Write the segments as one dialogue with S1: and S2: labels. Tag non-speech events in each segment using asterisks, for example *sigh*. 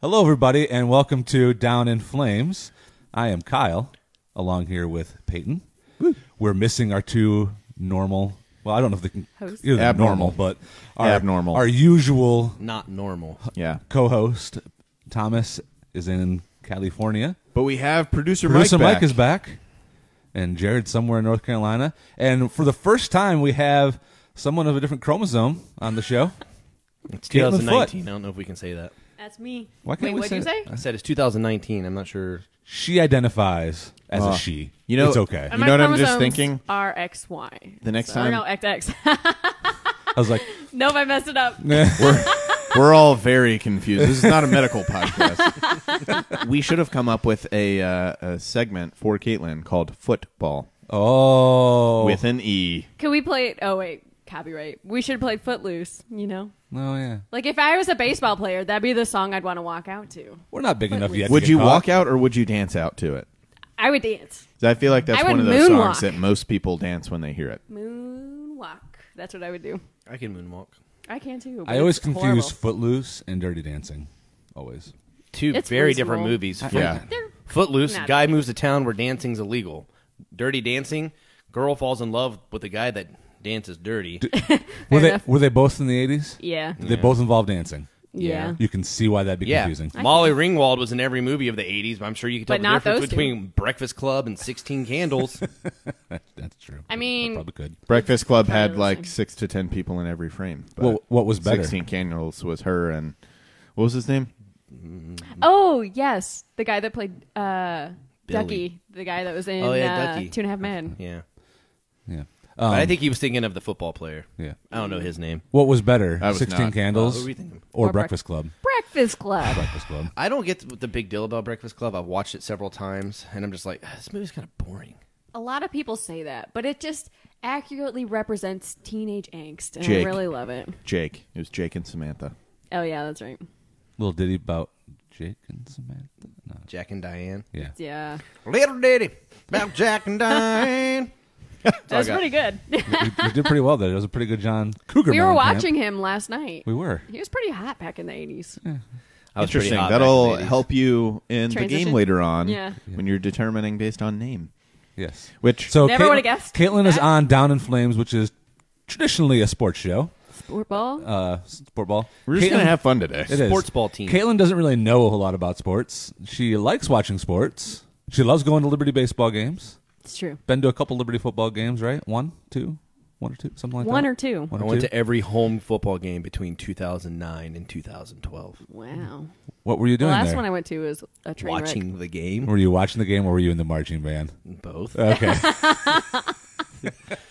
S1: Hello, everybody, and welcome to Down in Flames. I am Kyle, along here with Peyton. We're missing our two normal. Well, I don't know if they can.
S2: Hosts.
S1: you're the
S3: Abnormal.
S1: normal, but our,
S3: Abnormal.
S1: Our usual
S4: not normal.
S3: Yeah.
S1: co-host Thomas is in California.
S3: But we have producer,
S1: Producer
S3: Mike,
S1: Mike,
S3: back.
S1: is back, and Jared somewhere in North Carolina. And for the first time, we have someone of a different chromosome on the show.
S4: It's
S1: Caitlin Foote.
S4: 2019. I don't know if we can say that.
S2: That's me.
S1: Why can't
S2: Wait,
S1: we
S2: what'd you
S1: say-
S2: say?
S4: I said it's 2019. I'm not sure.
S1: She identifies as
S3: Uh,
S1: a she.
S3: you know-
S1: it's okay.
S3: You know what I'm just thinking?
S2: RXY.
S3: The next
S2: So- or
S3: time-
S2: No, XX.
S1: I was like,
S2: *laughs* nope, I messed it up.
S3: We're, we're all very confused. This is not a medical podcast. we should have come up with a, uh, a segment for Caitlin called Football
S1: oh,
S3: with an E.
S2: Can we play it? Oh, wait. Copyright. We should play Footloose, you know?
S1: oh yeah.
S2: Like, if I was a baseball player, that'd be the song I'd want to walk out to.
S1: We're not big enough yet. to
S3: Would
S1: get
S3: you
S1: caught.
S3: walk out or would you dance out to it?
S2: I would dance.
S3: 'Cause I feel like that's
S2: I
S3: one of
S2: would
S3: those
S2: moonwalk.
S3: songs that most people dance when they hear
S2: *laughs*
S3: it.
S2: Moonwalk. That's what I would do.
S4: I can moonwalk.
S2: I can too. but
S1: I always
S2: it's
S1: confuse
S2: horrible.
S1: Footloose and Dirty Dancing. Always.
S4: Two
S2: It's
S4: very
S2: reasonable.
S4: different movies. Foot-
S3: Yeah.
S2: They're-
S4: Footloose.
S2: Not
S4: Guy moves to town where dancing's illegal. Dirty Dancing. Girl falls in love with the guy that dances dirty.
S1: Were they
S2: enough.
S1: Were they both in the eighties?
S2: Yeah.
S1: They both involve dancing.
S2: Yeah.
S1: You can see why that'd be
S4: yeah,
S1: confusing.
S4: Molly Ringwald was in every movie of the '80s, but I'm sure you can tell
S2: But
S4: the
S2: not
S4: difference
S2: those two.
S4: between Breakfast Club and
S1: *laughs*
S4: 16 Candles.
S1: That's true.
S2: I mean-
S1: probably could.
S3: Breakfast Club
S2: Probably
S3: had
S2: the
S3: like
S2: same.
S3: six to ten people in every frame. but
S1: Well, what was better?
S3: 16 Candles was her and what was his name?
S2: Oh, yes. The guy that played uh,
S4: Billy.
S2: Ducky. The guy that was in
S4: Oh, yeah,
S2: uh,
S4: Ducky.
S2: Two and a Half Men.
S4: yeah,
S1: Yeah.
S4: But
S1: Um,
S4: I think he was thinking of the football player.
S1: Yeah.
S4: I don't know his name.
S1: What was better,
S3: I was
S1: Sixteen
S3: not.
S4: Uh, who
S1: Candles
S4: were you thinking?
S1: or
S2: Or
S1: Breakfast Club?
S2: Breakfast Club.
S1: Breakfast Club.
S4: I don't get the big deal about Breakfast Club. I've watched it several times, and I'm just like, "Ah, this movie's kind of boring.
S2: a lot of people say that, but it just accurately represents teenage angst, and
S3: Jake.
S2: I really love it.
S3: Jake. It was Jake and Samantha.
S2: Oh yeah, that's right.
S1: Little ditty about Jake and Samantha. No.
S4: Jack and Diane.
S2: *laughs*
S1: Yeah.
S2: Yeah,
S4: Little Diddy about Jack and Diane.
S2: that's pretty good.
S1: you, you did pretty well there. That was a pretty good John Cougar.
S2: *laughs* we were
S1: Mellencamp.
S2: watching him last night.
S1: We were.
S2: He was pretty hot back in the eighties.
S4: *laughs* I was pretty
S3: Interesting.
S4: hot back in the
S3: That'll
S4: 80s.
S3: help you in the
S2: Transition.
S3: game later on
S2: Yeah.
S3: when you're determining based on name.
S1: Yes.
S3: Which
S1: So
S2: Never
S1: Caitlin-
S2: would've guessed
S1: Caitlin is
S2: that.
S1: on Down in Flames, which is traditionally a sports show,
S2: Sportball.
S1: uh, sport ball.
S3: we're just
S1: Caitlin-
S3: gonna have fun today.
S1: It is.
S4: Sports ball team.
S1: Caitlin doesn't really know a whole lot about sports. She likes watching sports. She loves going to Liberty baseball games.
S2: it's true.
S1: Been to a couple Liberty football games, right? One, two, one or two, something like
S2: One
S1: that.
S2: or two.
S1: One
S4: I
S1: or
S4: went
S1: two.
S4: to every home football game between 2009 and 2012.
S2: Wow.
S1: What were you
S2: The
S1: doing
S2: last
S1: there?
S2: one I went to was a train wreck.
S4: Watching the game,
S1: were you watching the game or Uh, were you in the marching band?
S4: both.
S1: Okay.
S2: *laughs*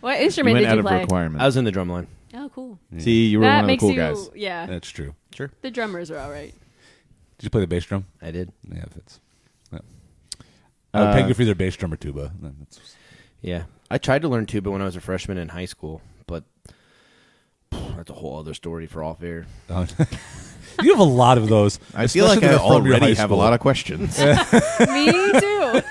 S2: What
S3: You
S2: instrument
S3: went
S2: did
S3: out
S2: you
S3: of
S2: play?
S3: requirement.
S4: I was in the drumline.
S2: Oh, cool.
S3: See, you were
S2: that
S3: one of the
S2: makes
S3: cool
S2: you.
S3: guys.
S2: Yeah.
S1: That's true.
S4: Sure,
S2: the drummers are all
S3: *laughs*
S2: right.
S1: Did you play the bass drum?
S4: I did.
S1: Yeah, it fits. Yeah. I would
S3: Uh,
S1: peg you for either bass drum or tuba. That's-
S4: Yeah, I tried to learn tuba when I was a freshman in high school, but *sighs* that's a whole other story for off air.
S1: Oh, *laughs* you have a lot of those.
S3: I feel like
S1: especially
S3: I
S1: that are from your
S3: already
S1: high
S3: have a
S1: school.
S3: lot
S1: *laughs*
S3: of questions.
S2: Me too.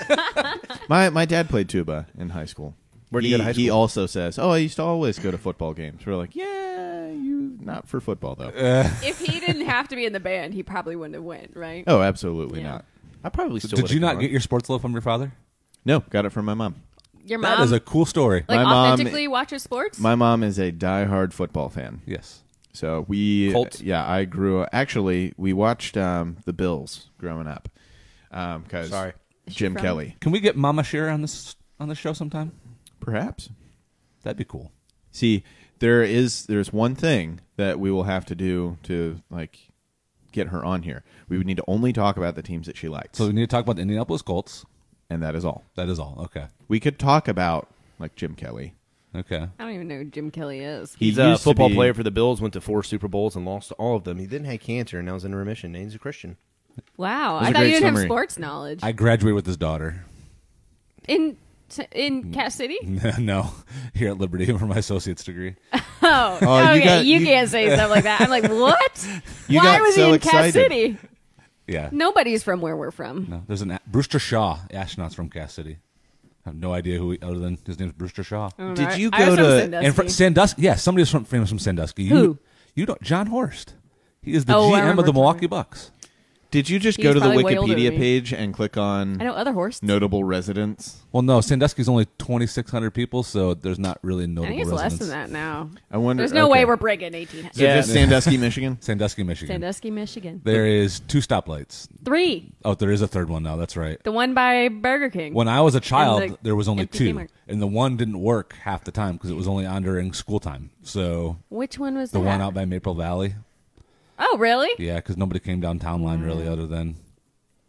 S3: my my dad played tuba in high school.
S4: Where'd you
S3: he,
S4: go to high
S3: He
S4: school?
S3: also says, "Oh, I used to always go to football games." We're like, "Yeah, you not for football though."
S1: Uh.
S2: if he didn't have to be in the band, he probably wouldn't have went. Right.
S3: oh, absolutely
S2: Yeah.
S3: not.
S4: I probably still
S1: Did
S4: would've
S1: you not
S4: gone.
S1: get your sports love from your father?
S3: No, got it from my mom.
S2: Your mom.
S1: That is a cool story.
S2: like
S3: My mom-
S2: authentically watches sports.
S3: My mom is a diehard football fan.
S1: yes.
S3: So we,
S4: Colts?
S3: yeah, I grew. Actually, we watched um, the Bills growing up. Um 'cause
S4: Sorry.
S3: Jim
S2: from-
S3: Kelly,
S1: Can we get Mama Shearer on this on the show sometime?
S3: perhaps.
S1: That'd be cool.
S3: See, there is there's one thing that we will have to do to like get her on here. We would need to only talk about the teams that she likes,
S1: So we need to talk about the Indianapolis Colts.
S3: and that is all.
S1: That is all. Okay.
S3: We could talk about like Jim Kelly.
S1: Okay.
S2: I don't even know who Jim Kelly is.
S3: He
S4: He's a
S3: used to
S4: football
S3: be-
S4: player for the Bills. Went to four Super Bowls and lost to all of them. He then had cancer and now is in remission. And he's a Christian.
S2: Wow,
S3: was
S2: I
S3: a
S2: thought you
S3: great
S2: didn't have
S3: summary.
S2: sports knowledge
S1: I graduated with his daughter. *laughs*
S2: in
S3: Mm.
S2: in Cat City.
S1: no, here at Liberty for my associate's degree.
S2: Oh,
S3: *laughs* Oh, you
S2: okay, you,
S3: got- you-
S2: can't say stuff like that. I'm
S3: *laughs*
S2: like, what?
S3: You
S2: Why
S3: got
S2: was
S3: so
S2: he in Cat
S3: excited.
S2: City?
S1: Yeah.
S2: Nobody's from where we're from.
S1: No, there's an a- Brewster Shaw, astronauts from Cass City. I have no idea who he, other than his name's Brewster Shaw.
S2: I don't
S3: Did
S2: know.
S3: you
S2: I was
S3: go
S2: from
S3: to-
S2: Sandusky.
S1: And fr- Sandusky, yeah, somebody's from famous from Sandusky. You,
S2: Who?
S1: You don't John Horst. He is the
S2: Oh, I
S1: GM
S2: remember
S1: of the
S2: talking-
S1: Milwaukee Bucks.
S3: Did you just
S2: He's
S3: go to the
S2: probably way older than
S3: Wikipedia
S2: me.
S3: page and click
S2: I
S3: on
S2: know other horse.
S3: notable residents?
S1: Well, no, Sandusky's only 2,600 people, so there's not really
S2: I
S1: notable
S2: think it's less
S1: residents.
S2: than that now.
S3: I wonder.
S2: There's no
S3: okay.
S2: way we're breaking 1800.
S3: So just *laughs* Sandusky, Michigan.
S1: Sandusky, Michigan.
S2: Sandusky, Michigan.
S1: There is two stoplights.
S2: Three.
S1: Oh, there is a third one now. That's right.
S2: The one by Burger King.
S1: When I was a child,
S2: And the
S1: there was only
S2: empty
S1: two,
S2: Kmart.
S1: and the one didn't work half the time because it was only on during school time. So
S2: Which one was
S1: the
S2: that?
S1: one out by Maple Valley,
S2: Oh, really?
S1: yeah, because nobody came down town line really, other than,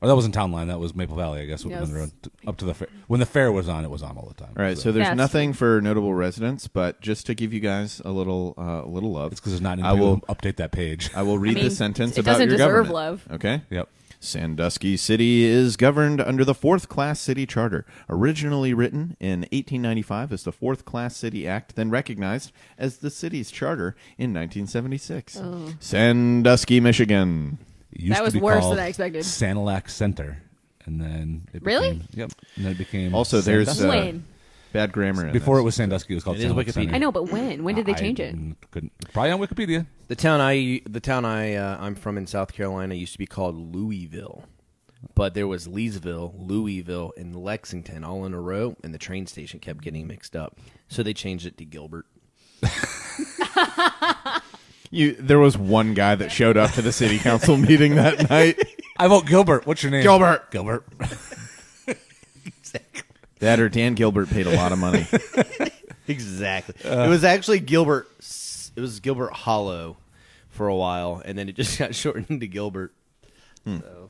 S1: or that wasn't town line. That was Maple Valley, I guess. would have been the
S2: Yes.
S1: road t- up to the fair. when the fair was on, it was on all the time.
S3: All right, so there's
S2: That's
S3: nothing for notable residents, but just to give you guys a little, uh, a little love.
S1: it's because there's not.
S3: I
S1: anybody
S3: will,
S1: will update that
S3: *laughs*
S1: page. *laughs*
S3: I will read
S2: mean,
S3: the sentence
S2: it
S3: about
S2: doesn't
S3: your
S2: deserve
S3: government.
S2: love.
S3: Okay.
S1: yep.
S3: Sandusky City is governed under the Fourth Class City Charter, originally written in 1895 as the Fourth Class City Act, then recognized as the city's charter in 1976.
S2: Oh.
S3: Sandusky, Michigan.
S1: It used
S2: That
S1: to
S2: was
S1: be
S2: worse
S1: called
S2: than I expected.
S1: Sanilac Center, and then it
S2: Really?
S1: became- yep. And then it became
S3: Also, there's,
S1: Sandusky.
S3: uh,
S2: when?
S3: Bad grammar. In
S1: before
S3: this.
S1: it was Sandusky. It was called
S4: It is
S1: Sanilac
S4: Wikipedia.
S1: Center.
S2: I know, but when? When did they
S1: I
S2: change it?
S1: didn't- Couldn't. Probably on Wikipedia.
S4: The town I the town I uh, I'm from in South Carolina used to be called Louisville, but there was Leesville, Louisville, and Lexington all in a row, and the train station kept getting mixed up, so they changed it to Gilbert.
S3: You, there was one guy that showed up to the city council meeting that
S2: *laughs*
S3: night.
S1: I vote Gilbert. What's your name?
S3: Gilbert.
S1: Gilbert. *laughs*
S3: That or Dan Gilbert paid a lot of money.
S4: *laughs*
S3: *laughs*
S4: Exactly.
S3: Uh.
S4: it was actually Gilbert. s- It was Gilbert Hollow for a while, and then it just *laughs* got shortened to Gilbert. So,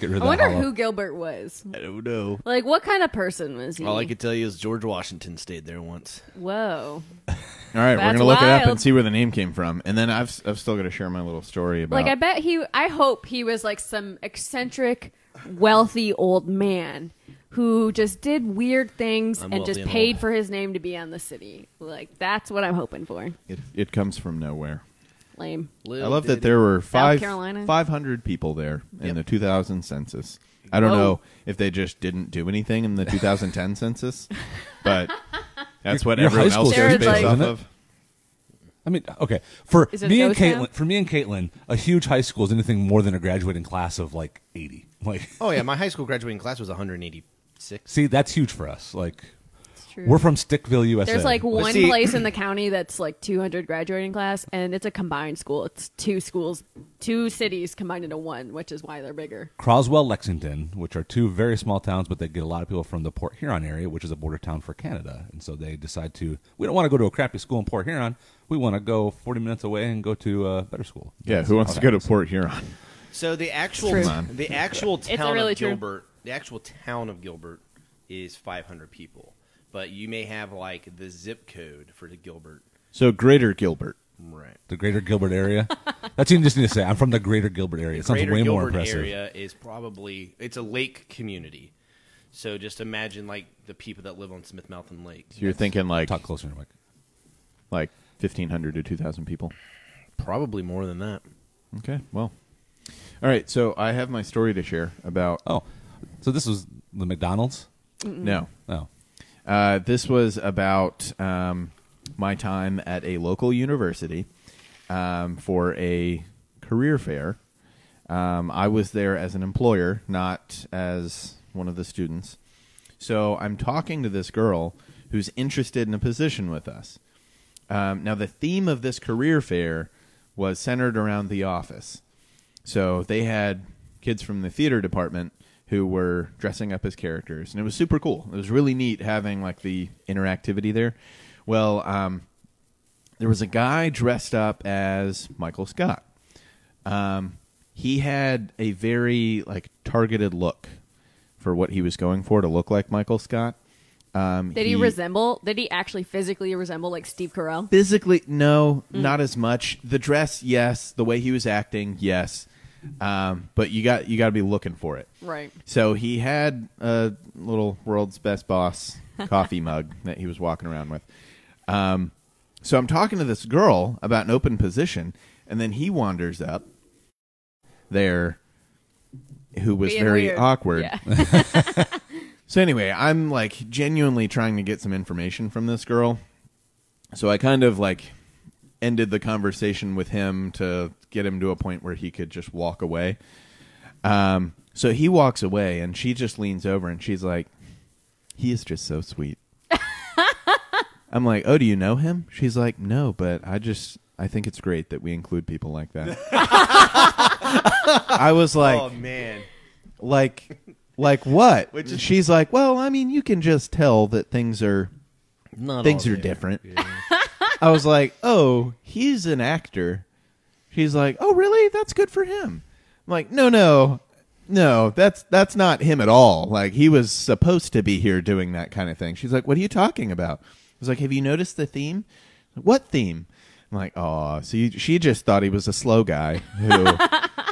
S1: Get rid of that
S2: I wonder
S1: hollow.
S2: who Gilbert was.
S4: I don't know.
S2: Like, what kind of person was he?
S4: All I could tell you is George Washington stayed there once.
S2: Whoa.
S3: All right, we're
S2: That's
S3: gonna look it up
S2: wild.
S3: and see where the name came from, and then I've I've still got to share my little story about.
S2: Like, I bet he, I hope he was like some eccentric, wealthy old man who just did weird things
S4: I'm
S2: and just
S4: wealthy and
S2: paid
S4: old.
S2: for his name to be on the city. Like, that's what I'm hoping for.
S3: it, it comes from nowhere.
S2: Lame.
S3: I love that there were five
S2: Carolina.
S3: five hundred people there in
S4: Yep.
S3: the 2000 census. I don't
S2: Whoa.
S3: know if they just didn't do anything in the 2010 census,
S2: *laughs*
S3: but that's what
S1: Your high
S3: everyone
S1: school
S3: else is
S2: census,
S3: based off
S1: isn't it?
S3: of.
S1: I mean, okay. For
S2: Is it
S1: me and
S2: ghost town?
S1: Caitlin, for me and Caitlin, a huge high school is anything more than a graduating class of like eighty. *laughs* Like,
S4: Oh yeah, my high school graduating class was 186.
S1: see, that's huge for us. Like,
S2: It's true.
S1: we're from Stickville, USA.
S2: There's like one
S4: see-
S2: place in the county that's like 200 graduating class, and it's a combined school. It's two schools, two cities combined into one, which is why they're bigger.
S1: Croswell, Lexington, which are two very small towns, but they get a lot of people from the Port Huron area, which is a border town for Canada. And so they decide to, we don't want to go to a crappy school in Port Huron. We want to go 40 minutes away and go to a better school.
S3: Yeah, who wants to go to Port Huron?
S4: So the actual
S2: True.
S4: the actual town
S2: really
S4: of
S2: true.
S4: Gilbert, the actual town of Gilbert is 500 people, but you may have like the zip code for the Gilbert.
S3: So Greater Gilbert.
S4: Right.
S1: *laughs* The greater Gilbert
S2: *laughs*
S1: area. That's what you just need to say. I'm from the greater Gilbert area. It sounds
S4: Greater
S1: way
S4: Gilbert
S1: more impressive.
S4: area is probably it's a lake community. So just imagine like the people that live on Smith Mountain Lake.
S3: So you're thinking like
S1: Talk closer to your mic.
S3: like 1500 to 2000 people.
S4: probably more than that.
S3: Okay, well. All right, so I have my story to share about
S1: Oh, so this was the McDonald's?
S3: no.
S1: Oh.
S3: Uh, this was about um, my time at a local university um, for a career fair. Um, I was there as an employer, not as one of the students. So I'm talking to this girl who's interested in a position with us. Um, now, the theme of this career fair was centered around the office. So they had kids from the theater department who were dressing up as characters, and it was super cool. It was really neat having like the interactivity there. Well, um, there was a guy dressed up as Michael Scott. Um, he had a very like targeted look for what he was going for to look like Michael Scott. Um,
S2: Did he, resemble? Did he actually physically resemble like Steve Carell?
S3: physically no not as much the dress yes the way he was acting yes um, but you got you got to be looking for it
S2: Right.
S3: so he had a little world's
S2: *laughs*
S3: best boss coffee mug that he was walking around with um, so i'm talking to this girl about an open position and then he wanders up there who was
S2: Being
S3: very
S2: weird.
S3: awkward
S2: Yeah.
S3: so anyway, I'm like genuinely trying to get some information from this girl. So I kind of like ended the conversation with him to get him to a point where he could just walk away. Um, so he walks away, and she just leans over and she's like, "He is just so sweet." I'm like, "Oh, do you know him?" She's like, "No, but I just I think it's great that we include people like that." I was like,
S4: oh man,
S3: like like what
S4: Which
S3: Which
S4: is-
S3: she's like well i mean you can just tell that things are
S4: Not
S3: things
S4: all
S3: are
S4: there.
S3: different *laughs* i was like oh he's an actor she's like oh really that's good for him i'm like no no no that's that's not him at all like he was supposed to be here doing that kind of thing she's like what are you talking about i was like have you noticed the theme what theme i'm like oh so you, she just thought he was a slow guy who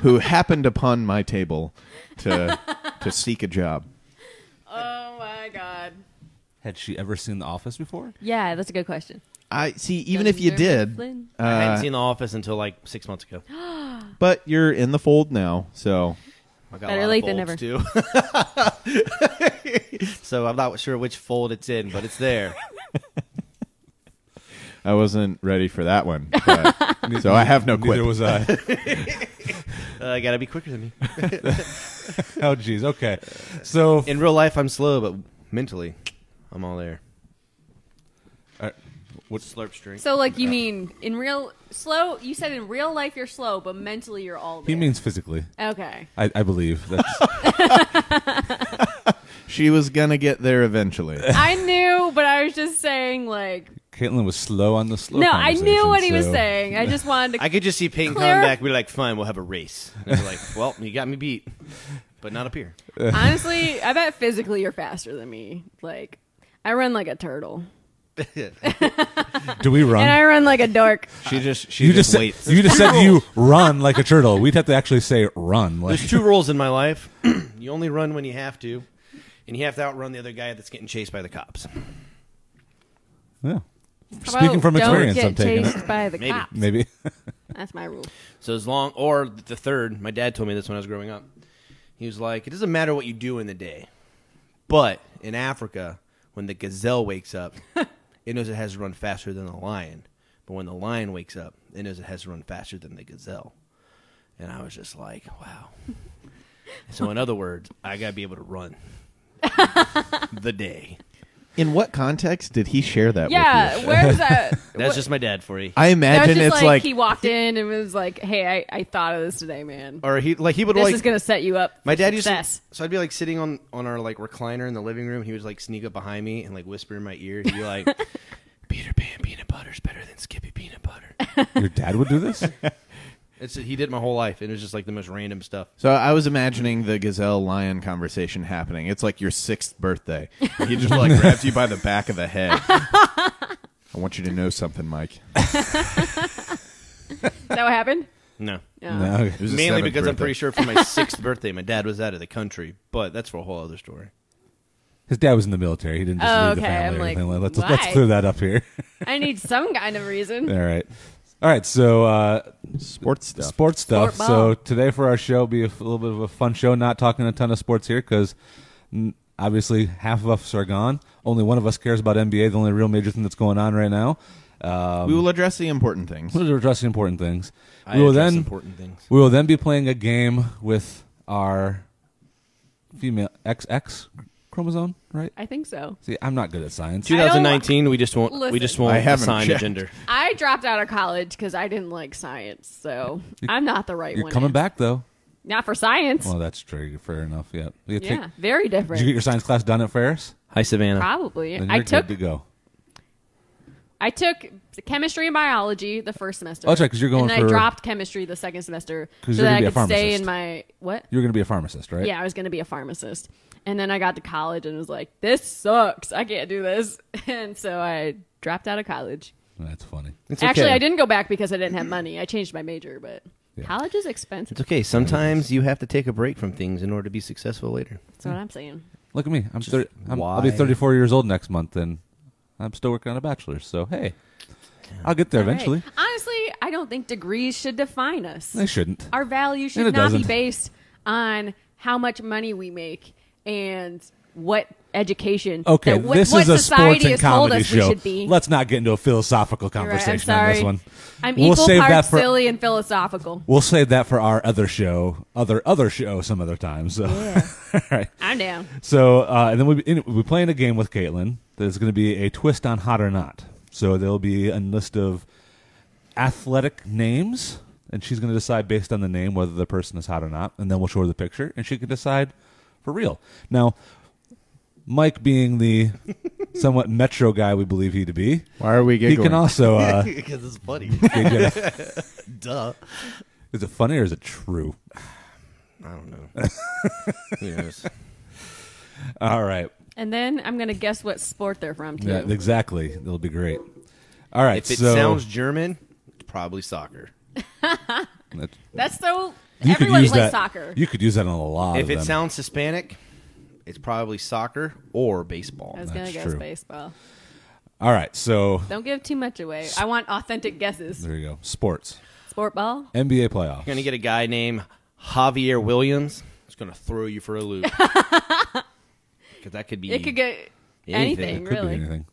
S3: who happened upon my table to to seek a job
S2: Oh my god.
S1: Had she ever seen The Office before?
S2: Yeah, that's a good question.
S3: I see. Even if you did,
S2: Flynn?
S4: I
S3: uh,
S4: hadn't seen The Office until like six months ago.
S3: but you're in the fold now. So
S4: I got a
S2: Better
S4: lot of
S2: late than
S4: folds, Too. *laughs* so I'm not sure which fold it's in, but it's there.
S3: I wasn't ready for that one.
S2: *laughs*
S3: but- so I have no
S1: Neither
S3: quip.
S1: was I.
S4: Uh, gotta be quicker than me.
S1: oh, geez. Okay. So,
S4: In real life, I'm slow, but mentally, I'm all there.
S1: uh,
S4: What slurp drink?
S2: So like you mean in real slow? You said in real life you're slow, but mentally you're all.
S1: he
S2: there.
S1: means physically,
S2: okay.
S1: I, I believe. That's,
S3: She was gonna get there eventually.
S2: I knew, but I was just saying like
S1: Caitlin was slow on the slow.
S2: no. I knew what he
S1: conversation,
S2: was
S1: so-
S2: saying. I just
S1: *laughs*
S2: wanted to.
S4: I could just see Peyton
S2: Claire-
S4: coming back. We're like, fine, we'll have a race. And we're like, well, you got me beat, but not
S2: *laughs*
S4: up here.
S2: honestly, I bet physically you're faster than me. Like I run like a turtle,
S1: Do we
S2: and
S1: run?
S2: I run like a dork.
S4: She just, she
S1: *laughs* You just, said,
S4: waits.
S1: you just said you run like a turtle. We'd have to actually say run. Like,
S4: There's two rules in my life. *clears throat* you only run when you have to, and you have to outrun the other guy that's getting chased by the cops.
S1: yeah.
S2: How
S1: Speaking
S2: about
S1: from experience,
S2: don't
S1: I'm
S2: get
S1: taking
S2: chased
S1: it.
S2: by the
S4: Maybe.
S2: cops.
S1: Maybe. *laughs*
S2: That's my rule.
S4: So as long, or the third, my dad told me this when I was growing up. He was like, it doesn't matter what you do in the day, but in Africa, when the gazelle
S2: *laughs*
S4: wakes up, it knows it has to run faster than the lion. But when the lion wakes up, it knows it has to run faster than the gazelle. And I was just like, wow. *laughs* so in other words, I gotta be able
S2: *laughs*
S4: to run the day.
S3: In what context did he share that? with
S2: Yeah,
S3: you?
S2: where's that?
S4: That's just my dad for you.
S2: That
S3: I
S2: was
S3: imagine
S2: just
S3: it's
S2: like,
S3: like,
S2: he walked in and was like, "Hey, I, I thought of this today, man.
S4: or he like he would
S2: this
S4: like
S2: is gonna set you up."
S4: My
S2: for
S4: dad
S2: success.
S4: used to, so I'd be like sitting on on our like recliner in the living room. He would like sneak up behind me and like whisper in my ear. He'd be *laughs* like, "Peter Pan peanut butter's better than Skippy peanut *laughs* butter."
S1: Your dad would do this?
S4: It's he did my whole life, and it was just like the most random stuff.
S3: so I was imagining the gazelle lion conversation happening. It's like your sixth birthday. He just like grabs you by the back of the head. I want you to know something, Mike. It
S2: Is that
S1: *laughs*
S2: what happened?
S4: No,
S2: *laughs* No.
S1: no.
S3: was his
S4: mainly
S3: seventh
S4: because I'm
S3: birthday.
S4: pretty sure for *laughs* my sixth birthday, my dad was out of the country. But that's for a whole other story.
S1: His dad was in the military. He didn't just
S2: Oh,
S1: leave the
S2: okay.
S1: family or
S2: I'm like,
S1: anything. Let's,
S2: why?
S1: let's clear that up here.
S2: I need some kind of reason.
S1: All right. All right. So, uh,
S3: sports stuff.
S1: sports stuff.
S2: Sport
S1: so
S2: ball.
S1: today for our show will be a f- little bit of a fun show. Not talking a ton of sports here because obviously half of us are gone. Only one of us cares about NBA. The only real major thing that's going on right now. Um,
S3: we will address the
S1: *laughs*
S3: important things.
S1: those are addressing important things.
S4: I
S1: we will
S4: address
S1: then
S4: important things.
S1: we will then be playing a game with our female XX chromosome. Right?
S2: I think so.
S1: See, I'm not good at science.
S2: I don't-
S4: 2019, we just won't we
S2: Listen.
S4: just
S3: I
S4: won't
S3: haven't
S4: assign a
S3: checked.
S4: gender.
S2: I dropped out of college because I didn't like science, so I'm not the right
S1: You're
S2: one.
S1: coming
S2: in.
S1: back though.
S2: Not for science.
S1: Well, that's true. Fair enough. Yeah. You take-
S2: yeah, very
S1: did
S2: different.
S1: you get your science class done at Ferris?
S4: Hi, Savannah.
S2: Probably.
S1: Then
S2: I
S1: you're
S2: took
S1: good to go.
S2: I took chemistry and biology the first semester.
S1: Oh, that's right, 'cause you're going
S2: And then
S1: for-
S2: I dropped chemistry the second semester
S1: 'Cause
S2: so
S1: you're
S2: that I
S1: gonna
S2: could
S1: be a
S2: stay
S1: pharmacist.
S2: in my what?
S1: You're going to be a pharmacist, right?
S2: Yeah, I was going to be a pharmacist. And then I got to college and was like, this sucks. I can't do this. *laughs* And so I dropped out of college.
S1: That's funny.
S4: It's
S2: Actually,
S4: okay.
S2: I didn't go back because I didn't have money. I changed my major, but college is expensive.
S4: It's okay. Sometimes you have to take a break from things in order to be successful later.
S2: That's what I'm saying.
S1: Look at me. I'm, 30, I'm I'll be
S4: why?
S1: 34 years old next month, and I'm still working on a bachelor's. So hey, I'll get there
S2: All right.
S1: eventually.
S2: Honestly, I don't think degrees should define us.
S1: They shouldn't.
S2: Our value
S1: And
S2: should
S1: it
S2: not be
S1: doesn't.
S2: based on how much money we make and what education.
S1: Okay,
S2: that what-
S1: this
S2: what
S1: is a
S2: society
S1: sports and
S2: has told
S1: comedy
S2: us
S1: show.
S2: We should be.
S1: Let's not get into a philosophical
S2: You're right,
S1: conversation
S2: I'm sorry.
S1: on this one.
S2: I'm
S1: We'll
S2: equal
S1: save
S2: parts
S1: that for-
S2: silly and philosophical.
S1: We'll save that for our other show, other other show, some other time. So, *laughs* all right.
S2: I'm down.
S1: So, uh, and then we in, we're playing a game with Caitlin. There's going to be a twist on hot or not. So there'll be a list of athletic names, and she's going to decide based on the name whether the person is hot or not. And then we'll show her the picture, and she can decide for real. Now, Mike, being the
S3: *laughs*
S1: somewhat metro guy we believe he to be,
S3: Why are we
S1: he
S3: giggling?
S1: can also.
S3: *laughs*
S1: Uh,
S5: because it's funny. Duh.
S1: *laughs* is it funny or is it true?
S4: I
S1: *laughs*
S4: don't know. Who knows?
S1: All right.
S2: And then I'm gonna guess what sport they're from too.
S1: Yeah, exactly. It'll be great. All right.
S4: If it
S1: so
S4: sounds German, it's probably soccer.
S1: that-
S2: That's so.
S1: you could
S2: everyone
S1: use
S2: plays
S1: that.
S2: soccer.
S1: You could use that on a lot.
S4: If
S1: of
S4: it
S1: them.
S4: sounds Hispanic, it's probably soccer or baseball.
S2: I was gonna
S1: That's
S2: guess
S1: true.
S2: baseball.
S1: All right. So
S2: Don't give too much away. I want authentic guesses.
S1: there you go. Sports.
S2: Sport ball.
S1: NBA playoffs.
S4: You're gonna get a guy named Javier Williams. It's gonna throw you for
S2: *laughs*
S4: a loop. Because that could be.
S2: It could get
S4: Anything.
S2: anything,
S1: Could be
S2: really.
S1: anything.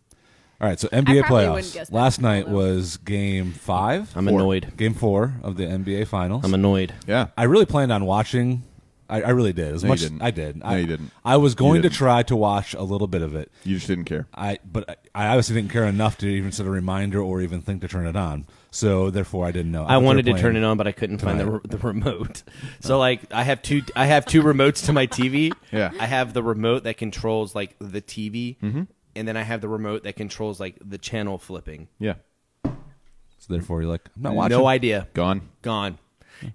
S1: All right. So NBA
S2: probably wouldn't guess
S1: playoffs.
S2: that
S1: Last
S2: from all
S1: night
S2: of them.
S1: was game five.
S4: I'm
S1: Four.
S2: *laughs*
S4: annoyed.
S1: Game four of the NBA finals.
S4: I'm annoyed.
S3: yeah.
S1: I really planned on watching. I, I really did. As
S3: No, you
S1: much
S3: didn't.
S1: I did.
S3: No,
S1: I,
S3: you didn't.
S1: I was going to
S3: didn't.
S1: try to watch a little bit of it.
S3: You just didn't care.
S1: I but I obviously didn't care enough to even set a reminder or even think to turn it on. So therefore, I didn't know.
S4: I wanted to turn it on, but I couldn't find the,
S1: tonight.
S4: re- the remote. *laughs* So like, I have two. I have two remotes to my TV.
S3: *laughs* Yeah. Mm-hmm.
S4: I have the remote that controls like the TV, and then I have the remote that controls like the channel flipping.
S3: Yeah.
S1: So therefore, you're like, I'm not watching.
S4: No idea.
S3: Gone.
S4: Gone.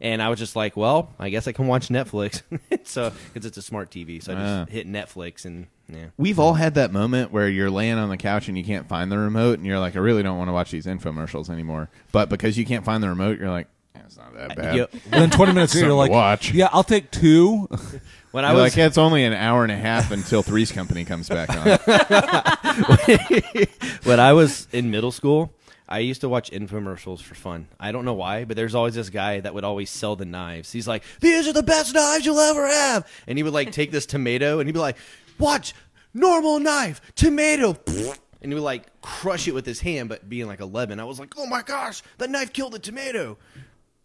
S4: And I was just like, well, I guess I can watch Netflix. *laughs* so because it's a smart TV, so I just
S3: Ah.
S4: hit Netflix and yeah.
S3: We've all had that moment where you're laying on the couch and you can't find the remote, and you're like, I really don't want to watch these infomercials anymore. But because you can't find the remote, you're like, "Eh, it's not that bad.
S4: Yeah.
S1: And then 20 minutes later, you're like,
S3: Something to watch.
S1: yeah, I'll take two.
S4: When I
S3: You're
S4: was
S3: like, it's only an hour and a half until Three's Company comes back *laughs* on.
S4: *laughs* when I was in middle school, I used to watch infomercials for fun. I don't know why, but there's always this guy that would always sell the knives. He's like, "These are the best knives you'll ever have," and he would like take this tomato and he'd be like, "Watch, normal knife, tomato." And he would like crush it with his hand, but being like 11, I was like, "Oh my gosh, the knife killed the tomato!"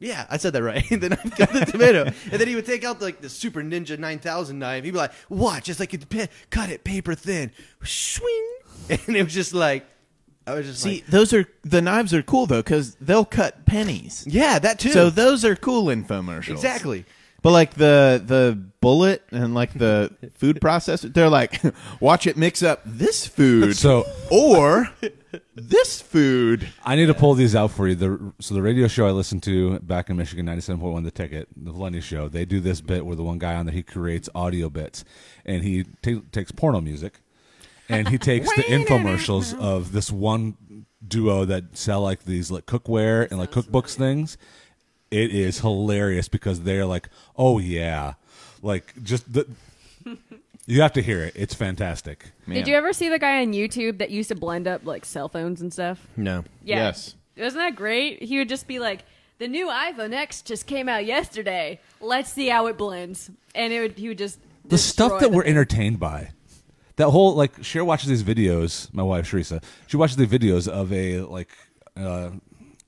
S4: Yeah, I said that right. *laughs* the knife killed the tomato, and then he would take out like the Super Ninja 9000 knife. He'd be like, "Watch, it's like a pe- cut it paper thin, swing," *laughs* and it was just like, I was just like,
S3: those are the knives are cool though because they'll cut pennies.
S4: Yeah, that too.
S3: So those are cool infomercials.
S4: exactly.
S3: But like the the bullet and like the food processor, they're like, *laughs* watch it mix up this food
S1: So-
S3: or this food.
S1: I need to pull these out for you. The, so the radio show I listened to back in Michigan, ninety-seven point one, the ticket, the Lenny show. They do this bit where the one guy on there he creates audio bits, and he ta takes porno music, and he takes the infomercials of this one duo that sell like these like cookware and like cookbooks things. It is hilarious because they're like, oh yeah, like just the. *laughs* You have to hear it. It's fantastic.
S3: Man.
S2: Did you ever see the guy on YouTube that used to blend up like cell phones and stuff?
S4: No.
S2: Yeah.
S3: Yes.
S2: Wasn't that great? He would just be like, "The new iPhone X just came out yesterday. Let's see how it blends." And it would he would just
S1: the stuff that we're
S2: in.
S1: entertained by. That whole like Cher watches these videos. My wife Sharisa, she watches the videos of a like uh,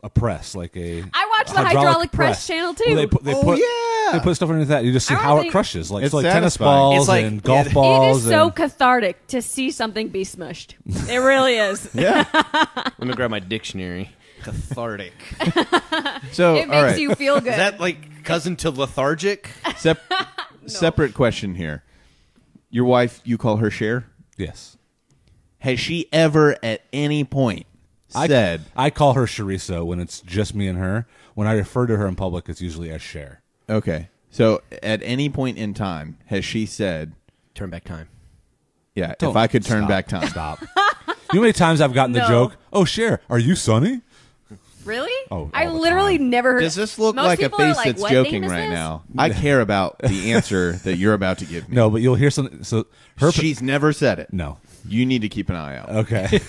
S1: a press, like a.
S2: I watch the hydraulic press channel, too.
S1: Where They put, they
S3: Oh,
S1: put,
S3: yeah.
S1: they put stuff underneath that. You just see
S2: I don't
S1: how it
S2: think-
S1: crushes, like it's
S3: It's
S1: like tennis
S3: satisfying.
S1: balls
S4: It's like-
S1: and golf
S4: yeah,
S1: balls.
S2: It is so
S1: and-
S2: cathartic to see something be smushed. It really is.
S3: Yeah.
S4: Let me grab my dictionary. Cathartic. Is
S3: So
S2: It makes
S3: Oh, all right.
S2: you feel good.
S4: that like cousin to lethargic?
S2: *laughs*
S3: Sep- Separate question here. Your wife, you call her Cher.
S1: yes,
S3: Has she ever at any point
S1: I-
S3: said,
S1: I, call her Sharisa when it's just me and her. When I refer to her in public, it's usually as Cher.
S3: "Okay"? So at any point in time, has she said,
S4: Turn back time.
S3: "Yeah,
S1: Don't
S3: if I could turn
S1: stop.
S3: back time,
S1: Stop. you know how many times I've gotten the
S2: *laughs* No.
S1: joke? Oh, Cher, are you Sunny?
S2: really?
S1: Oh,
S2: I
S1: all the
S2: literally
S1: time.
S2: never heard.
S3: *laughs* Does this look
S2: Most
S3: like a
S2: people are
S3: face
S2: like,
S3: that's
S2: "What
S3: joking
S2: name is
S3: right
S2: this?"
S3: now? I care about the answer that you're about to give me.
S1: No, but you'll hear something. So her
S3: she's never said it.
S1: no.
S3: You need to keep an eye out.
S1: Okay.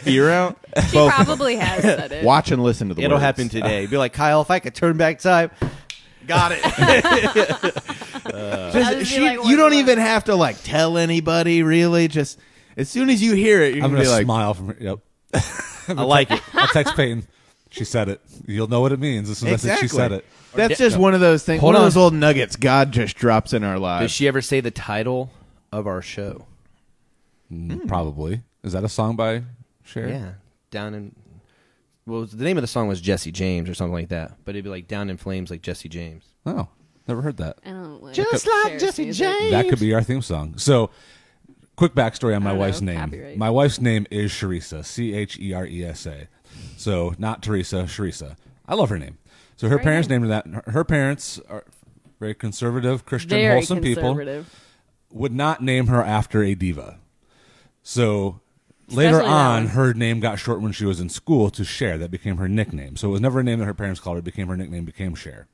S2: *laughs*
S3: Ear out.
S2: She
S3: Both of them.
S2: probably has said
S3: *laughs*
S2: it.
S3: Watch and listen to the
S4: It'll
S3: words.
S4: happen today. *laughs* Be like, Kyle, if I could turn back time. Got it.
S3: Does
S2: just be
S3: she,
S2: like,
S3: you
S2: "What
S3: don't
S2: the-"
S3: even have to like tell anybody really. Just as soon as you hear it, you're
S1: I'm
S3: gonna,
S1: gonna
S3: be like,
S1: smile from her. Yep.
S3: I like it.
S1: I'll text Peyton. She said it. You'll know what it means as soon as I
S3: Exactly.
S1: said she said it.
S3: That's just one of those things.
S4: Hold
S3: one
S4: on.
S3: of those old nuggets God just drops in our
S4: Does
S3: lives.
S4: she ever say the title of our show?
S2: Hmm.
S1: Probably. Is that a song by Cher?
S4: Yeah, down in. Well, the name of the song was Jesse James or something like that, but it'd be like "Down in Flames," like Jesse James.
S1: Oh, never heard that.
S2: I don't like
S5: Just like Jesse James.
S1: That could be our theme song. So, quick backstory on my
S2: I don't
S1: wife's
S2: know,
S1: name.
S2: copyright.
S1: My wife's name is Sharisa, C H E R E S A. So not Teresa, Sharisa. I love her name. So her
S2: Great
S1: parents
S2: name.
S1: named her that. and her- Her parents are very conservative, Christian,
S2: Very
S1: wholesome people.
S2: conservative.
S1: Would not name her after a diva. So later
S2: Especially that
S1: on,
S2: one.
S1: her name got short when she was in school to Cher. That became her nickname. So it was never a name that her parents called her. It became her nickname. Became Cher.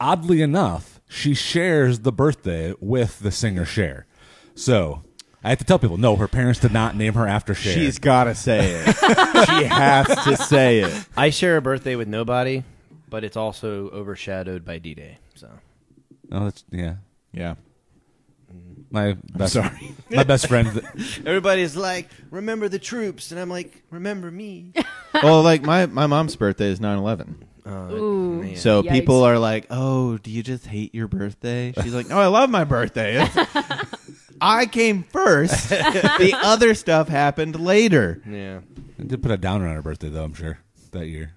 S1: Oddly enough, she shares the birthday with the singer Cher. So I have to tell people, no, her parents did not name her after Cher.
S3: She's gotta say it. she has to say it.
S4: I share a birthday with nobody, but it's also overshadowed by D-Day. So
S1: oh, that's yeah.
S3: Yeah.
S1: My best,
S3: sorry.
S1: my
S3: *laughs*
S1: best friend.
S4: everybody's like, "Remember the troops," and I'm like, "Remember me."
S3: Well, like my, my mom's birthday is 9-11.
S2: Ooh.
S4: man.
S3: So
S2: Yikes.
S3: people are like, "Oh, do you just hate your birthday?" She's like, "No, I love my birthday. It's- I came first. the other stuff happened later."
S4: *laughs* yeah,
S1: I did put a downer on her birthday though. I'm sure that year.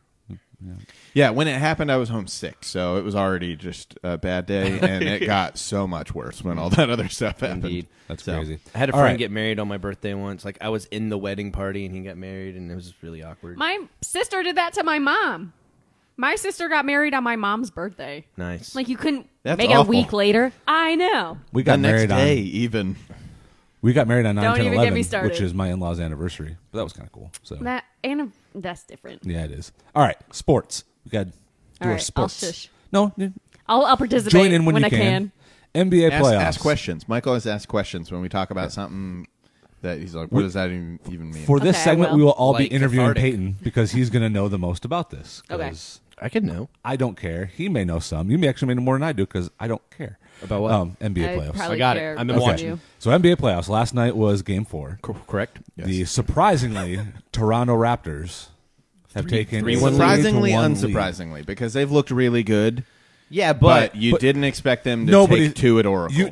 S3: Yeah, when it happened, I was homesick, so it was already just a bad day, and it got so much worse when all that other stuff happened.
S4: Indeed.
S1: That's
S3: So,
S1: crazy.
S4: I had a
S1: All
S4: friend
S1: right.
S4: get married on my birthday once. Like I was in the wedding party and he got married, and it was really awkward.
S2: My sister did that to my mom. My sister got married on my mom's birthday.
S4: nice.
S2: Like you couldn't
S3: That's
S2: make it a
S3: awful.
S2: week later. I know.
S1: We
S3: The
S1: got
S3: next
S1: married
S3: day,
S1: on
S3: even
S1: We got married on 9
S2: Don't
S1: 10,
S2: even get
S1: 11,
S2: me started.
S1: which is my in law's anniversary. But that was kind of cool. So
S2: That and that's different.
S1: yeah, it is. All right, sports. We got to do
S2: All
S1: our
S2: right, I'll
S1: sports.
S2: shush.
S1: No, you-
S2: I'll, I'll participate
S1: join in when, you
S2: I can.
S1: NBA
S3: ask,
S1: playoffs.
S3: ask questions. Michael has asked questions when we talk about something that he's like, "What does that even, even mean?"
S1: For this
S2: Okay, I
S1: segment,
S2: will.
S1: we will all
S4: Like
S1: be interviewing
S4: cathartic.
S1: Peyton because he's going to know the most about this.
S2: *laughs* Okay.
S1: 'cause
S4: I could know.
S1: I don't care. He may know some. You may actually may know more than I do because I don't care
S4: About what?
S1: Um, NBA
S2: I
S1: playoffs.
S2: probably
S4: I got it.
S2: care
S4: I've been
S2: about
S4: watching.
S2: you.
S1: So NBA playoffs last night was Game Four.
S4: correct.
S1: The surprisingly *laughs* Toronto Raptors have taken
S4: three,
S1: a
S4: one lead.
S1: 3-1
S3: surprisingly,
S1: lead.
S3: unsurprisingly, because they've looked really good.
S4: Yeah,
S3: but,
S4: but,
S3: you
S1: but-
S3: didn't expect them to
S1: Nobody-
S3: take two at Oracle.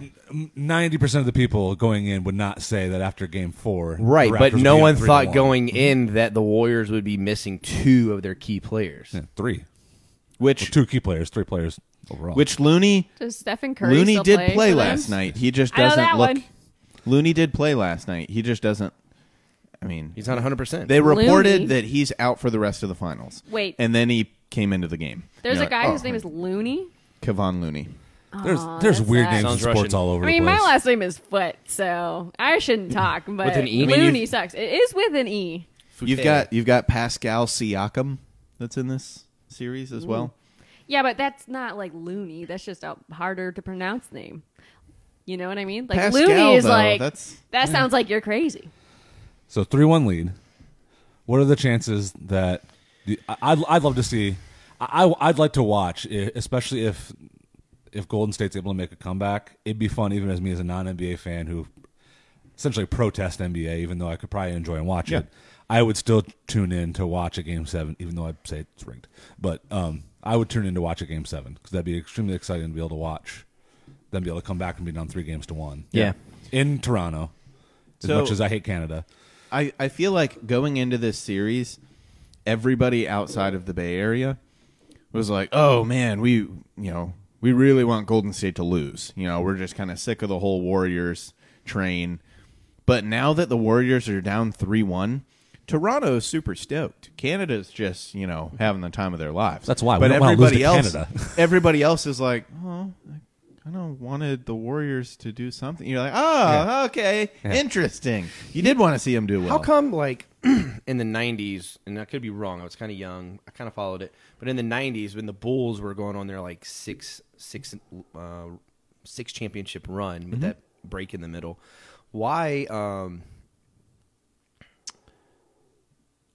S1: Ninety percent of the people going in would not say that after Game Four, the
S4: right. But
S1: Raptors
S4: no
S1: would be up 3-1.
S4: one thought going
S1: Mm-hmm.
S4: in that the Warriors would be missing two of their key players.
S1: Yeah, three,
S3: which
S1: two key players, three players overall.
S3: which Looney
S2: Does Stephen Curry
S3: Looney
S2: still
S3: did
S2: play,
S3: play,
S2: for them?
S3: last night. He just
S2: I know
S3: doesn't
S2: that
S3: look.
S2: one.
S3: Looney did play last night. He just doesn't. I mean,
S4: He's not 100. percent
S3: they reported
S2: Looney?
S3: that he's out for the rest of the finals.
S2: Wait.
S3: and then he came into the game.
S2: There's
S3: You're
S2: a
S3: like,
S2: guy
S3: oh,
S2: whose name is Looney.
S3: Kevon Looney.
S1: there's
S2: Aw,
S1: there's
S2: that's
S1: weird
S2: sad.
S1: names in
S4: Sounds
S1: sports
S4: Russian.
S1: all over.
S2: I mean,
S1: the
S2: my
S1: place.
S2: last name is Foot, so I shouldn't talk. But
S4: an E? I mean,
S2: Looney
S4: you've-
S2: sucks. It is with an E.
S3: You've got you've got Pascal Siakam that's in this series as well.
S2: Yeah, but that's not like Looney. That's just a harder to pronounce name. You know what I mean? Like
S3: Pascal,
S2: Looney is
S3: though,
S2: like
S3: that's-
S2: that sounds like you're crazy.
S1: So three one lead. What are the chances that the, I- I'd I'd love to see? I I- I'd like to watch, e- especially if if Golden State's able to make a comeback. It'd be fun, even as me as a non NBA fan who essentially protest NBA, even though I could probably enjoy and watch it. I would still tune in to watch a game seven, even though I say it's rigged. But um, I would tune in to watch a game seven because that'd be extremely exciting to be able to watch. Then be able to come back and be down three games to one.
S4: Yeah.
S1: in Toronto. As
S3: So-
S1: much as I hate Canada,
S3: I, I feel like going into this series, everybody outside of the Bay Area was like, "Oh man, we you know we really want Golden State to lose. You know, we're just kind of sick of the whole Warriors train." But now that the Warriors are down three one, Toronto's super stoked. Canada's just you know having the time of their lives.
S1: That's why. We
S3: But
S1: don't wanna lose
S3: everybody
S1: to
S3: else,
S1: Canada. *laughs*
S3: everybody else is like, "Oh, I kind of wanted the Warriors to do something." You're like, "Oh, okay, interesting." You did want to see them do well.
S4: How come, like, *clears throat* in the 90s, and I could be wrong, I was kind of young, I kind of followed it, but in the 90s, when the Bulls were going on their, like, six, six, uh, six championship run
S1: Mm-hmm.
S4: with that break in the middle, why, um,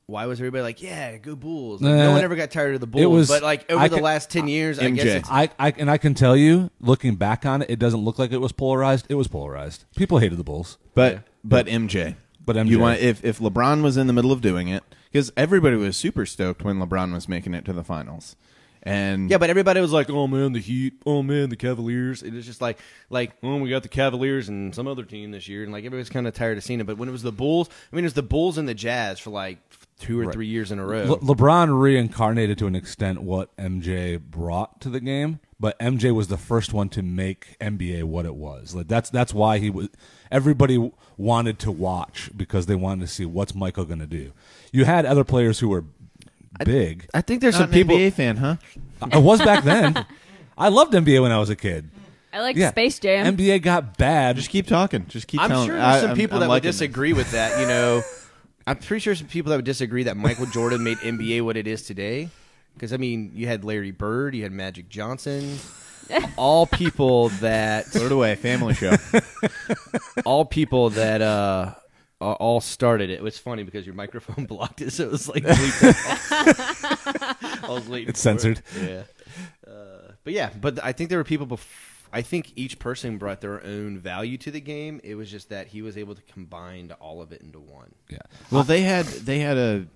S4: why was everybody like, yeah, go Bulls?
S1: Uh,
S4: Like, no one ever got tired of the Bulls.
S1: was-
S4: but like over
S1: I
S4: the
S1: can-
S4: last ten years, I guess
S3: MJ.
S4: it's,
S1: I, I and I can tell you, looking back on it, it doesn't look like it was polarized. It was polarized. People hated the Bulls.
S3: But but MJ.
S1: But MJ.
S3: You want if if LeBron was in the middle of doing it because everybody was super stoked when LeBron was making it to the finals, and
S4: yeah, but everybody was like, oh man, the Heat, oh man, the Cavaliers. It was just like like oh we got the Cavaliers and some other team this year, and like everybody's kind of tired of seeing it. But when it was the Bulls, I mean, it was the Bulls and the Jazz for like two or three years in a row.
S1: Le- LeBron reincarnated to an extent what MJ brought to the game, but MJ was the first one to make NBA what it was. Like that's that's why he was. Everybody w- wanted to watch because they wanted to see what's Michael going to do. You had other players who were big.
S4: I think there's
S3: Not
S4: some
S3: an
S4: people.
S3: NBA fan, huh?
S1: I was back then. I loved NBA when I was a kid.
S2: I like
S1: Yeah,
S2: Space Jam.
S1: NBA got bad.
S3: Just keep talking. Just keep.
S4: I'm
S3: telling,
S4: sure
S3: I-
S4: there's some
S3: I'm-
S4: people
S3: I'm
S4: that would
S3: liking this.
S4: disagree with that. You know, I'm pretty sure some people that would disagree that Michael Jordan made NBA what it is today. Because I mean, you had Larry Bird, you had Magic Johnson, all people that
S3: Put it away. Family
S4: *laughs*
S3: show.
S4: all people that uh a- all started it. It was funny because your microphone *laughs* blocked it, so it was like bleeped out. I was waiting.
S1: It's
S4: for it.
S1: censored.
S4: Yeah, uh, but yeah, but I think there were people. Bef- I think each person brought their own value to the game. It was just that he was able to combine all of it into one.
S1: yeah.
S3: Well, they had they had a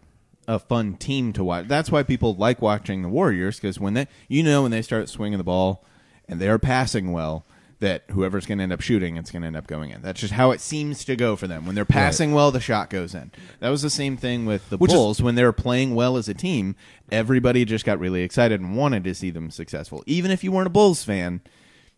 S3: a fun team to watch. That's why people like watching the Warriors because when they you know when they start swinging the ball and they're passing well that whoever's going to end up shooting it's going to end up going in. That's just how it seems to go for them. When they're passing well, the shot goes in. That was the same thing with the
S1: Which is-
S3: Bulls when they were playing well as a team, everybody just got really excited and wanted to see them successful. Even if you weren't a Bulls fan,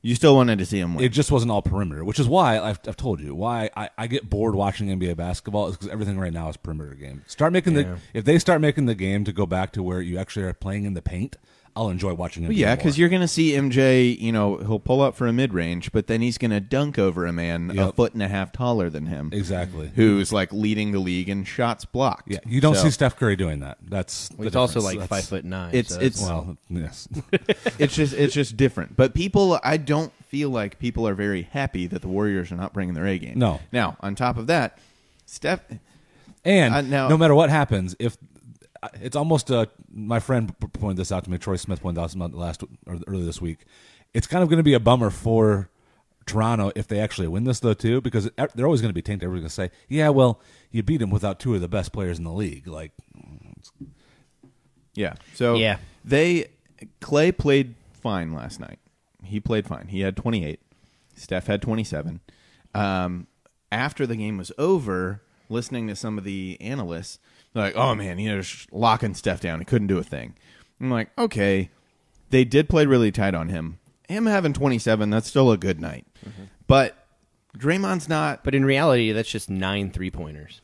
S3: you still wanted to see them win.
S1: It just wasn't all perimeter, which is why I've, I've told you why I, I get bored watching NBA basketball is because everything right now is perimeter game. Start making the if they start making the game to go back to where you actually are playing in the paint, I'll enjoy watching. NBA
S3: Well, yeah,
S1: more.
S3: because you're going to see MJ. You know, he'll pull up for a mid range, but then he's going to dunk over a man a
S1: Yep.
S3: foot and a half taller than him,
S1: exactly.
S3: who's like leading the league in shots blocked.
S1: Yeah, you don't
S3: So
S1: see Steph Curry doing that. That's the
S4: It's also
S1: difference.
S4: like
S1: That's-
S4: five foot nine.
S3: It's-
S4: so
S3: it's-
S1: Well, yes,
S3: it's just it's just different. But people, I don't feel like people are very happy that the Warriors are not bringing their A game.
S1: No.
S3: Now, on top of that, Steph.
S1: and
S3: Uh, now-
S1: no matter what happens, if it's almost uh, my friend p- pointed this out to me, Troy Smith pointed this out last or early this week. It's kind of going to be a bummer for Toronto if they actually win this though too, because e- they're always going to be tainted. Everybody's going to say, "Yeah, well, you beat them without two of the best players in the league." Like,
S3: Yeah. So
S4: Yeah.
S3: they Clay played fine last night. He played fine. He had 28. Steph had 27. Um, after the game was over, listening to some of the analysts, they're like, "Oh man, you know, just locking Steph down. He couldn't do a thing." I'm like, "Okay, they did play really tight on him. Him having 27, that's still a good night." But Draymond's not.
S4: but in reality, that's just nine three pointers.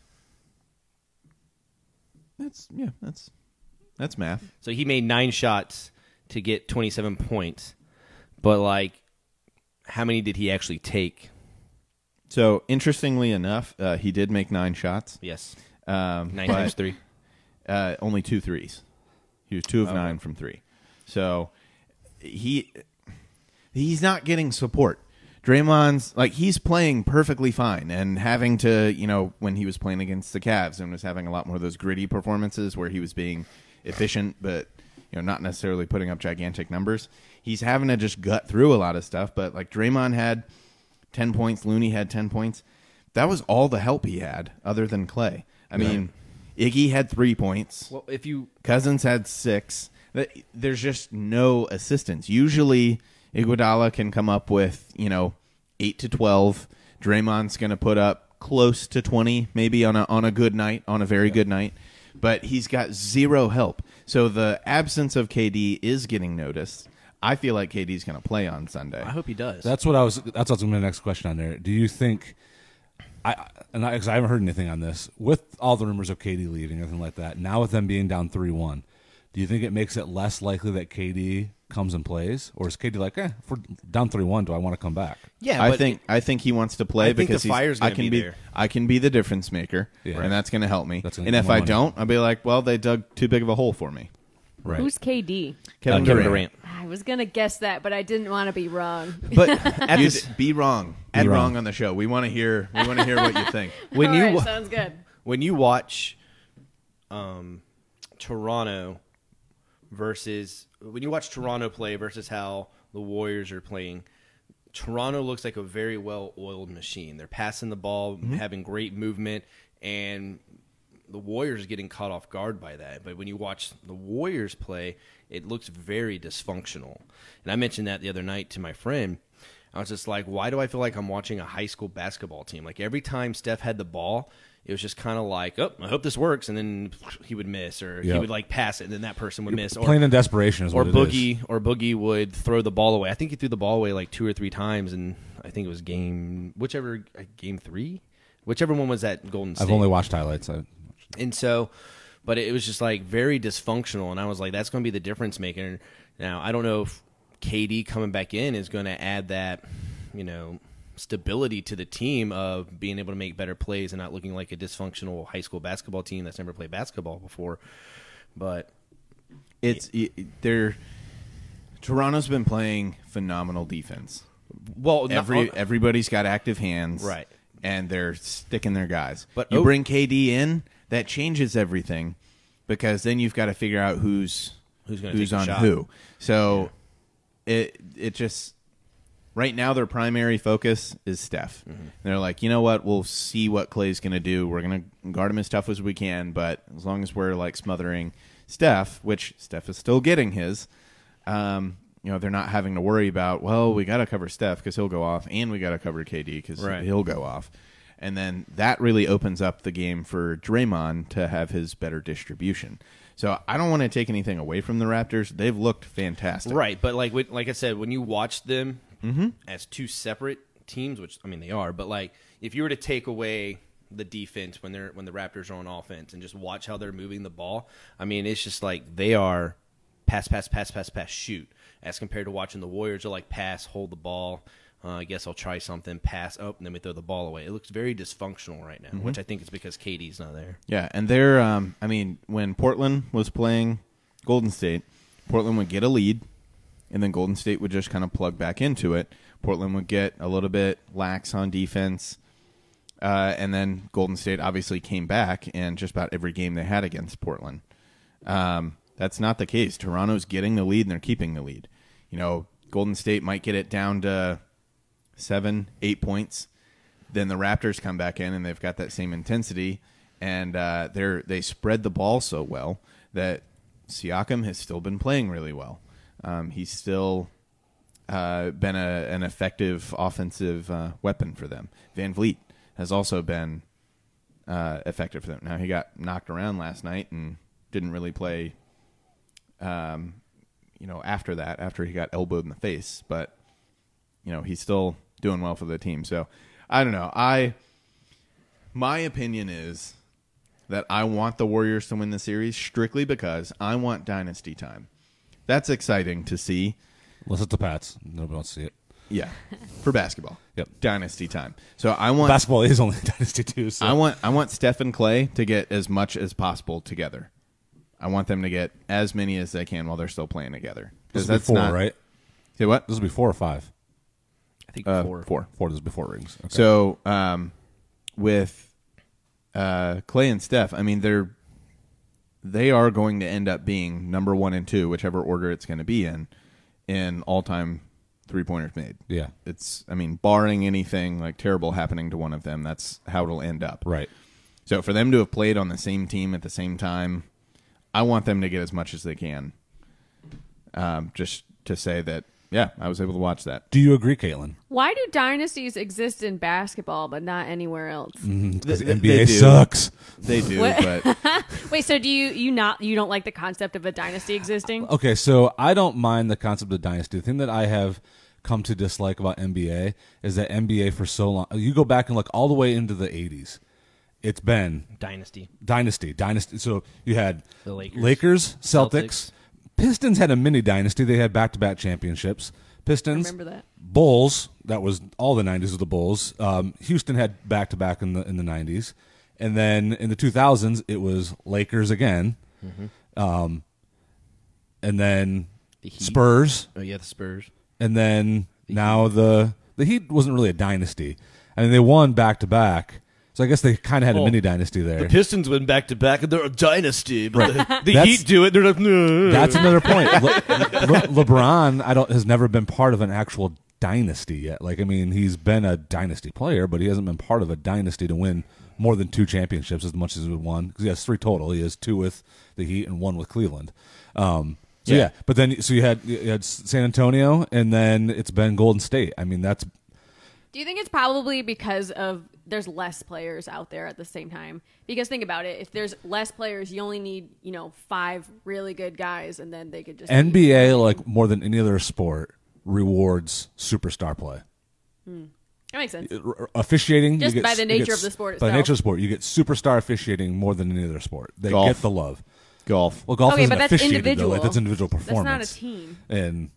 S3: That's yeah. That's that's math.
S4: So he made nine shots to get 27 points, but like, how many did he actually take?
S3: So interestingly enough, uh, he did make nine shots.
S4: Yes,
S3: Um,
S4: nine
S3: but-
S4: times three.
S3: uh, only two threes. He was two of nine from three. So he he's not getting support. Draymond's like he's playing perfectly fine and having to, you know, when he was playing against the Cavs and was having a lot more of those gritty performances where he was being efficient but you know not necessarily putting up gigantic numbers. He's having to just gut through a lot of stuff, but like Draymond had 10 points, Looney had 10 points. That was all the help he had other than Clay. I mean, Iggy had 3 points.
S4: Well, if you
S3: Cousins had six. Th- There's just no assistance. Usually, Iguodala can come up with you know eight to twelve. Draymond's going to put up close to twenty, maybe on a on a good night, on a very good night. But he's got zero help. So the absence of KD is getting noticed. I feel like KD's going to play on Sunday.
S4: I hope he does.
S1: That's what I was. That's what's going to be the next question on there. Do you think? I and I, 'cause I haven't heard anything on this with all the rumors of KD leaving, everything like that. Now with them being down three one, do you think it makes it less likely that KD comes and plays, or is KD like, eh, if we're down three one, do I want to come back?
S4: yeah,
S3: I
S4: but
S3: think I think he wants to play
S4: I think
S3: because
S4: the
S3: he's-
S4: fire's
S3: I
S4: gonna
S3: can
S4: be
S3: be
S4: there.
S3: I can be the difference maker,
S1: Yeah.
S3: and that's going to help me.
S1: That's gonna
S3: And
S1: get
S3: if
S1: more
S3: I
S1: money.
S3: don't, I'll be like, well, they dug too big of a hole for me.
S1: Right.
S2: Who's KD?
S3: Kevin
S1: Kevin
S3: Durant.
S4: Durant.
S2: I was gonna guess that, but I didn't want to be wrong. *laughs*
S3: But at this, be wrong. Add wrong.
S1: wrong.
S3: on the show.
S4: *laughs*
S3: We want to hear. We want to hear what you think.
S4: When
S2: All
S4: you
S2: right,
S4: wa-
S2: sounds good.
S4: when you watch um, Toronto versus when you watch Toronto play versus how the Warriors are playing. Toronto looks like a very well-oiled machine. They're passing the ball, having great movement, and the Warriors are getting caught off guard by that. But when you watch the Warriors play, it looks very dysfunctional. And I mentioned that the other night to my friend. I was just like, why do I feel like I'm watching a high school basketball team? Like every time Steph had the ball, it was just kind of like, oh, I hope this works, and then he would miss, or he
S1: Yeah.
S4: would like pass it, and then that person would miss, or
S1: Playing in desperation is
S4: or
S1: what it is.
S4: Boogie or Boogie would throw the ball away. I think he threw the ball away like two or three times, and I think it was game whichever uh, game three, whichever one was at Golden State.
S1: I've only watched highlights. I,
S4: and so, but it was just like very dysfunctional, and I was like, that's going to be the difference maker. Now I don't know if KD coming back in is going to add that, you know. Stability to the team of being able to make better plays and not looking like a dysfunctional high school basketball team that's never played basketball before. But
S3: It's it, it- they're Toronto's been playing phenomenal defense.
S4: well, not-
S3: Every everybody's got active hands,
S4: Right.
S3: And they're sticking their guys.
S4: But
S3: you
S4: O-
S3: bring KD in, that changes everything because then you've got to figure out who's
S4: Who's gonna take
S3: who's
S4: the
S3: on
S4: shot.
S3: who. So it it just right now their primary focus is Steph. They're like, you know what? We'll see what Clay's going to do. We're going to guard him as tough as we can, but as long as we're like smothering Steph, which Steph is still getting his, um, you know, they're not having to worry about. Well, we got to cover Steph because he'll go off, and we got to cover KD because
S4: Right.
S3: he'll go off. And then that really opens up the game for Draymond to have his better distribution. So I don't want to take anything away from the Raptors. They've looked fantastic.
S4: Right, but like when- like I said, when you watch them as two separate teams, which I mean they are, but like if you were to take away the defense when they're when the Raptors are on offense and just watch how they're moving the ball, I mean it's just like they are pass, pass, pass, pass, pass, shoot. As compared to watching the Warriors, are like pass, hold the ball. Uh, I guess I'll try something, pass up, and then we throw the ball away. It looks very dysfunctional right now, which I think is because KD's not there.
S3: Yeah, and they're um I mean, when Portland was playing Golden State, Portland would get a lead and then Golden State would just kind of plug back into it. Portland would get a little bit lax on defense. Uh, and then Golden State obviously came back in just about every game they had against Portland. Um, that's not the case. Toronto's getting the lead and they're keeping the lead. You know, Golden State might get it down to seven, eight points. Then the Raptors come back in and they've got that same intensity, and uh, they're they spread the ball so well that Siakam has still been playing really well. Um, he's still uh, been a, an effective offensive uh, weapon for them. Van Vliet has also been uh, effective for them. Now he got knocked around last night and didn't really play. Um, you know, after that, after he got elbowed in the face, but you know he's still doing well for the team. So I don't know. I my opinion is that I want the Warriors to win the series strictly because I want dynasty time. That's exciting to see.
S1: unless it's the Pats, nobody wants to see it.
S3: Yeah, for basketball.
S1: Yep.
S3: dynasty time. So I want
S1: Basketball is only *laughs* dynasty too. So
S3: I want I want Steph and Clay to get as much as possible together. I want them to get as many as they can while they're still playing together.
S1: this
S3: Because
S1: is before, right?
S3: Say what?
S1: This will be four or five.
S4: I think
S3: Uh,
S4: four.
S3: four.
S1: Four. This is before rings. Okay.
S3: So um, with uh, Clay and Steph, I mean they're they are going to end up being number one and two, whichever order it's going to be in, in all time three pointers made.
S1: Yeah.
S3: it's I mean barring anything like terrible happening to one of them, that's how it'll end up.
S1: right.
S3: So for them to have played on the same team at the same time, I want them to get as much as they can. Um, just to say that, yeah, I was able to watch that.
S1: Do you agree, Caitlin?
S2: Why do dynasties exist in basketball but not anywhere else?
S1: Because the
S3: They- they
S1: NBA
S3: do.
S1: sucks.
S3: They do,
S2: What?
S3: but
S2: Wait, so do you you not you don't like the concept of a dynasty existing?
S1: Um, Okay, so I don't mind the concept of dynasty. The thing that I have come to dislike about NBA is that NBA for so long, you go back and look all the way into the 80s. It's been
S4: Dynasty.
S1: dynasty, dynasty. So you had
S4: The Lakers.
S1: Celtics.
S4: Celtics.
S1: Pistons had a mini dynasty. They had back-to-back championships. Pistons,
S2: Remember that.
S1: Bulls. That was all the '90s of the Bulls. Um, Houston had back-to-back in the in the '90s, and then in the 2000s it was Lakers again, um, and then
S4: Mm-hmm. The Heat.
S1: Spurs,
S4: Oh yeah, the Spurs.
S1: and then now the the Heat wasn't really a dynasty. I mean, they won back to back, So I guess they kind of had a
S6: Well,
S1: mini dynasty there.
S6: Pistons went back to back, and they're a dynasty. But the, the
S1: That's-
S6: Heat do it. They're like, no.
S1: That's another point. Le- Le- LeBron, I don't has never been part of an actual dynasty yet. Like I mean, he's been a dynasty player, but he hasn't been part of a dynasty to win more than two championships as much as he won because he has three total. He has two with the Heat and one with Cleveland. Um, so yeah.
S3: Yeah.
S1: but then so you had you had San Antonio, and then it's been Golden State. I mean, that's
S2: Do you think it's probably because of there's less players out there at the same time? Because think about it, if there's less players, you only need, you know, five really good guys and then they could just
S1: NBA like more than any other sport rewards superstar play.
S2: That makes sense.
S1: r- r- uh, officiating
S2: Just
S1: you get,
S2: by the
S1: you
S2: nature
S1: get
S2: of the sport
S1: By the
S2: itself.
S1: nature of the sport, you get superstar officiating more than any other sport. They
S3: Golf.
S1: get the love. *laughs*
S3: Golf.
S1: Well, golf
S2: Okay,
S1: isn't
S2: but that's
S1: officiated though. Like,
S2: individual.
S1: that's individual
S2: That's
S1: performance.
S2: not a team.
S1: And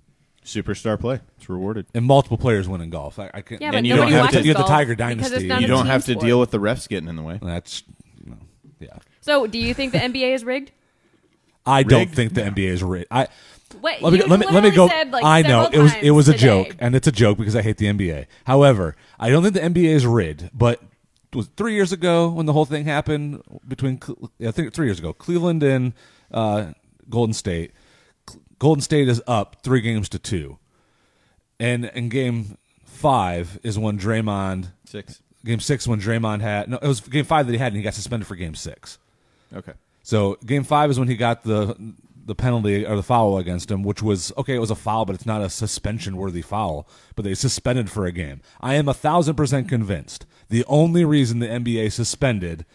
S3: Superstar play. It's rewarded.
S1: and multiple players win in golf. I, I can't.
S2: Yeah,
S1: and
S2: but
S1: you don't
S2: nobody
S1: have
S2: watches
S1: to. You have the
S2: golf
S1: Tiger
S2: because it's
S1: Dynasty.
S2: not
S3: You
S2: a
S3: don't have to
S2: team
S3: deal
S2: sport.
S3: with the refs getting in the way.
S1: That's you know, yeah.
S2: So, do you think the NBA is rigged?
S1: I don't
S3: Rigged?
S1: think the NBA is rigged. I
S2: Wait,
S1: let me,
S2: you
S1: let me let me
S2: literally
S1: go.
S2: Said, like,
S1: I know it
S2: several
S1: was it
S2: times
S1: was a
S2: today.
S1: joke, and it's a joke because I hate the NBA. However, I don't think the NBA is rigged. But it was three years ago when the whole thing happened between Cle- I think three years ago, Cleveland and uh, Golden State. Cl- Golden State is up three games to two, and in game five is when Draymond
S3: Six.
S1: game six when Draymond had no it was game five that he had and he got suspended for game six.
S3: Okay.
S1: So game five is when he got the the penalty or the foul against him, which was okay. It was a foul, but it's not a suspension worthy foul. But they suspended for a game. I am a thousand percent convinced the only reason the NBA suspended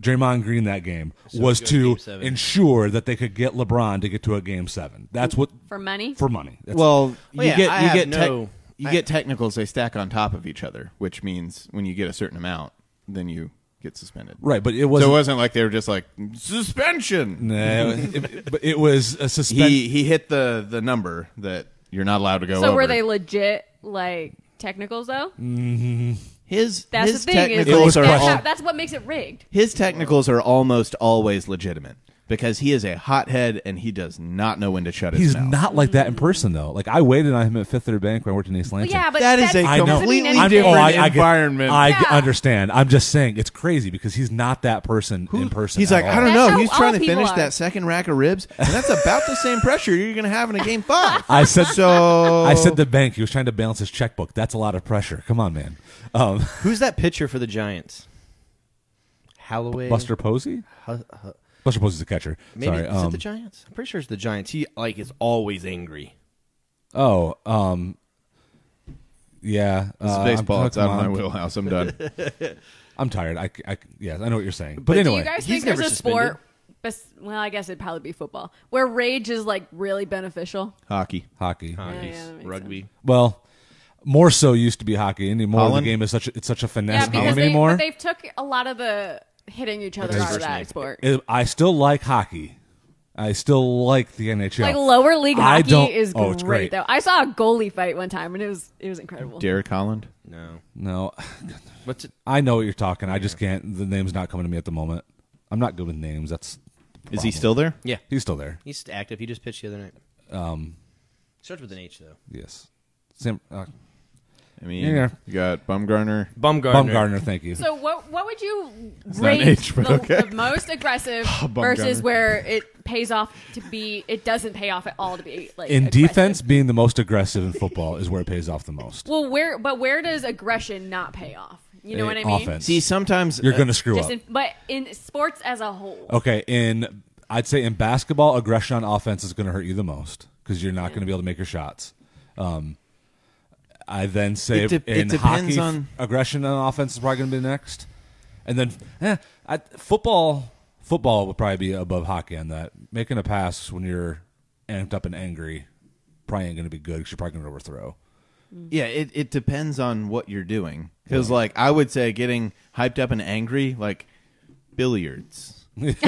S1: Draymond Green that game was
S4: we go to
S1: to
S4: game seven.
S1: ensure that they could get LeBron to get to a game seven. That's what
S2: for money.
S1: for money. That's-
S3: Well,
S4: Well,
S3: you
S4: yeah,
S3: get
S4: I
S3: you
S4: have
S3: get tec-
S4: no-
S3: you
S4: I-
S3: get technicals. They stack on top of each other, which means when you get a certain amount, then you get suspended.
S1: right, but it
S3: So it
S1: wasn't.
S3: wasn't like they were just like suspension.
S1: Nah, *laughs* it- but it was a suspension.
S3: *laughs* He he hit the the number that you're not allowed to go.
S2: so, were
S3: over.
S2: they legit like technicals though?
S3: his
S2: That's
S3: his
S2: the thing. Is
S1: It was
S3: technicals are
S2: that's,
S1: all-
S2: how- that's what makes it rigged.
S3: his technicals are almost always legitimate because he is a hothead and he does not know when to shut his
S1: He's
S3: mouth.
S1: not like that in person though. Like I waited on him at Fifth Third Bank when I worked in East
S2: Well,
S1: Lansing.
S2: yeah, but
S3: That is
S2: that
S3: a
S2: doesn't mean
S3: completely
S2: anything.
S3: different
S1: oh, I, I get-
S3: environment.
S1: I get-
S2: Yeah.
S1: understand. I'm just saying it's crazy because he's not that person in person.
S3: He's
S1: at
S3: like,
S1: all.
S3: I don't
S2: That's
S3: know.
S2: how
S3: He's trying
S2: all
S3: to
S2: people
S3: finish
S2: are.
S3: that second rack of ribs, and that's about the same pressure you're going to have in a
S2: *laughs*
S3: game five.
S1: I said
S3: so.
S1: I said the bank. He was trying to balance his checkbook. That's a lot of pressure. Come on, man. Um,
S4: Who's that pitcher for the Giants? Holloway.
S1: Buster Posey.
S4: Hu- hu-
S1: Buster Posey's the catcher.
S4: maybe
S1: Sorry.
S4: is it
S1: Um,
S4: the Giants? I'm pretty sure it's the Giants. He like is always angry.
S1: oh, um, yeah.
S3: This is
S1: uh,
S3: baseball.
S1: I'm,
S3: It's out of
S1: come
S3: my
S1: on.
S3: wheelhouse. I'm done. *laughs*
S1: I'm tired. I, c- I c- yeah. I know what you're saying. But,
S4: But do
S1: anyway,
S2: Do you guys think
S4: He's
S2: there's
S4: never
S2: a sport? Bes- well, I guess it'd probably be football, where rage is like really beneficial.
S3: Hockey.
S1: hockey.
S2: yeah,
S4: Hockey's
S2: that makes
S4: rugby.
S1: Well, more so used to be hockey anymore.
S3: Holland?
S1: The game is such a, it's such a
S2: Yeah,
S1: finesse
S2: because
S1: game
S2: they,
S1: anymore.
S2: but they've took a lot of the hitting each other out of
S4: first
S2: that
S4: name.
S2: sport.
S1: It- I still like hockey. I still like the NHL.
S2: like lower league
S1: I
S2: hockey
S1: don't-
S2: is
S1: oh,
S2: great,
S1: it's great.
S2: though. I saw a goalie fight one time and it was it was incredible.
S3: Derek Holland.
S4: No.
S1: No,
S4: What's it?
S1: I know what you're talking. I just can't. The name's not coming to me at the moment. I'm not good with names. That's the
S3: Is he
S1: problem.
S3: still there?
S4: Yeah.
S1: He's still there.
S4: He's active. He just pitched the other night. Um, starts with an H though.
S1: Yes. Sam uh,
S3: I mean,
S1: Yeah.
S3: you got Bumgarner.
S4: Bumgarner.
S1: Baumgartner. Thank you.
S2: So what what would you
S3: not an
S2: rate
S3: H, but
S2: the,
S3: okay.
S2: the most aggressive
S3: bum
S2: versus
S3: gunner.
S2: where it pays off to be? It doesn't pay off at all to be like
S1: in
S2: aggressive?
S1: defense, being the most aggressive in football is where it pays off the most.
S2: Well, where but where does aggression not pay off? You know
S1: In
S2: what I mean?
S1: Offense.
S3: See, sometimes
S1: you're
S3: uh,
S1: going to screw
S2: Just
S1: up. Oh,
S2: in, but in sports as a whole,
S1: okay. In I'd say in basketball, aggression on offense is going to hurt you the most because you're not going to be able to make your shots. Um, I then say
S3: It de- it
S1: in
S3: depends
S1: hockey,
S3: on-
S1: aggression on offense is probably going to be next, and then eh, I, football. Football would probably be above hockey on that. Making a pass when you're amped up and angry probably ain't going to be good because you're probably going to overthrow.
S3: Yeah, it, it depends on what you're doing. Because, like, I would say getting hyped up and angry, like
S1: *laughs*
S3: billiards. Just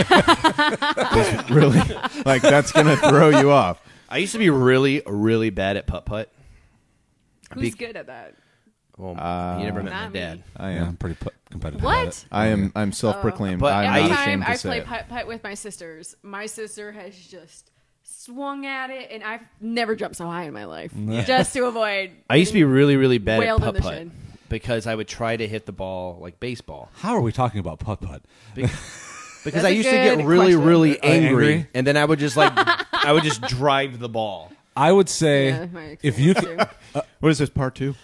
S3: really? Like, that's going to throw you off.
S4: I used to be really, really bad at putt putt.
S2: who's good at that?
S4: Well, you never
S2: Oh,
S4: met my
S2: uh, Not me.
S4: dad.
S3: I
S1: Yeah,
S3: am.
S1: I'm pretty pu- competitive. at
S2: What?
S1: it.
S3: I am. I'm self-proclaimed.
S4: But
S3: I'm
S2: Every
S3: not
S2: time
S3: ashamed to
S2: I
S3: say
S2: play
S3: it.
S2: putt putt with my sisters, my sister has just swung at it, and I've never jumped so high in my life just to avoid.
S4: I used to be really, really bad at
S2: Wailed in
S4: putt
S2: the
S4: putt.
S2: shed.
S4: because I would try to hit the ball like baseball.
S1: How are we talking about putt putt? *laughs*
S4: Because
S2: That's
S4: I
S2: a
S4: used to get
S2: good
S4: really,
S2: question.
S4: really
S1: Uh, angry?
S4: angry, and then I would just like I would just drive
S1: *laughs*
S4: the ball.
S1: I would say
S2: Yeah, uh, my
S1: if you
S2: experience
S1: c-
S2: too.
S3: What is this part two?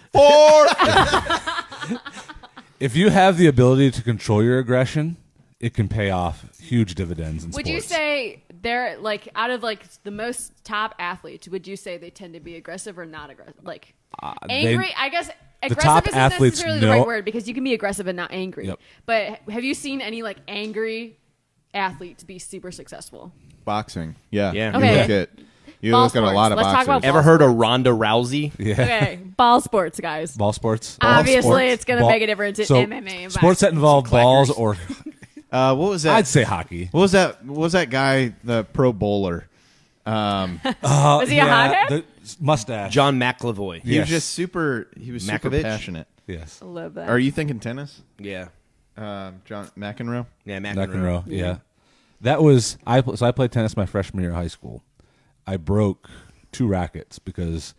S1: if you have the ability to control your aggression, it can pay off huge dividends. In
S2: would you
S1: sports.
S2: say they're like out of like the most top athletes? Would you say they tend to be aggressive or not aggressive? Like
S1: Uh, they-
S2: angry? I guess
S1: top
S2: aggressive isn't
S1: athletes
S2: necessarily
S1: know-
S2: the right word because you can be aggressive and not angry.
S1: Yep.
S2: But have you seen any like angry athletes be super successful?
S3: Boxing. Yeah.
S4: Yeah.
S3: You
S2: Okay.
S3: look at you
S2: Ball
S3: look at a lot
S2: sports.
S3: of
S2: Let's talk about
S3: boxers.
S4: Ever heard of Ronda Rousey?
S1: *laughs* Yeah.
S2: Okay, ball sports, guys.
S1: Ball sports.
S2: Obviously,
S1: Ball sports.
S2: it's gonna make a difference in
S1: so
S2: MMA and
S1: Sports that
S2: boxing.
S1: involve balls, or *laughs*
S3: uh, what was that?
S1: I'd say hockey.
S3: What was that? What was that guy? The pro bowler.
S2: Was he a hothead?
S1: Uh, the mustache.
S4: John McElvoy.
S3: He
S1: Yes.
S3: was just super. He was super
S4: Makovich?
S3: passionate.
S1: yes,
S2: I love that.
S3: Are you thinking tennis?
S4: Yeah,
S3: Um, John McEnroe.
S4: yeah,
S1: McEnroe. Yeah. that was I. pl- So I played tennis my freshman year of high school. I broke two rackets because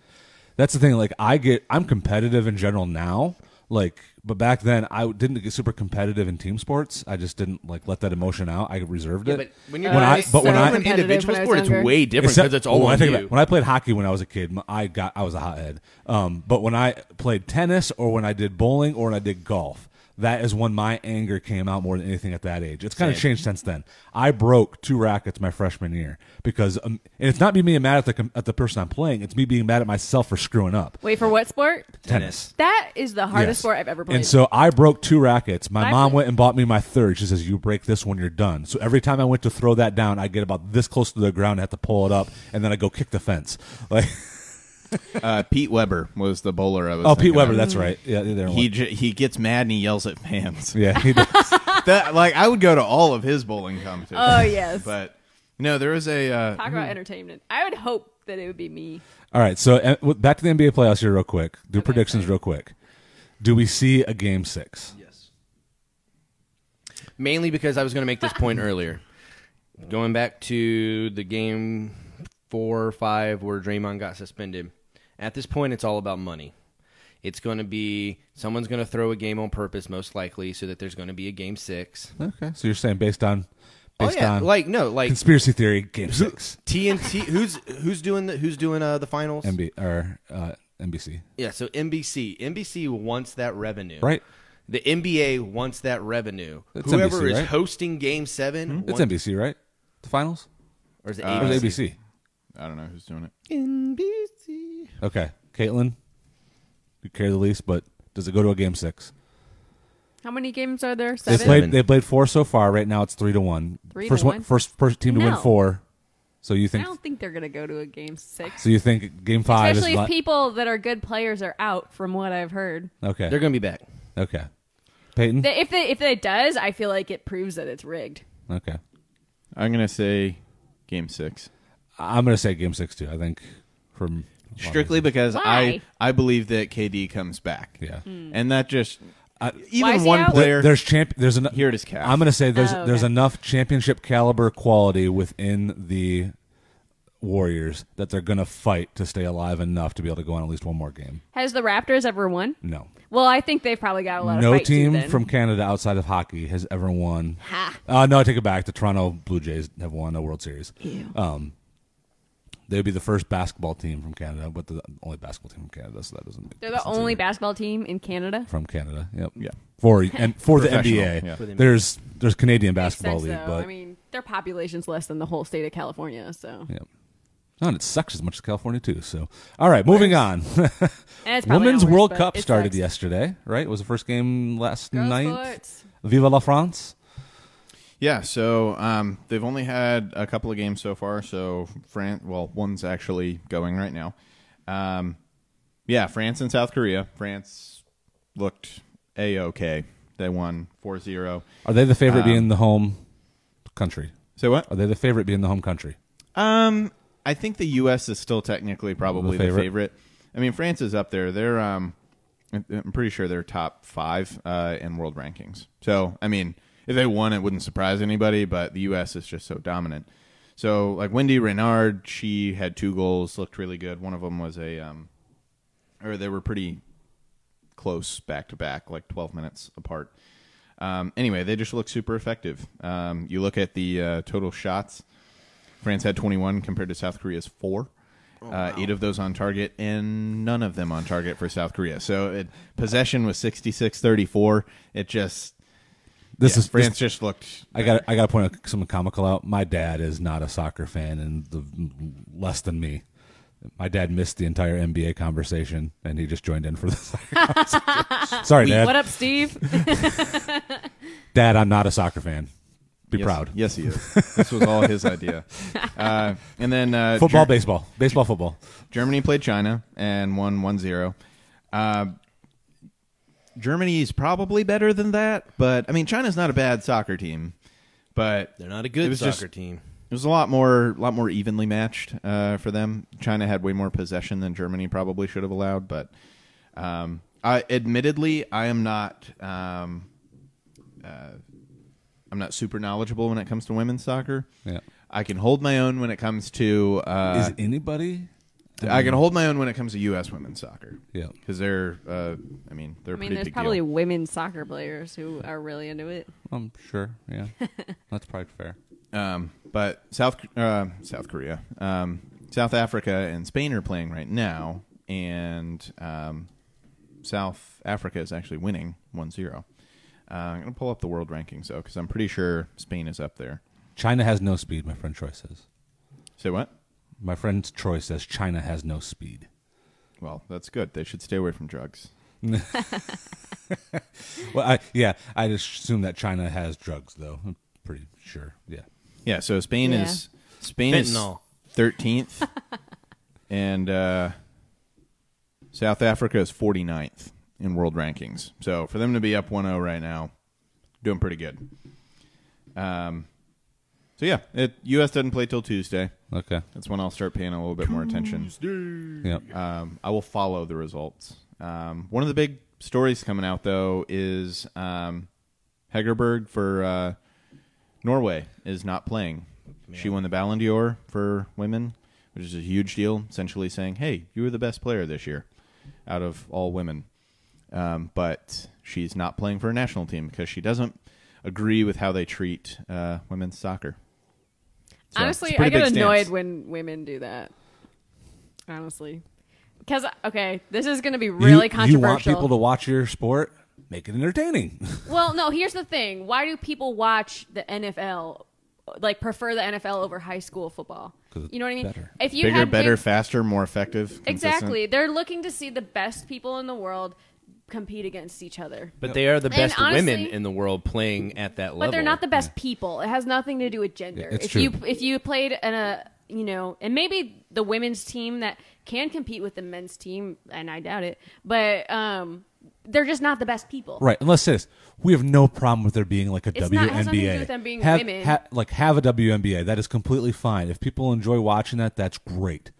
S1: that's the thing. Like I get, I'm competitive in general now. Like, but back then I didn't get super competitive in team sports. I just didn't like let that emotion out. I reserved it.
S4: but when you're
S1: when I,
S4: playing-
S1: but when
S2: so
S1: I,
S2: competitive
S4: individual
S2: when I was
S4: sport, it's
S2: younger.
S4: way different
S1: Except-
S4: because it's all
S1: when I
S4: on
S1: think about
S4: you.
S1: it, when I played hockey when I was a kid, my- I got I was a hothead. Um, but when I played tennis or when I did bowling or when I did golf, that is when my anger came out more than anything at that age. It's kind of changed since then. I broke two rackets my freshman year because, um, and it's not me being mad at the com- at the person I'm playing. It's me being mad at myself for screwing up.
S2: Wait for what sport?
S1: Tennis.
S2: That is the hardest
S1: Yes.
S2: sport I've ever played.
S1: And so I broke two rackets. My
S2: I
S1: mom
S2: played-
S1: went and bought me my third. She says, "You break this one, you're done." So every time I went to throw that down, I get about this close to the ground, I have to pull it up, and then I go kick the fence. *laughs* Like,
S3: Uh, Pete Weber was the bowler. I was.
S1: oh, Pete
S3: thinking
S1: Weber,
S3: of.
S1: that's right. Yeah, they're
S3: He
S1: one.
S3: j- he gets mad and he yells at fans.
S1: yeah. He does.
S3: *laughs* that like I would go to all of his bowling competitions.
S2: Oh, yes.
S3: But no, there was a uh,
S2: Talk
S1: Mm-hmm.
S2: about entertainment. I would hope that it would be me.
S1: *laughs* All right, so uh, w- back to the NBA playoffs here, real quick. Do predictions,
S2: sorry.
S1: real quick. Do we see a game six?
S4: mainly because I was going to make this point earlier. Going back to the game four or five where Draymond got suspended, at this point, it's all about money. It's going to be someone's going to throw a game on purpose, most likely, so that there's going to be a game six.
S1: Okay, so you're saying based on,
S4: Oh
S1: based
S4: yeah,
S1: on
S4: like no, like
S1: conspiracy theory, game six, *laughs*
S4: TNT. Who's who's doing the who's doing uh, the finals?
S1: MB or uh, NBC,
S4: Yeah, so NBC. NBC wants that revenue.
S1: Right.
S4: The NBA wants that revenue.
S1: It's
S4: Whoever
S1: NBC,
S4: is
S1: right? Hmm?
S4: hosting Game 7
S1: It's
S4: wants-
S1: NBC, right? The finals,
S4: or is it
S1: or is it ABC?
S3: I don't know who's doing it.
S4: NBC.
S1: Okay, Caitlin, you care the least, but does it go to a game six?
S2: How many games are there?
S1: They
S2: Seven.
S1: played. They played four so far. Right now, it's three to one.
S2: Three to
S1: first
S2: one?
S1: First first team to win
S2: No.
S1: four. So you
S2: I
S1: think?
S2: don't think they're gonna go to a game six.
S1: So you think game five
S2: Especially
S1: is
S2: if
S1: li-
S2: people that are good players are out, from what I've heard.
S1: okay?
S4: They're going to be back.
S1: okay. Peyton.
S2: They- If they, if it does, I feel like it proves that it's rigged.
S1: okay.
S3: I'm gonna say game six.
S1: I- I'm gonna say game six too. I think from
S3: Strictly because
S2: Why? Hmm.
S3: I I believe that KD comes back.
S1: Yeah.
S3: And that just uh,
S2: Why
S3: even
S2: is he
S3: one
S2: out?
S1: There-
S3: player
S1: there's champ. There's enough.
S3: Here it is, Cass.
S1: I'm gonna say there's
S2: Oh, okay.
S1: there's enough championship caliber quality within the Warriors that they're gonna fight to stay alive enough to be able to go on at least one more game.
S2: Has the Raptors ever won?
S1: No.
S2: Well, I think they've probably got a lot of
S1: no
S2: fight too
S1: team
S2: then.
S1: from Canada outside of hockey has ever won.
S2: Ha.
S1: Uh, no, I take it back. The Toronto Blue Jays have won a World Series.
S2: Ew.
S1: Um, they would be the first basketball team from Canada, but the only basketball team from Canada, so that doesn't. make
S2: They're the
S1: sense
S2: only
S1: either.
S2: basketball team in Canada.
S1: from Canada. Yep.
S3: Yeah.
S1: For and for the
S3: Professional,
S1: NBA,
S3: yeah. For
S4: the NBA.
S1: there's there's Canadian
S2: Makes
S1: basketball
S2: sense,
S1: league,
S2: though.
S1: but
S2: I mean, their population's less than the whole state of California, so
S1: yep. No, and it sucks as much as California too. So, all right, moving on. *laughs*
S2: And it's probably
S1: Women's
S2: not worse,
S1: World
S2: but
S1: Cup
S2: it
S1: started
S2: sucks.
S1: yesterday, right? It was the first game last
S2: Girls
S1: night.
S2: sports.
S1: Viva la France!
S3: Yeah, so um, they've only had a couple of games so far. So France, well, one's actually going right now. Um, yeah, France and South Korea. France looked a okay. They won 4-0.
S1: Are they the favorite
S3: Um,
S1: being the home country?
S3: So what?
S1: Are they the favorite being the home country?
S3: Um, I think the U.S. is still technically probably
S1: The
S3: the
S1: favorite.
S3: favorite. I mean, France is up there. They're um, I'm- I'm pretty sure they're top five uh, in world rankings. So I mean, if they won, it wouldn't surprise anybody. But the U.S. is just so dominant. So like Wendy Renard, she had two goals, looked really good. One of them was a um, or they were pretty close back to back, like 12 minutes apart. Um, anyway, they just look super effective. Um, you look at the uh, total shots. France had 21 compared to South Korea's four. uh, Eight of those on target and none of them on target for South Korea. So it, possession was 66 34. It just,
S1: This
S3: yeah,
S1: is
S3: France
S1: this-
S3: just looked.
S1: I got I got to point out some comical out. My dad is not a soccer fan and the less than me. My dad missed the entire NBA conversation and he just joined in for the *laughs* soccer *laughs* conversation. Sorry, Dad.
S2: What up, Steve?
S1: Dad, I'm not a soccer fan. Be
S3: yes,
S1: proud.
S3: Yes, he is. this was all his
S1: *laughs*
S3: idea. Uh, and then uh,
S1: Football,
S3: Ger-
S1: baseball, baseball, football.
S3: Germany played China and won 1 0. Uh, Germany is probably better than that, but I mean, China's not a bad soccer team, but
S4: They're not a
S3: It
S4: good
S3: was
S4: soccer
S3: just-
S4: team.
S3: it was a lot more, lot more evenly matched uh, for them. China had way more possession than Germany probably should have allowed, but um, I admittedly I am not, um, uh, I'm not super knowledgeable when it comes to women's soccer.
S1: Yeah.
S3: I can hold my own when it comes to uh,
S1: is anybody?
S3: I can hold my own when it comes to U.S. women's soccer.
S1: Yeah.
S3: because they're, uh, I mean, they're
S2: I mean,
S3: pretty
S2: there's
S3: big
S2: probably
S3: deal.
S2: women soccer players who are really into it.
S1: I'm sure. *laughs* Yeah, that's probably fair.
S3: Um, but South uh, South Korea, um, South Africa, and Spain are playing right now, and um, South Africa is actually winning 1-0. Uh, I'm gonna pull up the world rankings though, because I'm pretty sure Spain is up there.
S1: China has no speed. My friend Troy says.
S3: Say what?
S1: My friend Troy says China has no speed.
S3: Well, that's good. They should stay away from drugs.
S1: Well, I, yeah, I just assume that China has drugs, though. I'm pretty sure. Yeah.
S3: Yeah, so Spain
S2: Yeah.
S3: is Spain
S4: Fentanyl.
S3: is thirteenth, and uh, South Africa is 49th in world rankings. So for them to be up 1-0 right now, doing pretty good. Um, so yeah, it, U.S. doesn't play till Tuesday.
S1: Okay.
S3: That's when I'll start paying a little bit more attention.
S2: Mm.
S1: Yeah.
S2: Uh,
S3: Um, I will follow the results. Um, one of the big stories coming out though is um, Hegerberg for uh, Norway is not playing. She won the Ballon d'Or for women, which is a huge deal. Essentially saying, "Hey, you were the best player this year out of all women," um, but she's not playing for a national team because she doesn't agree with how they treat uh, women's soccer. So, it's
S2: Honestly,
S3: a pretty
S2: I get
S3: big stance.
S2: annoyed when women do that. Honestly, because okay, this is going to be really
S1: You
S2: controversial.
S1: want people to watch your sport? Make it entertaining. *laughs*
S2: Well, no, here's the thing. Why do people watch the NFL? Like prefer the NFL over high school football?
S1: 'Cause it's
S2: You know what I mean?
S1: better.
S2: If you
S3: bigger,
S2: had
S3: better,
S2: big-
S3: faster, more effective. consistent.
S2: exactly, they're looking to see the best people in the world compete against each other.
S4: But they are the
S2: And
S4: best women
S2: honestly-
S4: in the world playing at that level.
S2: But they're not the best people. It has nothing to do with gender.
S1: Yeah, it's
S2: if you
S1: true.
S2: if you played in a you know, and maybe the women's team that can compete with the men's team, and I doubt it, but um, they're just not the best people.
S1: right. And let's say this. We have no problem with there being like a
S2: It's
S1: WNBA.
S2: not- it has nothing to do with them being
S1: have,
S2: women.
S1: ha- like have a WNBA. That is completely fine. If people enjoy watching that, that's great.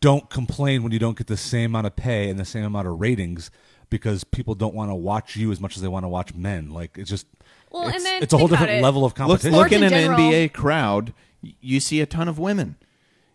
S1: Don't complain when you don't get the same amount of pay and the same amount of ratings because people don't want to watch you as much as they want to watch men. Like it's just
S2: Well, and
S1: it's,
S2: then
S1: it's a whole
S2: think about
S1: different
S2: it.
S1: level of
S3: Look,
S1: competition.
S3: look
S2: Sports in
S3: in, an
S2: general.
S3: NBA crowd, y- you see a ton of women.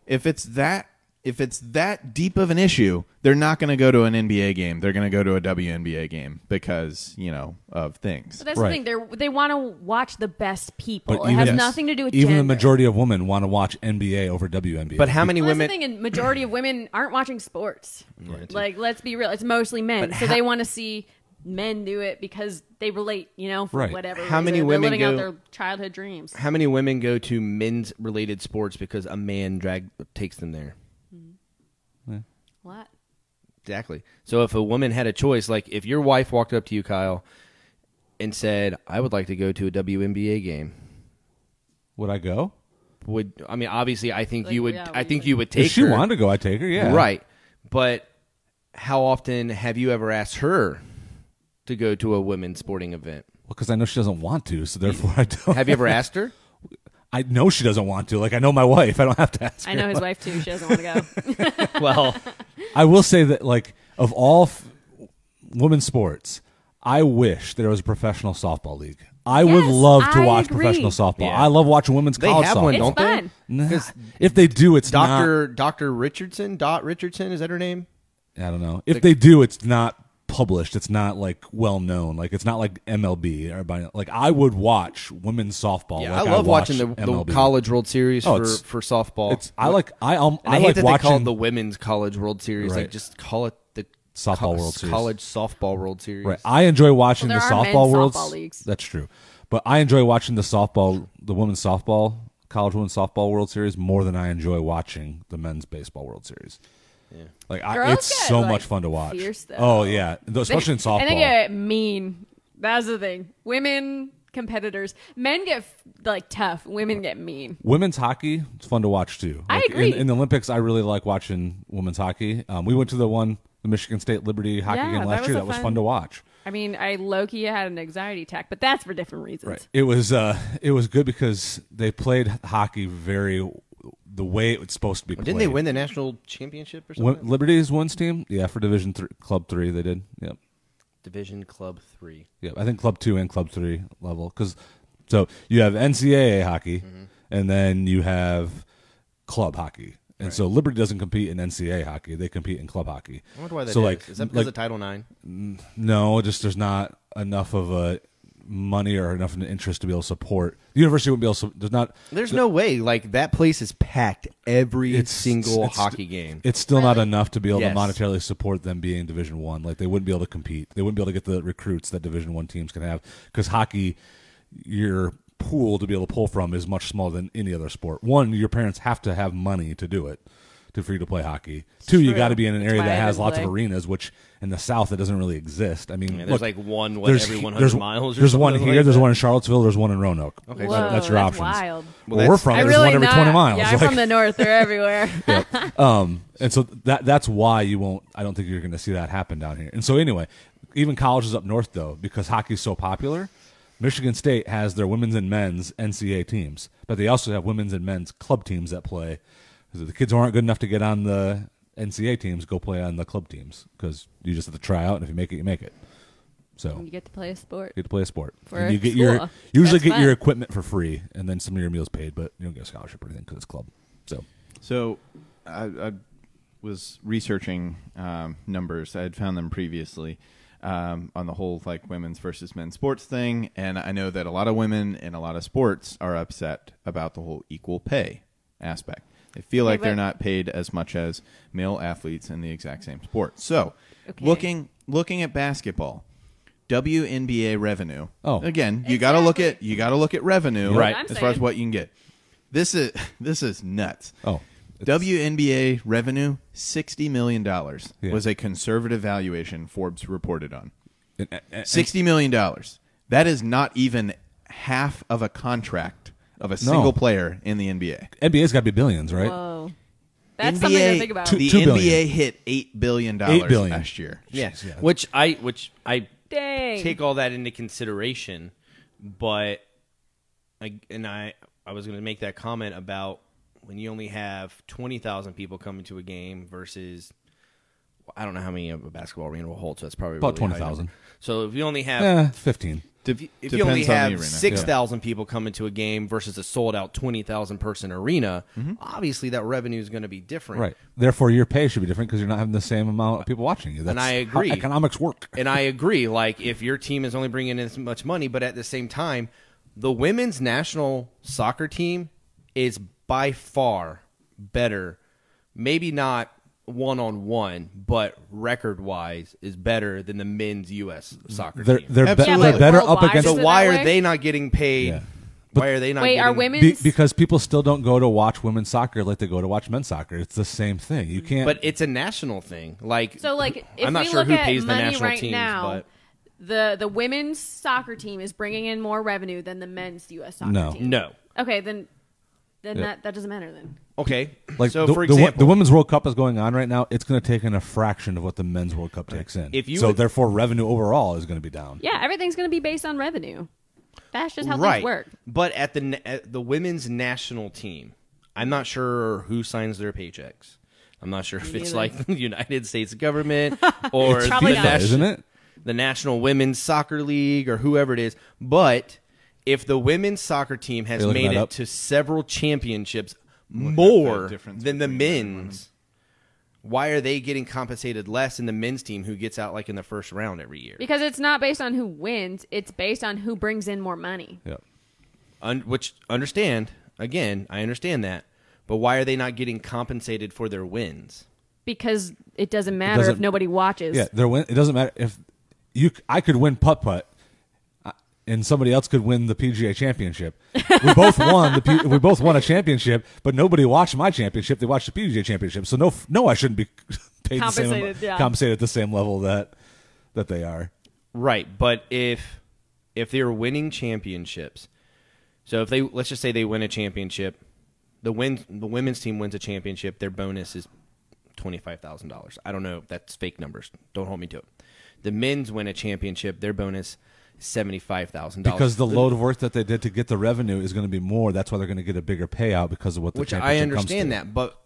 S3: If it's that if it's that deep of an issue, they're not going to go to an NBA game. They're going to go to a WNBA game because you know of things.
S2: But that's
S1: Right.
S2: the thing. They they want to watch the best people.
S1: But
S2: it has
S1: even-
S2: nothing to do with
S1: even
S2: gender.
S1: the majority of women want to watch NBA over WNBA.
S4: But how many
S2: Well, that's the
S4: women?
S2: thing. And majority of women aren't watching sports.
S4: it's-
S2: Like, let's be real. It's mostly men.
S4: But
S2: so
S4: how-
S2: they want to see men do it because they relate. You know, for
S1: Right.
S2: whatever.
S4: How many
S2: reason.
S4: women
S2: They're living out
S4: go-
S2: their childhood dreams?
S4: How many women go to men's related sports because a man drag takes them there?
S2: What?
S4: Exactly. So if a woman had a choice, like if your wife walked up to you, Kyle, and said, "I would like to go to a WNBA game,"
S1: would I go?
S4: would I mean obviously I think
S2: Like,
S4: you would
S2: yeah,
S4: I
S2: we
S4: think
S2: would.
S4: you would take
S1: if she
S4: her.
S1: wanted to go, I'd take her. Yeah,
S4: Right. But how often have you ever asked her to go to a women's sporting event?
S1: Because I know she doesn't want to, so therefore I don't.
S4: Have
S1: *laughs*
S4: you ever asked her?
S1: I know she doesn't want to. Like I know my wife. I don't have to ask.
S2: I know his wife too. She doesn't want to
S1: *laughs*
S2: go.
S4: Well,
S1: I will say that, like, of all f- women's sports, I wish there was a professional softball league. I would
S2: Yes,
S1: love to
S2: I
S1: watch
S2: agree.
S1: professional softball.
S4: Yeah.
S1: I love watching women's
S4: they
S1: college
S4: have
S1: softball.
S4: one,
S2: It's
S4: don't
S2: fun.
S4: they?
S1: Nah,
S4: 'Cause
S1: if they do, it's
S4: Doctor Doctor Richardson, Dot Richardson, is that her name?
S1: Not, I don't know. If they do, it's not published. It's not like well known. Like it's not like MLB. Everybody like I would watch women's softball.
S7: Yeah,
S1: like
S7: I love
S1: Oh, watch
S7: watching the, the
S1: MLB.
S7: college World Series
S1: Oh,
S7: for,
S1: it's-
S7: for softball.
S1: It's I like I um,
S7: And I,
S1: I,
S7: hate
S1: like
S7: that they call
S1: watching
S7: it the Women's College World Series.
S1: Right.
S7: Like, just call it the
S1: Softball
S7: co-
S1: World Series.
S7: College Softball World Series.
S1: Right. I enjoy watching
S2: Well,
S1: the
S2: there are
S1: softball
S2: men's
S1: world.
S2: softball leagues.
S1: That's true. But I enjoy watching the softball, the women's softball, college women's softball World Series more than I enjoy watching the men's baseball World Series. Yeah. Like I,
S2: Girls
S1: it's
S2: get,
S1: so
S2: like,
S1: much fun to watch.
S2: fierce, though.
S1: oh yeah, Though- especially in softball.
S2: *laughs* And they get mean. That's the thing. Women competitors, men get like tough. Women get mean.
S1: Women's hockey, it's fun to watch too.
S2: I
S1: Like,
S2: agree.
S1: In, in the Olympics, I really like watching women's hockey. Um, we went to the one, the Michigan State Liberty hockey
S2: Yeah,
S1: game
S2: that
S1: last
S2: was
S1: year.
S2: a
S1: That was
S2: fun-
S1: fun to watch.
S2: I mean, I low key had an anxiety attack, but that's for different reasons.
S1: Right. It was uh, it was good because they played hockey very the way it was supposed to be played.
S7: Didn't they win the national championship or
S1: Win-
S7: something?
S1: Liberty's women's team, yeah, for Division three, Club Three, they did. Yep,
S7: Division Club Three.
S1: yep. I think Club Two and Club Three level because so you have NCAA hockey,
S7: Mm-hmm.
S1: and then you have club hockey, and so Liberty doesn't compete in NCAA hockey; they compete in club hockey.
S7: I wonder why that
S1: so
S7: is.
S1: like
S7: is that because
S1: like
S7: of Title Nine?
S1: no, just there's not enough of a money or enough of an interest to be able to support the university wouldn't be able to there's not
S7: There's no way. Like that place is packed every single
S1: it's-
S7: hockey game.
S1: It's still not enough to be able
S7: Yes.
S1: to monetarily support them being Division One. Like they wouldn't be able to compete. They wouldn't be able to get the recruits that Division One teams can have because hockey, your pool to be able to pull from is much smaller than any other sport. One, your parents have to have money to do it. To for you to play hockey. Two, you
S2: true.
S1: got to be in an
S2: That's
S1: area
S2: why
S1: that
S2: I
S1: has
S2: didn't
S1: lots of
S2: play.
S1: arenas, which in the South it doesn't really exist. I mean,
S4: there's
S1: look,
S4: like one what,
S1: there's
S4: every
S1: he-
S4: 100
S1: there's-
S4: miles. Or
S1: There's one
S4: something
S1: here.
S4: like
S1: there's
S4: that.
S1: one in Charlottesville. There's one in Roanoke. Okay,
S2: Whoa,
S1: that's your options.
S2: that's wild.
S1: Where we're from,
S2: I
S1: there's
S2: really
S1: one every
S2: not.
S1: 20 miles.
S2: Yeah, I'm
S1: Like-
S2: from the north. They're
S1: *laughs*
S2: everywhere. *laughs*
S1: um, and so that that's why you won't. I don't think you're going to see that happen down here. And so anyway, even colleges up north though, because hockey's so popular, Michigan State has their women's and men's NCAA teams, but they also have women's and men's club teams that play. 'Cause if the kids who aren't good enough to get on the NCAA teams go play on the club teams because you just have to try out, and if you make it, you make it. So
S2: you get to play a sport.
S1: you get to play a sport.
S2: Mm. For
S1: and you get
S2: school.
S1: your you usually
S2: That's
S1: get your
S2: fun.
S1: equipment for free, and then some of your meals paid, but you don't get a scholarship or anything because it's club. So
S3: So, I, I was researching um, numbers. I had found them previously um, on the whole like women's versus men's sports thing, and I know that a lot of women in a lot of sports are upset about the whole equal pay aspect. They feel like they're
S2: but-
S3: not paid as much as male athletes in the exact same sport. So,
S2: Okay.
S3: looking looking at basketball, WNBA revenue.
S1: Oh.
S3: again, you got to look at you got to look at revenue
S1: Right.
S2: I'm
S3: as far as
S2: saying.
S3: what you can get. This is *laughs* this is nuts.
S1: Oh, it's-
S3: WNBA revenue sixty million dollars
S1: Yeah.
S3: was a conservative valuation Forbes reported on.
S1: and- and- and-
S3: Sixty million dollars. That is not even half of a contract of a single player in the NBA.
S1: NBA's got to be billions, right?
S2: Whoa. That's
S3: NBA
S2: something to think about.
S1: Two-
S3: the
S1: billion.
S3: NBA hit eight billion
S1: Eight
S3: dollars
S1: billion.
S3: last year.
S1: Jeez,
S4: yeah.
S1: yeah.
S4: Which I which I
S2: Dang.
S4: take all that into consideration, but I, and I I was going to make that comment about when you only have 20,000 people coming to a game versus I don't know how many of a basketball arena will hold, so that's probably
S1: About
S4: really high
S1: 20,000.
S4: number. So if you only have
S1: Eh, fifteen.
S4: if you, if you only
S3: depends on the
S4: have
S3: arena.
S4: six thousand people coming to a game versus a sold out twenty thousand person arena, obviously that revenue is going to be different.
S1: Right. Therefore, your pay should be different because you're not having the same amount of people watching you. That's
S4: And I
S1: how
S4: agree.
S1: economics work.
S4: And I agree. Like if your team is only bringing in as much money, but at the same time, the women's national soccer team is by far better. Maybe not one on one, but record wise is better ttter than the men's U.S. soccer
S1: They're
S4: team.
S1: they're, be-
S3: Absolutely.
S1: they're
S3: Yeah, but
S1: better up
S2: worldwide,
S1: against
S2: is
S4: so
S2: it
S4: why
S2: that
S4: are
S2: way?
S4: they not getting paid?
S1: Yeah.
S4: why are they not?
S2: Wait,
S4: getting
S2: are women?
S1: be- because people still don't go to watch women's soccer like they go to watch men's soccer. It's the same thing. You can't.
S4: *laughs* But it's a national thing. Like
S2: So like, if
S4: I'm
S2: we
S4: not sure
S2: look
S4: who
S2: at
S4: pays
S2: money
S4: the national
S2: right
S4: teams,
S2: now,
S4: but
S2: the the women's soccer team is bringing in more revenue than the men's U.S. soccer
S1: No.
S2: team.
S4: no.
S2: Okay, then then
S1: Yeah.
S2: that that doesn't matter then.
S4: Okay.
S1: like
S4: so
S1: the,
S4: for
S1: the wo-
S4: example,
S1: the women's World Cup is going on right now. It's going to take in a fraction of what the men's World Cup takes in.
S4: If you
S1: so
S4: would-
S1: therefore, revenue overall is going to be down.
S2: Yeah, everything's going to be based on revenue. That's just how
S4: right.
S2: things work.
S4: But at the na- at the women's national team, I'm not sure who signs their paychecks. I'm not sure if it's
S2: neither.
S4: like *laughs* the United
S2: *laughs*
S4: States government or the,
S2: probably not.
S4: nation-
S1: Isn't it?
S4: the National Women's Soccer League or whoever it is. But if the women's soccer team has
S1: Are you looking
S4: made
S1: that
S4: it
S1: up?
S4: to several championships
S3: the
S4: more
S3: difference
S4: than the
S3: between men and
S4: men's, Why are they getting compensated less than the men's team who gets out like in the first round every year?
S2: Because it's not based on who wins, it's based on who brings in more money.
S1: Yep.
S4: Un- which understand again, I understand that, but why are they not getting compensated for their wins?
S2: Because it doesn't matter if
S1: doesn't-
S2: nobody watches.
S1: Yeah, they're win- it doesn't matter if you c- I could win putt putt, uh, and somebody else could win the PGA Championship.
S2: *laughs*
S1: We both won the P- we both won a championship, but nobody watched my championship. They watched the PGA Championship. So no, f- no, I shouldn't be *laughs* paid the same,
S2: Compensated, yeah.
S1: compensated at the same level that that they are.
S4: Right, but if if they're winning championships, so if they let's just say they win a championship, the win the women's team wins a championship, their bonus is twenty five thousand dollars. I don't know, that's fake numbers. Don't hold me to it. The men's win a championship, their bonus seventy five thousand dollars
S1: Because the load of work that they did to get the revenue is going to be more. That's why they're going to get a bigger payout because of what the
S4: which I
S1: championship comes
S4: understand
S1: to.
S4: that, but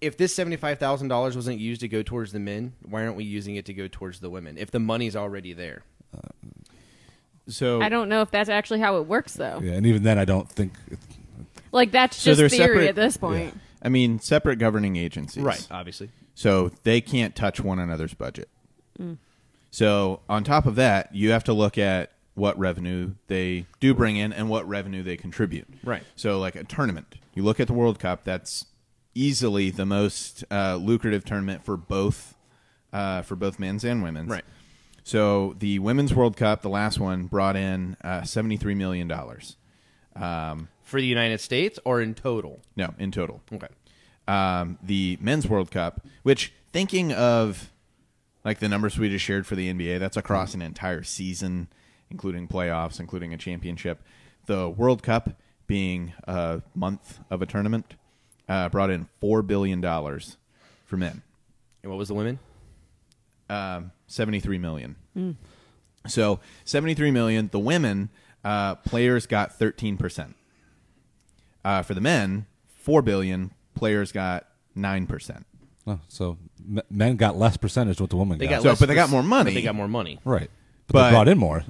S4: if this seventy five thousand dollars wasn't used to go towards the men, why aren't we using it to go towards the women? If the money's already there,
S3: So
S2: I don't know if that's actually how it works though.
S1: Yeah, and even then, I don't think
S2: Like that's
S3: So
S2: just
S3: they're
S2: theory
S3: separate-
S2: at this point.
S3: I mean, separate governing agencies.
S4: Obviously,
S3: So they can't touch one another's budget.
S4: Mm.
S3: So on top of that, you have to look at what revenue they do bring in and what revenue they contribute.
S4: Right.
S3: So like a tournament, you look at the World Cup. That's easily the most uh, lucrative tournament for both uh, for both men's and women's.
S4: Right.
S3: So the women's World Cup, the last one, brought in uh, seventy three million dollars.
S4: for the United States or in total.
S3: No, in total.
S4: Okay.
S3: um, the men's World Cup, which thinking of like the numbers we just shared for the NBA, that's across an entire season, including playoffs, including a championship. The World Cup being a month of a tournament uh, brought in four billion dollars for men,
S4: And what was the women?
S3: um, seventy three million. So seventy three million. The women uh, players got thirteen percent. Uh, for the men, four billion players got nine percent.
S1: Oh, so m- men got less percentage than what the woman
S4: They
S1: got.
S4: got
S3: So,
S4: less
S3: but they got
S4: perc-
S3: more money.
S4: but They got more money.
S1: right, but,
S3: But-
S1: they brought in more.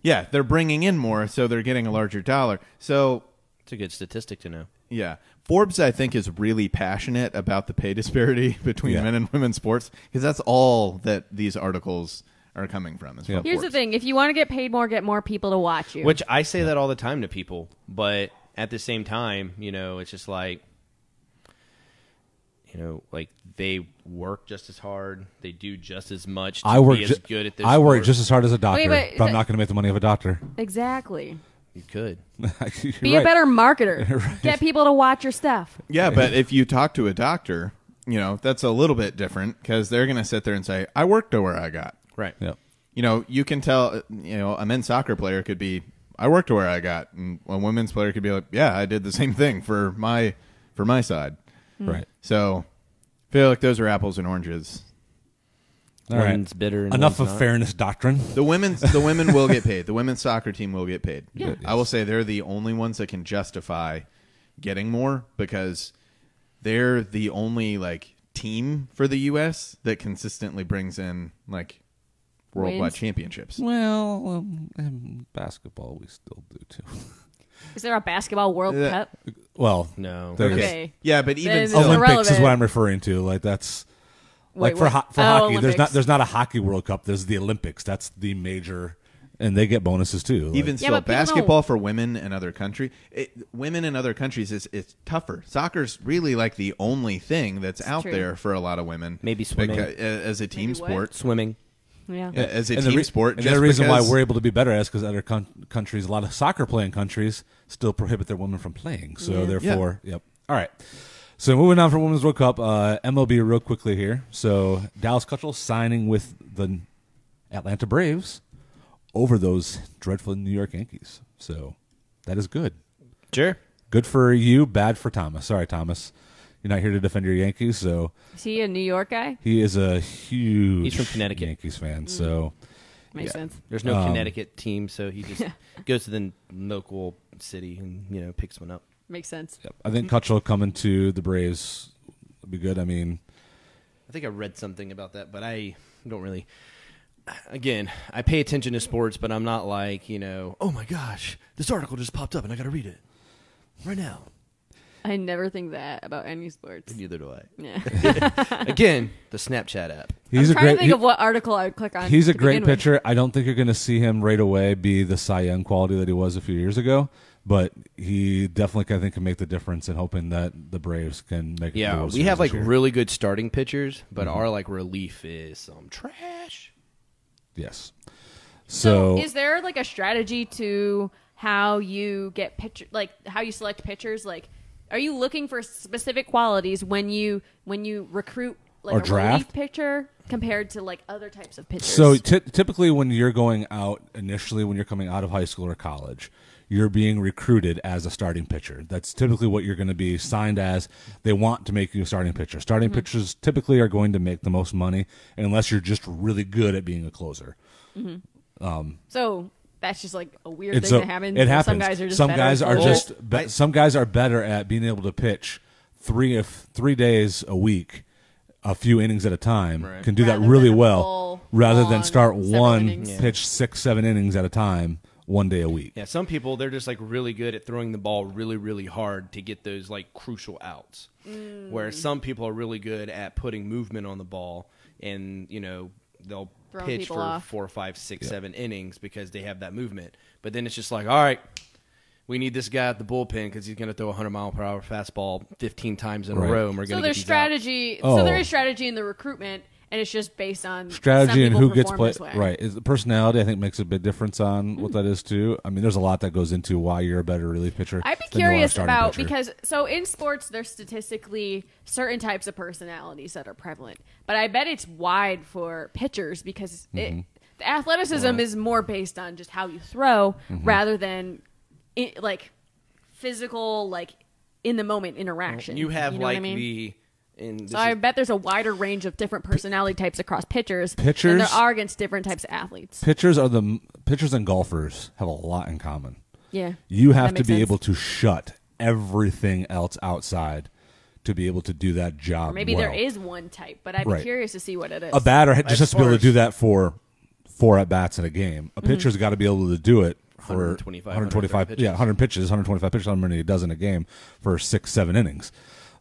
S3: Yeah, they're bringing in more, so they're getting a larger dollar. So,
S4: It's a good statistic to know.
S3: yeah. Forbes, I think, is really passionate about the pay disparity *laughs* between
S1: Yeah.
S3: men and women's sports because that's all that these articles are coming from. Is from
S1: Yep.
S2: Here's the
S3: Forbes.
S2: thing: if you want to get paid more, get more people to watch you.
S4: Which I say that all the time to people, but at the same time, you know, it's just like you know, like they work just as hard, they do just as much. To
S1: I work.
S4: be as
S1: ju-
S4: good at this.
S1: I work
S4: sport.
S1: just as hard as a doctor,
S2: but-
S1: but I'm not going to make the money of a doctor. *laughs*
S2: exactly.
S4: you could.
S1: You're
S2: Be
S1: right.
S2: a
S1: *laughs*
S2: better marketer. Get people to watch your stuff.
S3: Yeah, but if you talk to a doctor, you know, that's a little bit different because they're going to sit there and say, I worked to where I got.
S4: Right.
S1: Yep.
S3: You know, you can tell, uh, you know, a men's soccer player could be, I worked to where I got. And a women's player could be like, yeah, I did the same thing for my for my side.
S2: Hmm.
S1: Right.
S3: So I feel like those are apples and oranges.
S1: All right.
S8: One's bitter and
S1: Enough
S8: one's
S1: of
S8: not.
S1: fairness doctrine.
S3: The women's the women will get paid. The women's soccer team will get paid. I will say they're the only ones that can justify getting more because they're the only like team for the US that consistently brings in like worldwide
S2: Wins.
S3: championships.
S1: Well, um, in basketball we still do too.
S2: Is there a basketball World
S3: Yeah.
S2: Cup?
S1: *laughs* well,
S4: No.
S1: there's-
S2: Okay.
S3: Yeah, but even
S2: There's-
S3: still,
S1: Olympics is
S2: irrelevant.
S1: what I'm referring to. Like that's like
S2: Wait,
S1: for
S2: what?
S1: ho- for
S2: Oh,
S1: hockey. There's
S2: Olympics.
S1: not there's not a hockey World Cup. There's the Olympics. That's the major, and they get bonuses too. Like,
S3: even still
S2: but people don't-
S3: basketball for women in other country it, women in other countries is it's tougher soccer's really like the only thing that's out
S2: true.
S3: there for a lot of women
S8: Maybe swimming.
S3: Beca- a- as a team
S2: Maybe what?
S3: sport
S8: Swimming.
S2: Yeah.
S3: a- as a
S1: and
S3: team
S1: the re-
S3: sport
S1: And
S3: just
S1: the reason why
S3: because-
S1: we're able to be better at is because other con- countries, a lot of soccer playing countries, still prohibit their women from playing. So therefore, yep. All right. So moving on from Women's World Cup, uh, MLB real quickly here. So Dallas Cutchell signing with the Atlanta Braves over those dreadful New York Yankees. So that is good.
S4: Sure.
S1: Good for you, bad for Thomas. Sorry, Thomas. You're not here to defend your Yankees, so
S2: Is he a New York guy?
S1: he is a huge
S8: He's from Connecticut. Mm.
S1: Yankees fan. So
S2: Makes sense.
S4: There's
S1: Um,
S4: no Connecticut team, so
S2: *laughs*
S4: he just goes to the local city and, you know, picks one up.
S2: Makes sense.
S1: I think Cutchell coming to the Braves would be good. I mean,
S4: I think I read something about that, but I don't really. Again, I pay attention to sports, but I'm not
S2: Oh
S4: like you know. Oh my gosh, this article just popped up, and I got to read it right now.
S2: I never think that about any sports.
S9: Neither do I.
S2: Yeah.
S4: *laughs*
S9: Again, the Snapchat app.
S1: He's
S2: I'm
S1: a
S2: trying
S1: great.
S2: to think
S1: he-
S2: of what article I would click on.
S1: He's a
S2: to
S1: great
S2: begin with.
S1: pitcher. I don't think you're going to see him right away be the Cy Young quality that he was a few years ago, but he definitely can, I think can make the difference. And hoping that the Braves can make. it to the
S9: Yeah,
S1: World
S9: we have
S1: Series
S9: like
S1: this year.
S9: really good starting pitchers, but
S1: Mm-hmm.
S9: our like relief is
S4: um,
S9: some trash.
S1: yes.
S2: So,
S1: So,
S2: is there like a strategy to how you get pitcher like how you select pitchers? Like, are you looking for specific qualities when you when you recruit like
S1: Or
S2: a
S1: draft?
S2: relief pitcher compared to like other types of pitchers?
S1: so ty- typically when you're going out initially when you're coming out of high school or college, you're being recruited as a starting pitcher. That's typically what you're going to be signed as. They want to make you a starting pitcher. Starting pitchers typically are going to make the most money unless you're just really good at being a closer.
S2: So that's just like a weird
S1: It's
S2: thing
S1: a-
S2: that happens.
S1: It
S2: and
S1: happens.
S2: Some guys are just
S1: some
S2: better
S1: guys
S2: at
S1: are
S2: closing.
S1: just be- some guys are better at being able to pitch three if three days a week, a few innings at a time. Can do that
S2: Rather
S1: really
S2: than a
S1: well,
S2: full,
S1: rather
S2: long
S1: than start
S2: several
S1: one
S2: innings. Yeah.
S1: pitch six seven innings at a time one day a week.
S4: Yeah, some people they're just like really good at throwing the ball really really hard to get those like crucial outs.
S2: Mm.
S4: Whereas some people are really good at putting movement on the ball and, you know, they'll
S2: Throwing
S4: pitch
S2: people
S4: for
S2: off.
S4: four, five, six, seven innings because they have that movement. But then it's just like, all right, we need this guy at the bullpen because he's going to throw a hundred mile per hour fastball fifteen times in
S1: Right.
S4: a row, and we're going
S2: So
S4: to get
S2: there's
S4: these outs.
S2: strategy. So
S1: Oh.
S2: there is strategy in the recruitment, and it's just based on some
S1: strategy and
S2: people
S1: who gets
S2: perform
S1: played
S2: this way.
S1: right is the personality i think makes a big difference on what that is too i mean there's a lot that goes into why you're a better relief pitcher
S2: I'd be
S1: than you are a
S2: curious
S1: starting
S2: about
S1: pitcher.
S2: because so in sports there's statistically certain types of personalities that are prevalent, but I bet it's wide for pitchers because
S1: Mm-hmm.
S2: it, the athleticism is more based on just how you throw
S1: Mm-hmm.
S2: rather than i like physical like in the moment interaction.
S4: You have
S2: know what
S4: like
S2: I mean?
S4: the and this
S2: So I
S4: is-
S2: bet there's a wider range of different personality types across pitchers, than
S1: Pitchers-
S2: there are against different types of athletes.
S1: pitchers are the pitchers and golfers have a lot in common
S2: Yeah,
S1: You
S2: That
S1: have to
S2: makes
S1: be
S2: sense.
S1: able to shut everything else outside to be able to do that job.
S2: Maybe there
S1: well.
S2: is one type, but I'd be
S1: Right.
S2: curious to see what it is.
S1: a batter ha- just has to be able to
S4: As far
S1: do that for four at bats in a game.
S2: Mm-hmm.
S1: A pitcher's got to be able to do it for
S4: 125,
S1: 125
S4: 130
S1: yeah, 100 pitches, 125 pitches, how many it does in a game for six, seven innings.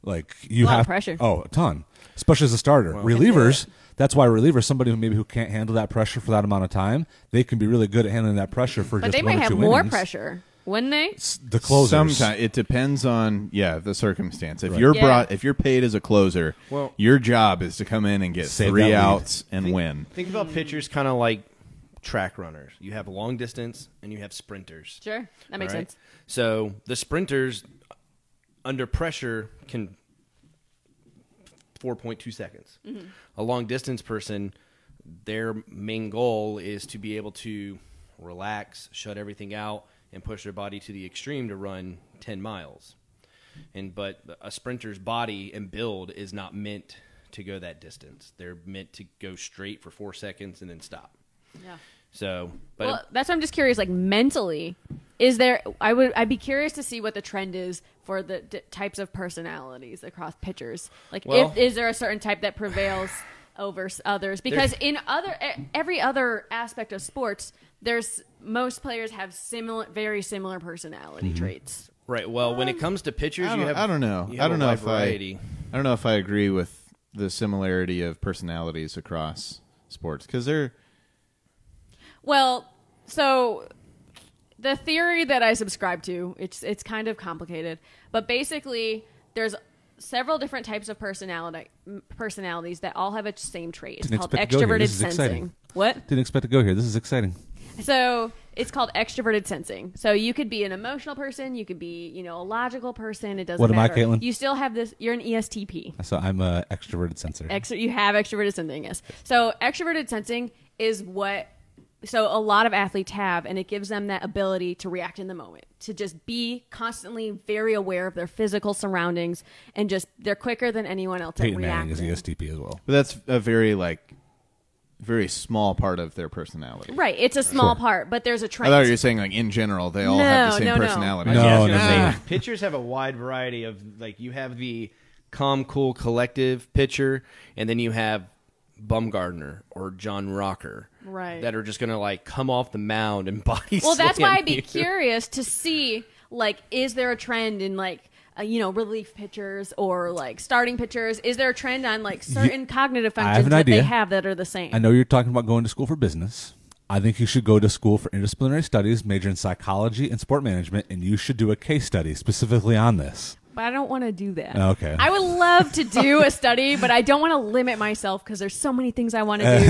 S1: Like you
S2: lot of
S1: have
S2: pressure.
S1: Oh, a ton, especially as a starter. relievers. That's why relievers, somebody who maybe who can't handle that pressure for that amount of time, they can be really good at handling that pressure for
S2: but
S1: just
S2: they
S1: one
S2: might
S1: or
S2: have
S1: two
S2: more
S1: innings.
S2: pressure, wouldn't they?
S1: S- The closers.
S3: Sometimes it depends on yeah the circumstance. If you're
S2: Yeah.
S3: brought, if you're paid as a closer,
S4: Well-
S3: your job is to come in and get
S1: Save that
S3: three
S1: lead.
S3: outs and win.
S4: think
S2: Hmm.
S4: about pitchers kind of like track runners. You have long distance and you have sprinters.
S2: Sure, that makes
S4: All right?
S2: sense.
S4: So the sprinters under pressure can 4.2 seconds.
S2: Mm-hmm.
S4: A long distance person, their main goal is to be able to relax, shut everything out, and push their body to the extreme to run 10 miles. And but a sprinter's body and build is not meant to go that distance. They're meant to go straight for four seconds and then stop.
S2: Yeah.
S4: So, but
S2: Well, that's why I'm just curious. Like mentally, is there? I would. I'd be curious to see what the trend is for the d- types of personalities across pitchers. Like,
S4: Well-
S2: if, is there a certain type that prevails *sighs* over s- others? Because in other, e- every other aspect of sports, there's most players have similar, very similar personality
S1: Mm-hmm.
S2: traits.
S4: Right. Well, when it comes to pitchers,
S3: I
S4: you
S3: don't,
S4: have
S3: I don't know.
S4: you
S3: I
S4: have
S3: don't
S4: a
S3: know
S4: wide
S3: if
S4: variety.
S3: I. I don't know if I agree with the similarity of personalities across sports because they're
S2: Well, so the theory that I subscribe to, it's it's kind of complicated, but basically there's several different types of personality m- personalities that all have a same trait. It's
S1: Didn't
S2: called
S1: expect to go here.
S2: extroverted
S1: This is
S2: sensing.
S1: exciting.
S2: What?
S1: Didn't expect to go here. This is exciting.
S2: So it's called extroverted sensing. So you could be an emotional person, you could be, you know, a logical person. It doesn't
S1: What am I,
S2: matter.
S1: Caitlin?
S2: You still have this. You're an E ESTP.
S1: So I'm a extroverted sensor.
S2: Ex- you have extroverted sensing, yes. So extroverted sensing is what so a lot of athletes have and it gives them that ability to react in the moment to just be constantly very aware of their physical surroundings and just they're quicker than anyone else
S1: Peyton
S2: at
S1: Manning is E
S2: reacting
S1: ESTP as well.
S3: but that's a very like very small part of their personality.
S2: right it's a small part but there's a
S3: I
S2: trend
S3: thought you were saying like in general they all
S2: No,
S3: have the same
S2: no, no.
S3: personality.
S1: No,
S4: Yeah, I was
S1: no,
S4: gonna
S1: no.
S4: say, *laughs* pitchers have a wide variety of like you have the calm, cool, collective pitcher, and then you have Bumgardner or John Rocker,
S2: Right.
S4: That are just gonna like come off the mound and *laughs* body.
S1: *laughs*
S2: well that's why
S4: slam
S2: i'd be
S4: you.
S2: curious to see like is there a trend in like uh, you know, relief pitchers or like starting pitchers? Is there a trend on like certain cognitive
S1: I have
S2: functions
S1: an
S2: that they
S1: idea.
S2: have that are the same?
S1: I know you're talking about going to school for business. I think you should go to school for interdisciplinary studies, major in psychology and sport management, and you should do a case study specifically on this.
S2: but I don't want to do that.
S1: Oh, Okay.
S2: I would love
S1: *laughs*
S2: to do a study, but I don't want to limit myself because there's so many things I want
S1: *laughs*
S2: to do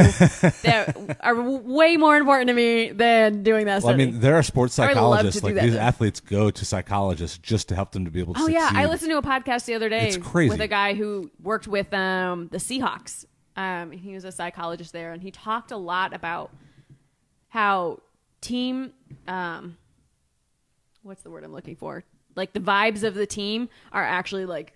S2: that are w- way more important to me than doing that
S1: Well, I
S2: study.
S1: mean, there are sports
S2: I would love
S1: psychologists.
S2: to do
S1: Like
S2: that,
S1: these
S2: though.
S1: athletes go to psychologists just to help them to be able to.
S2: Oh yeah, I
S1: succeed.
S2: listened to a podcast the other day
S1: It's crazy.
S2: with a guy who worked with um, the Seahawks. Um, he was a psychologist there, and he talked a lot about how team, um, what's the word I'm looking for? Like the vibes of the team are actually like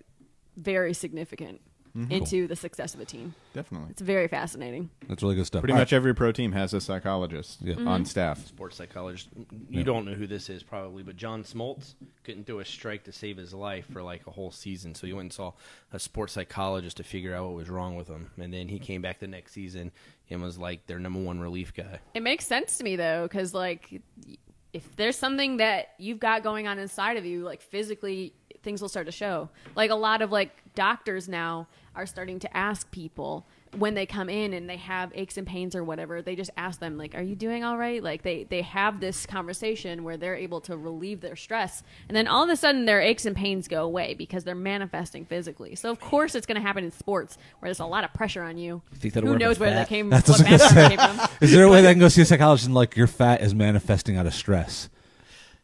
S2: very significant
S1: Mm-hmm.
S2: into the success of a team.
S3: Definitely.
S2: It's very fascinating.
S1: That's really good stuff.
S3: Pretty
S1: All right.
S3: much every pro team has a psychologist
S2: Mm-hmm.
S3: on staff.
S6: sports psychologist. You don't know who this is probably, but John Smoltz couldn't throw a strike to save his life for like a whole season. So he went and saw a sports psychologist to figure out what was wrong with him. And then he came back the next season and was like their number one relief guy.
S2: It makes sense to me though, because like y- if there's something that you've got going on inside of you, like physically, things will start to show. Like a lot of like doctors now are starting to ask people when they come in and they have aches and pains or whatever, they just ask them like, "Are you doing all right?" Like they they have this conversation where they're able to relieve their stress, and then all of a sudden their aches and pains go away because they're manifesting physically. So of course it's going to happen in sports where there's a lot of pressure on you.
S4: Think that'll
S2: Who
S4: work
S2: knows
S4: with
S2: where that
S4: fat?
S2: came?
S1: That's
S2: what
S1: what I was gonna
S2: background it came from?
S1: Is there a way
S3: *laughs*
S1: that I can go see a psychologist and like your fat is manifesting out of stress?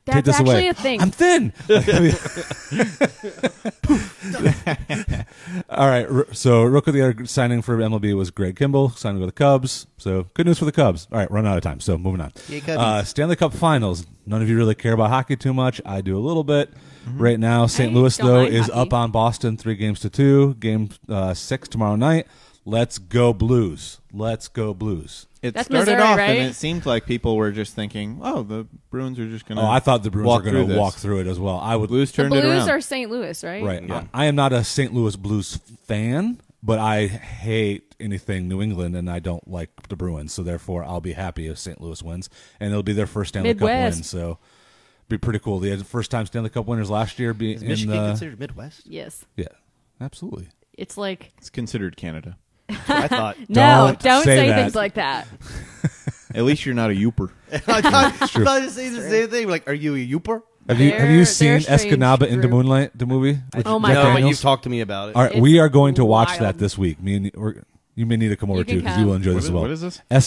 S1: Take
S2: That's
S1: this away.
S2: actually a thing.
S1: I'm thin. Like, I mean-
S2: *laughs*
S1: All right. r- So real quick, the other signing for MLB was Greg Kimball signing with the Cubs. So good news for the Cubs. All right, run out of time. So moving on. Uh, Stanley Cup Finals. None of you really care about hockey too much. I do a little bit. Right now, St.
S2: I
S1: Louis
S2: don't
S1: though
S2: like
S1: is
S2: hockey.
S1: up on Boston, three games to two. Game uh, six tomorrow night. Let's go Blues. Let's go Blues.
S3: It
S2: That's
S3: started
S2: Missouri,
S3: off,
S2: right?
S3: and it seemed like people were just thinking, "Oh, the Bruins are just going to."
S1: Oh, I thought the Bruins
S3: walk
S1: were going
S3: through
S1: to
S3: this.
S1: walk through it as well. I would
S3: Blues turned
S2: the
S3: it
S2: Blues
S3: around.
S2: are St. Louis, right?
S1: right. I, I am not a St. Louis Blues fan, but I hate anything New England, and I don't like the Bruins. So therefore, I'll be happy if St. Louis wins, and it'll be their first Stanley Cup
S2: Midwest.
S1: win. So. Be pretty cool. They had the first time Stanley Cup winners last year. Be
S4: Is
S1: in
S4: Michigan
S1: the,
S4: considered
S6: *laughs*
S4: Midwest?
S2: Yes.
S1: yeah, absolutely.
S2: It's like
S3: it's considered Canada.
S4: I thought.
S2: no,
S1: Don't
S2: don't,
S1: say
S2: say,
S1: that.
S2: things like that.
S3: At least you're not a youper.
S4: *laughs* I thought I was about to say the same thing. Like, are you a youper?
S1: Have you have you
S2: They're-
S1: seen
S2: they're strange
S1: Escanaba in the
S2: group.
S1: Moonlight, the movie? with
S2: Oh my
S1: Jack
S2: God.
S6: No, but
S1: Daniels?
S6: you've talked to me about it.
S1: All right,
S2: It's
S1: we are going to watch
S2: wild.
S1: that this week. Me and we're, you may need to come over
S2: You
S1: too
S2: can
S1: because you will
S2: come.
S1: enjoy
S3: What
S1: this
S3: is-
S1: as well.
S3: what is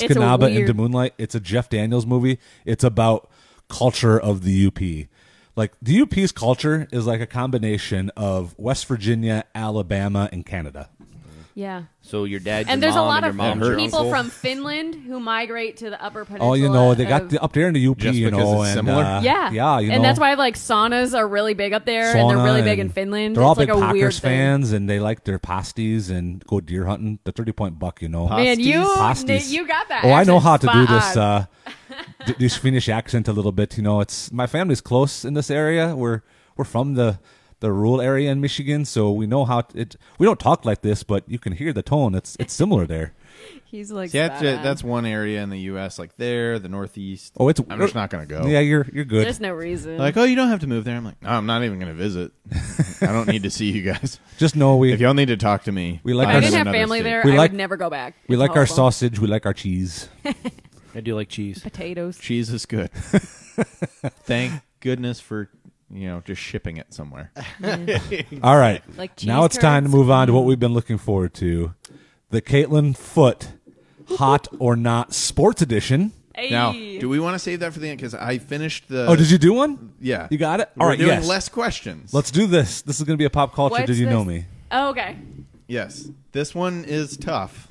S3: this?
S1: Escanaba
S2: weird-
S1: into Moonlight. It's a Jeff Daniels movie. It's about culture of the UP. Like the UP's culture is like a combination of West Virginia, Alabama, and Canada.
S2: Yeah.
S4: So your dad,
S2: And there's a lot of
S3: mom, your
S2: people
S3: uncle.
S2: from Finland who migrate to the upper peninsula.
S1: Oh, you know they got
S2: of-
S1: the, up there in the UP.
S3: Just
S1: you
S3: because
S1: know,
S3: it's
S1: and
S3: similar?
S1: uh,
S2: yeah,
S1: yeah, you
S2: and
S1: know,
S2: that's why like saunas are really big up there, and they're
S1: sauna
S2: really big in
S1: and
S2: Finland.
S1: They're all
S2: it's
S1: big
S2: like a
S1: Packers
S2: weird thing.
S1: fans, and they like their pasties and go deer hunting. The thirty point buck, you know.
S2: Man, you
S1: Pasties.
S2: you got that.
S1: Oh, I know
S2: accent
S1: how to do
S2: spot
S1: this.
S2: on.
S1: Uh, th- this Finnish accent a little bit. You know, it's my family's close in this area. We're we're from the the rural area in Michigan, so we know how t- it. We don't talk like this, but you can hear the tone. It's it's similar there.
S2: He's like
S3: Yeah, that's,
S2: spot on.
S3: that's one area in the U.S. Like there, the Northeast.
S1: Oh, it's
S3: I'm just not going to go.
S1: Yeah, you're you're good.
S2: There's no reason.
S3: Like, oh, you don't have to move there. I'm like, no, I'm not even going to visit. I don't need to see you guys.
S1: just know
S3: If
S1: we
S3: y'all need to talk to me,
S1: We like
S2: if
S3: I'm
S1: our-
S2: I
S3: in
S2: didn't have
S3: another
S2: family
S3: state.
S2: there.
S1: We
S2: I
S1: like-
S2: would never go back.
S1: we
S2: It's
S1: like our
S2: horrible.
S1: sausage. We like our cheese.
S4: I do like cheese.
S2: potatoes.
S3: Cheese is good.
S1: *laughs*
S3: Thank goodness for you know just shipping it somewhere.
S1: All right.
S2: Like cheese
S1: now it's time to
S2: curds.
S1: move on to what we've been looking forward to the Caitlin Foot
S2: *laughs*
S1: Hot or Not Sports Edition.
S2: Hey.
S3: Now, do we want to save that for the end? Because I finished the.
S1: Oh, did you do one?
S3: Uh, Yeah,
S1: You got it?
S3: We're
S1: All right,
S3: doing
S1: yes.
S3: less questions.
S1: Let's do this. This is going to be a pop culture.
S2: What's
S1: did you know
S2: this?
S1: me?
S2: Oh, okay.
S3: Yes, this one is tough,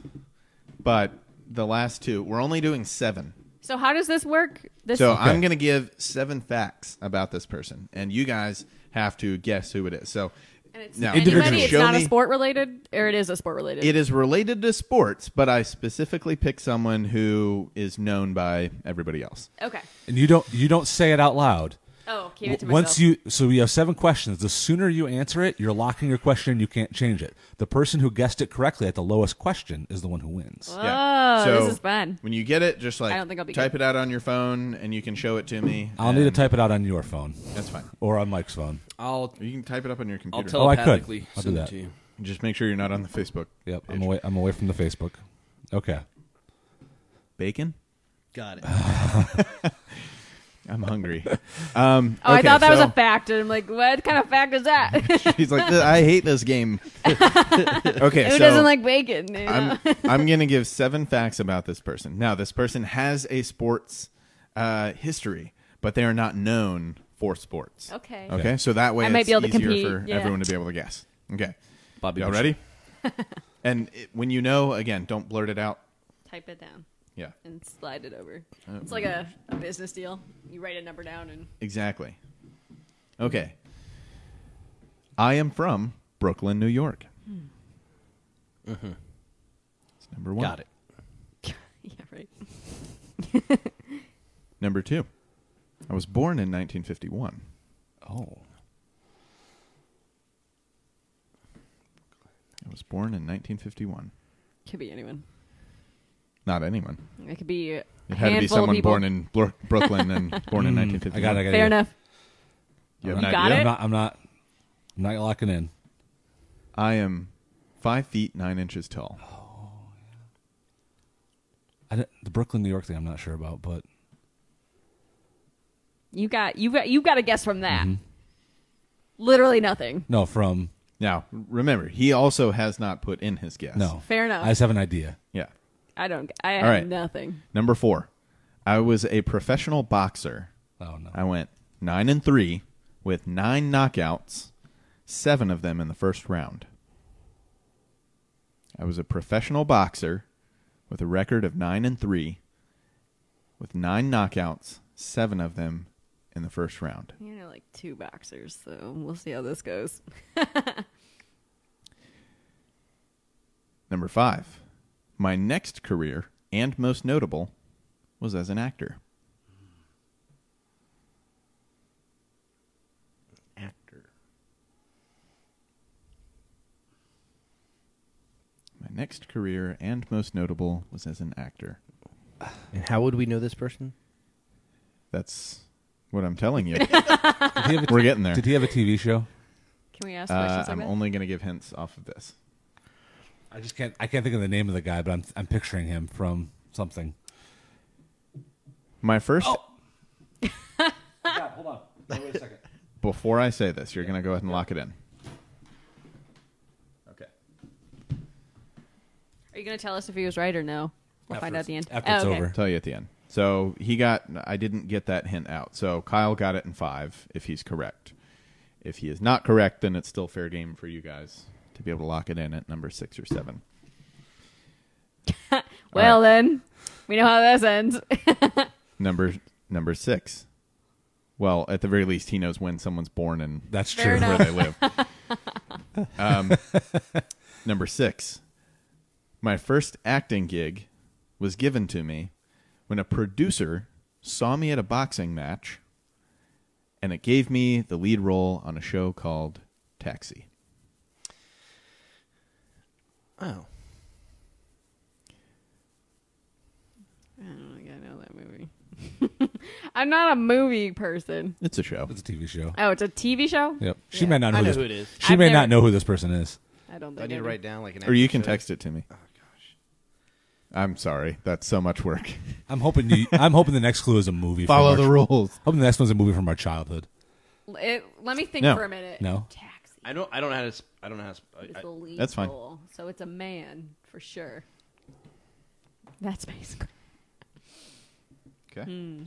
S3: but the last two we're only doing seven.
S2: So how does this work? This
S3: So
S1: Okay.
S3: I'm going to give seven facts about this person, and you guys have to guess who it is. So
S2: And it's
S3: now,
S1: Individual.
S2: anybody, it's
S3: show
S2: not a
S3: me-
S2: sport related, or it is a sport related.
S3: It is related to sports, but I specifically picked someone who is known by everybody else.
S2: Okay.
S1: And you don't you don't say it out loud.
S2: Oh, keep it to myself.
S1: Once you so we have seven questions. The sooner you answer it, you're locking your question. You can't change it. The person who guessed it correctly at the lowest question is the one who wins.
S2: Oh, this is fun.
S3: When you get it, just like
S2: I don't think I'll be
S3: type
S2: good.
S3: it out on your phone, and you can show it to me.
S1: I'll need to
S3: and-
S1: type it out on your phone
S3: That's fine.
S1: or on Mike's phone.
S6: I'll
S3: You can type it up on your
S6: I'll
S3: computer.
S1: Oh, I could.
S6: telepathically
S1: I'll do
S6: send
S1: that.
S6: it to you.
S3: Just make sure you're not on the Facebook.
S1: Yep, I'm
S3: page.
S1: away. I'm away from the Facebook. Okay,
S3: Bacon.
S5: Got it.
S1: *laughs*
S3: I'm hungry.
S2: Oh, I
S3: Okay,
S2: thought that was
S3: so-
S2: a fact, and I'm like, what kind of fact is
S3: *laughs*
S2: that? *laughs* Who
S3: He's like, I hate
S2: *laughs*
S3: this game. *laughs* okay, so
S2: doesn't like bacon? you know?
S3: *laughs* I'm I'm gonna give seven facts about this person. Now, this person has a sports uh, history, but they are not known for sports.
S2: okay.
S3: Okay, so that way
S2: I might
S3: it's
S2: be able to
S3: easier
S2: compete,
S3: for
S2: yeah.
S3: everyone to be able to guess. Okay,
S6: Bobby
S3: y'all
S6: Bush.
S3: ready?
S2: *laughs*
S3: and it, when you know, again, don't blurt it out.
S2: Type it down
S3: Yeah,
S2: and slide it over. It's like a, a business deal. You write a number down and *laughs*
S3: exactly. Okay, I am from Brooklyn, New York. That's number one.
S4: Hmm. Uh-huh. Got it.
S2: yeah, right.
S3: Number two, I was born in 1951.
S1: Oh,
S3: I was born in 1951.
S2: Could be anyone.
S3: Not anyone.
S2: It could be a
S3: It had to be
S2: handful of
S3: someone
S2: people.
S3: born in Bro- Brooklyn and
S2: *laughs*
S3: born in 1951.
S1: Hmm. I got. it, I got. it.
S2: Fair enough.
S3: You have
S1: You
S3: an
S2: got
S3: idea?
S2: it?
S1: I'm not. I'm not. I'm not locking in.
S3: I am five feet nine inches tall.
S1: I don't- the Brooklyn, New York thing, I'm not sure about, but
S2: You got you got you got to guess from that.
S3: Mm-hmm.
S2: Literally nothing.
S1: no, from
S3: Now remember, he also has not put in his guess.
S1: no.
S2: Fair enough.
S1: I just have an idea.
S3: Yeah.
S2: I don't. I have
S3: All right.
S2: nothing.
S3: Number four, I was a professional boxer.
S1: Oh no.
S3: I went nine and three with nine knockouts, seven of them in the first round. I was a professional boxer with a record of nine and three with nine knockouts, seven of them in the first round.
S2: You know, like two boxers. So we'll see how this goes.
S3: Number five, my next career and most notable was as an actor.
S4: Actor.
S3: My next career and most notable was as an actor.
S4: And how would we know this person?
S3: That's what I'm telling you.
S1: Did he have a,
S3: We're getting there.
S1: did he have a TV show?
S2: Can we ask
S3: Uh,
S2: questions? like
S3: I'm
S2: that?
S3: only going to give hints off of this.
S1: I just can't. I can't think of the name of the guy, but I'm I'm picturing him from something.
S3: My first,
S1: hold on. Wait a second.
S3: before I say this, you're going to go ahead and lock it in. Okay.
S2: Are you going to tell us if he was right or no? We'll
S1: After
S2: find out at the end.
S1: it's- after it's
S2: oh, okay.
S1: over.
S3: tell you at the end. So he got, I didn't get that hint out. So Kyle got it in five if he's correct. If he is not correct, then it's still fair game for you guys to be able to lock it in at number six or seven.
S2: Well
S3: All
S2: then, we know how this *laughs* ends.
S3: Number number six. Well, at the very least, he knows when someone's born and
S1: That's
S2: Fair
S1: true.
S2: enough.
S3: where they live. *laughs* um, number six. My first acting gig was given to me when a producer saw me at a boxing match and it gave me the lead role on a show called Taxi.
S4: Oh.
S2: I don't think I know that movie. *laughs* I'm not a movie person.
S3: It's a show.
S1: It's a TV show.
S2: Oh, it's a TV show.
S1: Yep. She may not know,
S4: I
S1: who,
S4: know
S1: this,
S4: who it is.
S1: She
S2: I've
S1: may
S2: never-
S1: not know who this person is.
S2: I don't
S4: I
S2: think
S4: need to
S2: do.
S4: write down like an
S3: Or you can
S4: actual show.
S3: text it to me. I'm sorry. That's so much work.
S1: I'm hoping you. I'm hoping the next clue is a movie. from
S3: *laughs* Follow
S1: our-
S3: the rules.
S1: Hoping the next one's a movie from our childhood.
S2: L- It, let me think
S3: No.
S2: for a minute.
S1: No.
S2: Taxi.
S4: I don't. I don't know how to. s- I don't know how. To, sp-
S2: is
S4: I,
S2: the
S4: I,
S2: lead
S3: that's fine.
S2: role, So it's a man for sure. That's basically.
S3: Okay. Hmm.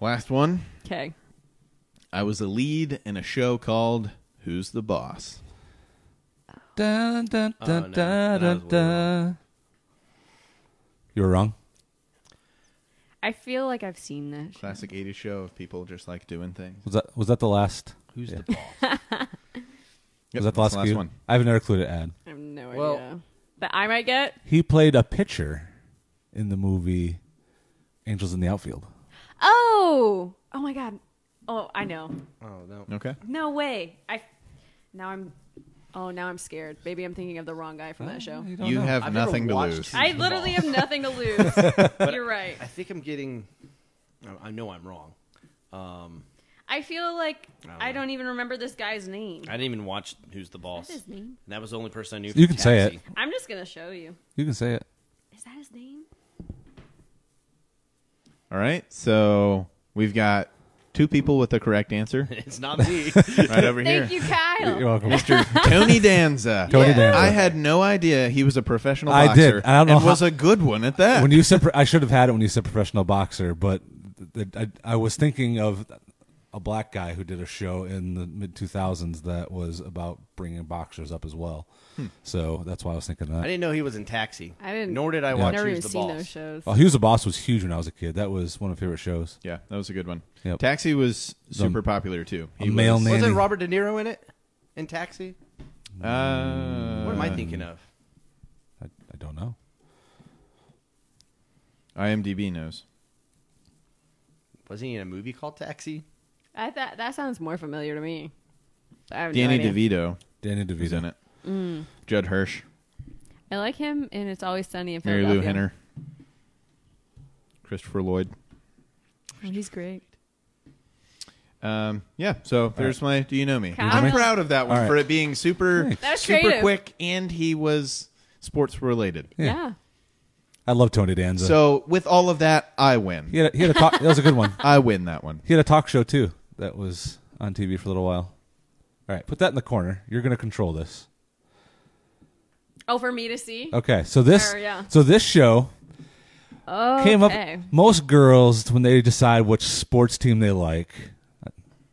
S3: Last one.
S2: Okay.
S3: I was a lead in a show called Who's the Boss?
S1: Dun, dun,
S4: Oh,
S1: dun,
S4: no.
S1: dun,
S4: That was
S1: dun,
S4: way
S1: dun. You were wrong.
S2: I feel like I've seen that. show.
S3: Classic 80s show of people just like doing things.
S1: Was that was that the last?
S4: who's
S1: Yeah.
S4: the boss?
S3: Yep,
S1: was that the
S3: that's
S1: last,
S3: the last
S1: clue?
S3: one.
S1: I have another clue to add.
S2: I have no
S4: Well-
S2: idea. That I might get.
S1: He played a pitcher in the movie Angels in the Outfield.
S2: Oh, oh my God. Oh, I know.
S6: Oh no.
S3: Okay.
S2: No way. I now I'm. Oh, now I'm scared. Maybe I'm thinking of the wrong guy from that show.
S1: You don't
S3: You
S1: know.
S3: have
S4: I've never
S3: nothing to
S4: watched
S3: lose.
S2: I literally have nothing to lose. You're right.
S6: I think I'm getting. I- I know I'm wrong. Um,
S2: I feel like
S6: don't
S2: I
S6: know.
S2: don't even remember this guy's name.
S6: I didn't even watch Who's the Boss.
S2: That's his name.
S6: And that was the only person I knew.
S1: You
S6: from
S1: can say
S6: Taxi. *laughs*
S1: it.
S2: I'm just gonna show you.
S1: You can say it.
S2: Is that his name?
S3: All right. So we've got two people with the correct answer
S6: It's not me.
S3: right over here.
S2: Thank you, Kyle.
S1: You're welcome.
S3: Tony Danza.
S1: *laughs* Tony Danza.
S3: I had no idea he was a professional
S1: I
S3: boxer.
S1: did. I don't know
S3: and
S1: how-
S3: was a good one at
S1: *laughs*
S3: that.
S1: when you said, pro- I should have had it when you said professional boxer, but th- th- I, I was thinking of a black guy who did a show in the mid 2000s that was about bringing boxers up as well. So that's why I was thinking
S6: I
S1: that.
S6: didn't know he was in Taxi.
S2: I didn't.
S6: Nor did I
S2: I've
S6: watch
S2: Never
S6: Who's
S2: even
S6: the
S2: seen
S6: Boss.
S2: those shows.
S1: Oh, Who's the Boss was huge when I was a kid. That was one of my favorite shows.
S3: yeah, that was a good one.
S1: Yep.
S3: Taxi was super popular too.
S1: a male nanny.
S6: Wasn't Robert De Niro in it? In Taxi?
S1: Um,
S3: Uh,
S6: What am I thinking of?
S1: I, I don't know.
S3: IMDb knows.
S6: Was he in a movie called Taxi?
S2: I thought that sounds more familiar to me. I have
S3: Danny
S2: no idea.
S3: DeVito
S1: Danny DeVito.
S3: is in it. Judd Hirsch,
S2: I like him, and it's always sunny in
S3: Mary
S2: Philadelphia.
S3: Lou Henner, Christopher Lloyd.
S2: Oh, he's great.
S3: Um, yeah, so there's my. Do you know me?
S2: Kyle.
S3: I'm proud of that one
S1: All right.
S3: for it being super,
S1: Thanks.
S2: That was
S3: super
S2: creative.
S3: quick, and he was sports related.
S2: Yeah.
S1: Yeah. I love Tony Danza.
S3: So with all of that, I win.
S1: he had a, he had a talk. that was a good one.
S3: I win that one.
S1: He had a talk show too that was on TV for a little while. All right, put that in the corner. You're going to control this.
S2: Oh, for me to see.
S1: Okay, so this
S2: Or, yeah.
S1: so this show
S2: Oh,
S1: came up.
S2: okay.
S1: Most girls when they decide which sports team they like,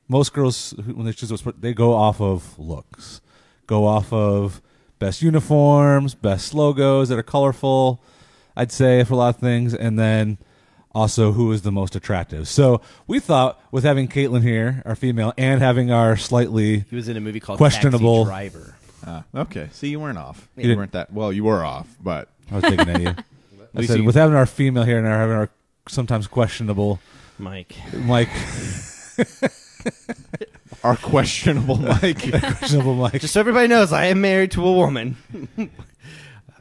S1: most girls who- when they choose what sport they go off of looks, go off of best uniforms, best logos that are colorful. I'd say for a lot of things, and then also who is the most attractive. So we thought with having Caitlin here, our female, and having our slightly
S6: He was in a movie called
S1: Questionable.
S6: Taxi Driver.
S3: Ah, okay, so you weren't off.
S1: You
S3: You,
S1: did-
S3: weren't that. Well, you were off, but
S1: I was thinking at
S3: *laughs*
S1: you. I
S3: least
S1: said,
S3: you-
S1: with having our female here and our having our sometimes questionable
S6: Mike.
S1: Mike,
S3: our
S1: *laughs*
S3: questionable Mike.
S1: *laughs* questionable Mike.
S6: Just so everybody knows, I am married to a woman.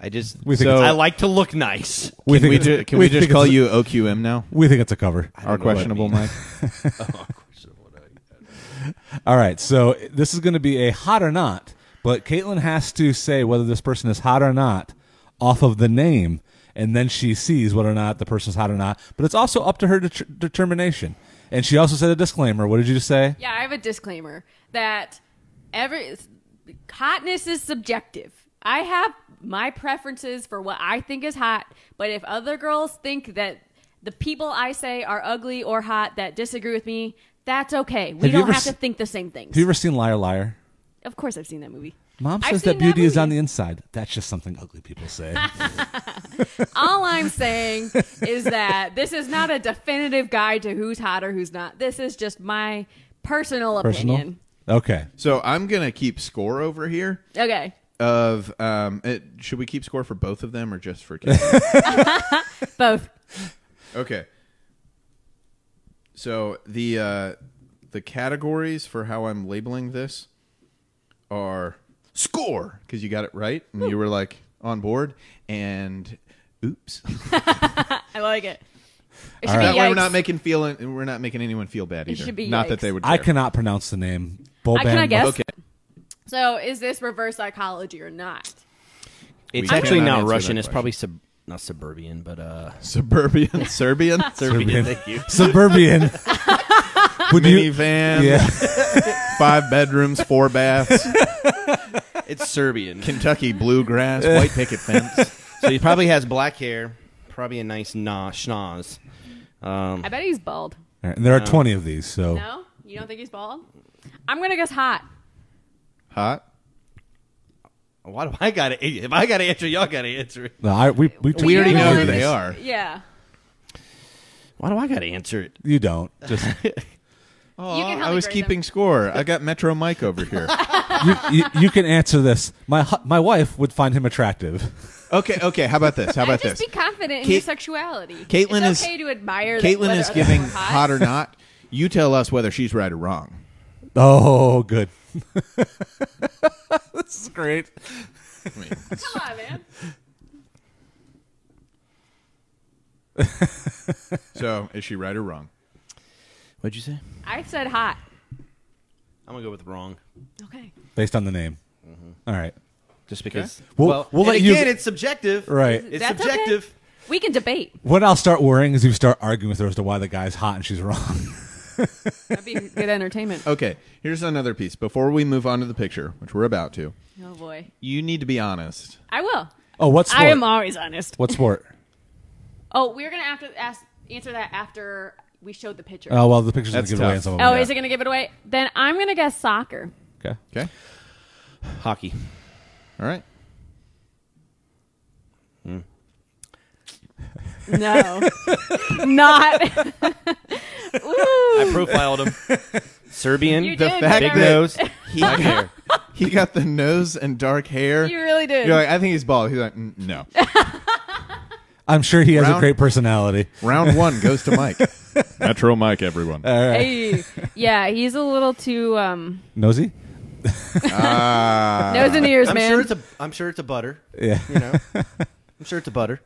S6: I just
S1: we think
S3: so-
S1: it's-
S6: I like to look nice.
S1: we
S3: Can
S1: think
S3: we,
S1: it's-
S3: ju- can we just
S1: think
S3: call
S1: it's-
S3: you OQM now?
S1: We think it's a cover.
S3: Our questionable Mike.
S1: All right, so this is going to be a hot or not, but Caitlin has to say whether this person is hot or not off of the name, and then she sees whether or not the person's hot or not. But it's also up to her det- determination. And she also said a disclaimer. What did you say?
S2: Yeah, I have a disclaimer that every hotness is subjective. I have my preferences for what I think is hot, but if other girls think that the people I say are ugly or hot that disagree with me, that's okay. We
S1: Have you
S2: don't
S1: ever
S2: have
S1: s-
S2: to think the same things.
S1: Have you ever seen Liar Liar?
S2: of course, I've seen that movie.
S1: Mom
S2: I've
S1: says that
S2: seen
S1: beauty is
S2: movie.
S1: on the inside. That's just something ugly people say.
S2: All I'm saying
S1: *laughs*
S2: is that this is not a definitive guide to who's hot or who's not. This is just my personal
S1: Personal.
S2: opinion.
S1: Okay.
S3: So I'm gonna keep score over here.
S2: Okay,
S3: Of um, it, should we keep score for both of them or just for? Caitlin?
S2: both.
S3: okay. So the uh, the categories for how I'm labeling this are score because you got it right and you were like on board and
S2: *laughs*
S3: oops *laughs*
S2: I like it. It should
S1: All
S2: be
S3: that way we're
S2: yikes.
S3: not making feeling we're not making anyone feel bad either.
S2: should be
S3: not that
S2: yikes.
S3: they would.
S1: I
S3: care.
S1: cannot pronounce the name.
S2: I can I
S1: Boban-
S2: guess.
S3: Okay. *laughs*
S2: So is this reverse psychology or not?
S6: It's
S3: We
S6: actually
S3: cannot
S6: not
S3: answer that
S6: Russian. It's
S3: question.
S6: probably sub, not suburban, but uh,
S2: *laughs*
S3: Suburban, Serbian,
S6: Serbian. *laughs* Thank you.
S1: Suburban. Would you?
S3: minivan,
S1: Yeah.
S3: *laughs* five bedrooms,
S1: *laughs*
S3: four baths,
S6: It's Serbian.
S3: Kentucky bluegrass, white picket fence.
S6: *laughs*
S1: *laughs*
S6: so he probably has black hair, probably a nice nah schnoz. Um,
S2: I bet he's bald.
S1: All right, There are 20 of these, so
S2: No? You don't think he's bald? I'm gonna guess hot.
S3: Hot.
S6: why do I got to? If I got to answer, y'all got to answer it.
S1: No, I, we, we,
S2: You
S3: already know
S2: really
S3: who they
S2: just-
S3: are.
S2: Yeah.
S6: Why do I got to answer it?
S1: You don't. Just
S3: Oh,
S2: You can
S3: I
S2: help me
S3: was
S2: grade
S3: keeping
S2: them.
S3: score. I got
S2: *laughs*
S3: Metro Mike over here.
S1: you, you, you can answer this. My hu- my wife would find him attractive.
S3: Okay, okay. How about this?
S2: *laughs*
S3: How about
S2: and just
S3: this?
S2: be confident in
S3: Kate-
S2: your sexuality.
S3: Caitlyn
S2: it's
S3: is-
S2: okay to admire. that
S3: Caitlin
S2: whether
S3: is
S2: other
S3: giving
S2: people are hot.
S3: hot or not. You tell us whether she's right or wrong.
S1: Oh, good. *laughs* this is great.
S2: Come on, man.
S3: So, is she right or wrong?
S4: What'd you say?
S2: I said hot.
S4: I'm gonna go with wrong,
S2: Okay.
S1: Based on the name.
S3: Mm-hmm.
S1: All right.
S4: just because.
S1: We'll-
S4: well,
S1: we'll
S4: and
S1: let you-
S4: again, it's subjective.
S1: Right.
S4: It's
S2: That's
S4: subjective.
S2: okay. We can debate.
S1: What I'll start worrying is if you start arguing with her as to why the guy's hot and she's wrong. *laughs*
S2: That'd be good entertainment.
S3: Okay, here's another piece. Before we move on to the picture, which we're about to,
S2: Oh boy,
S3: you need to be honest.
S2: I will.
S1: Oh, what sport?
S2: I am always honest.
S1: what sport?
S2: Oh, we're gonna have to ask, answer that after we showed the picture.
S1: Oh, well, the picture's going to
S3: That's
S1: give away
S3: tough.
S1: in some of them.
S2: oh, is it gonna give it away? Then I'm gonna guess soccer.
S1: Okay.
S3: Okay,
S4: Hockey.
S3: all right.
S2: No, *laughs* not. Ooh,
S4: Profiled him.
S1: *laughs*
S4: Serbian.
S2: you
S3: the
S2: did.
S3: fact
S2: Big
S3: that-
S4: *laughs* nose.
S3: He got, he got the nose and dark hair.
S2: You really did.
S3: You're like, I think he's bald. He's like, "Mm, no.
S2: Oh.
S1: I'm sure he has a
S3: Round-
S1: great personality.
S3: Round one goes to *laughs* Mike. Uh, Metro Mike, everyone.
S2: Hey. Yeah, he's a little too um,
S1: Nosy?
S2: nose and ears,
S4: Uh, I'm
S2: man.
S4: sure it's a. I'm sure it's a butter.
S1: Yeah.
S4: You *laughs* know. I'm sure it's a butter.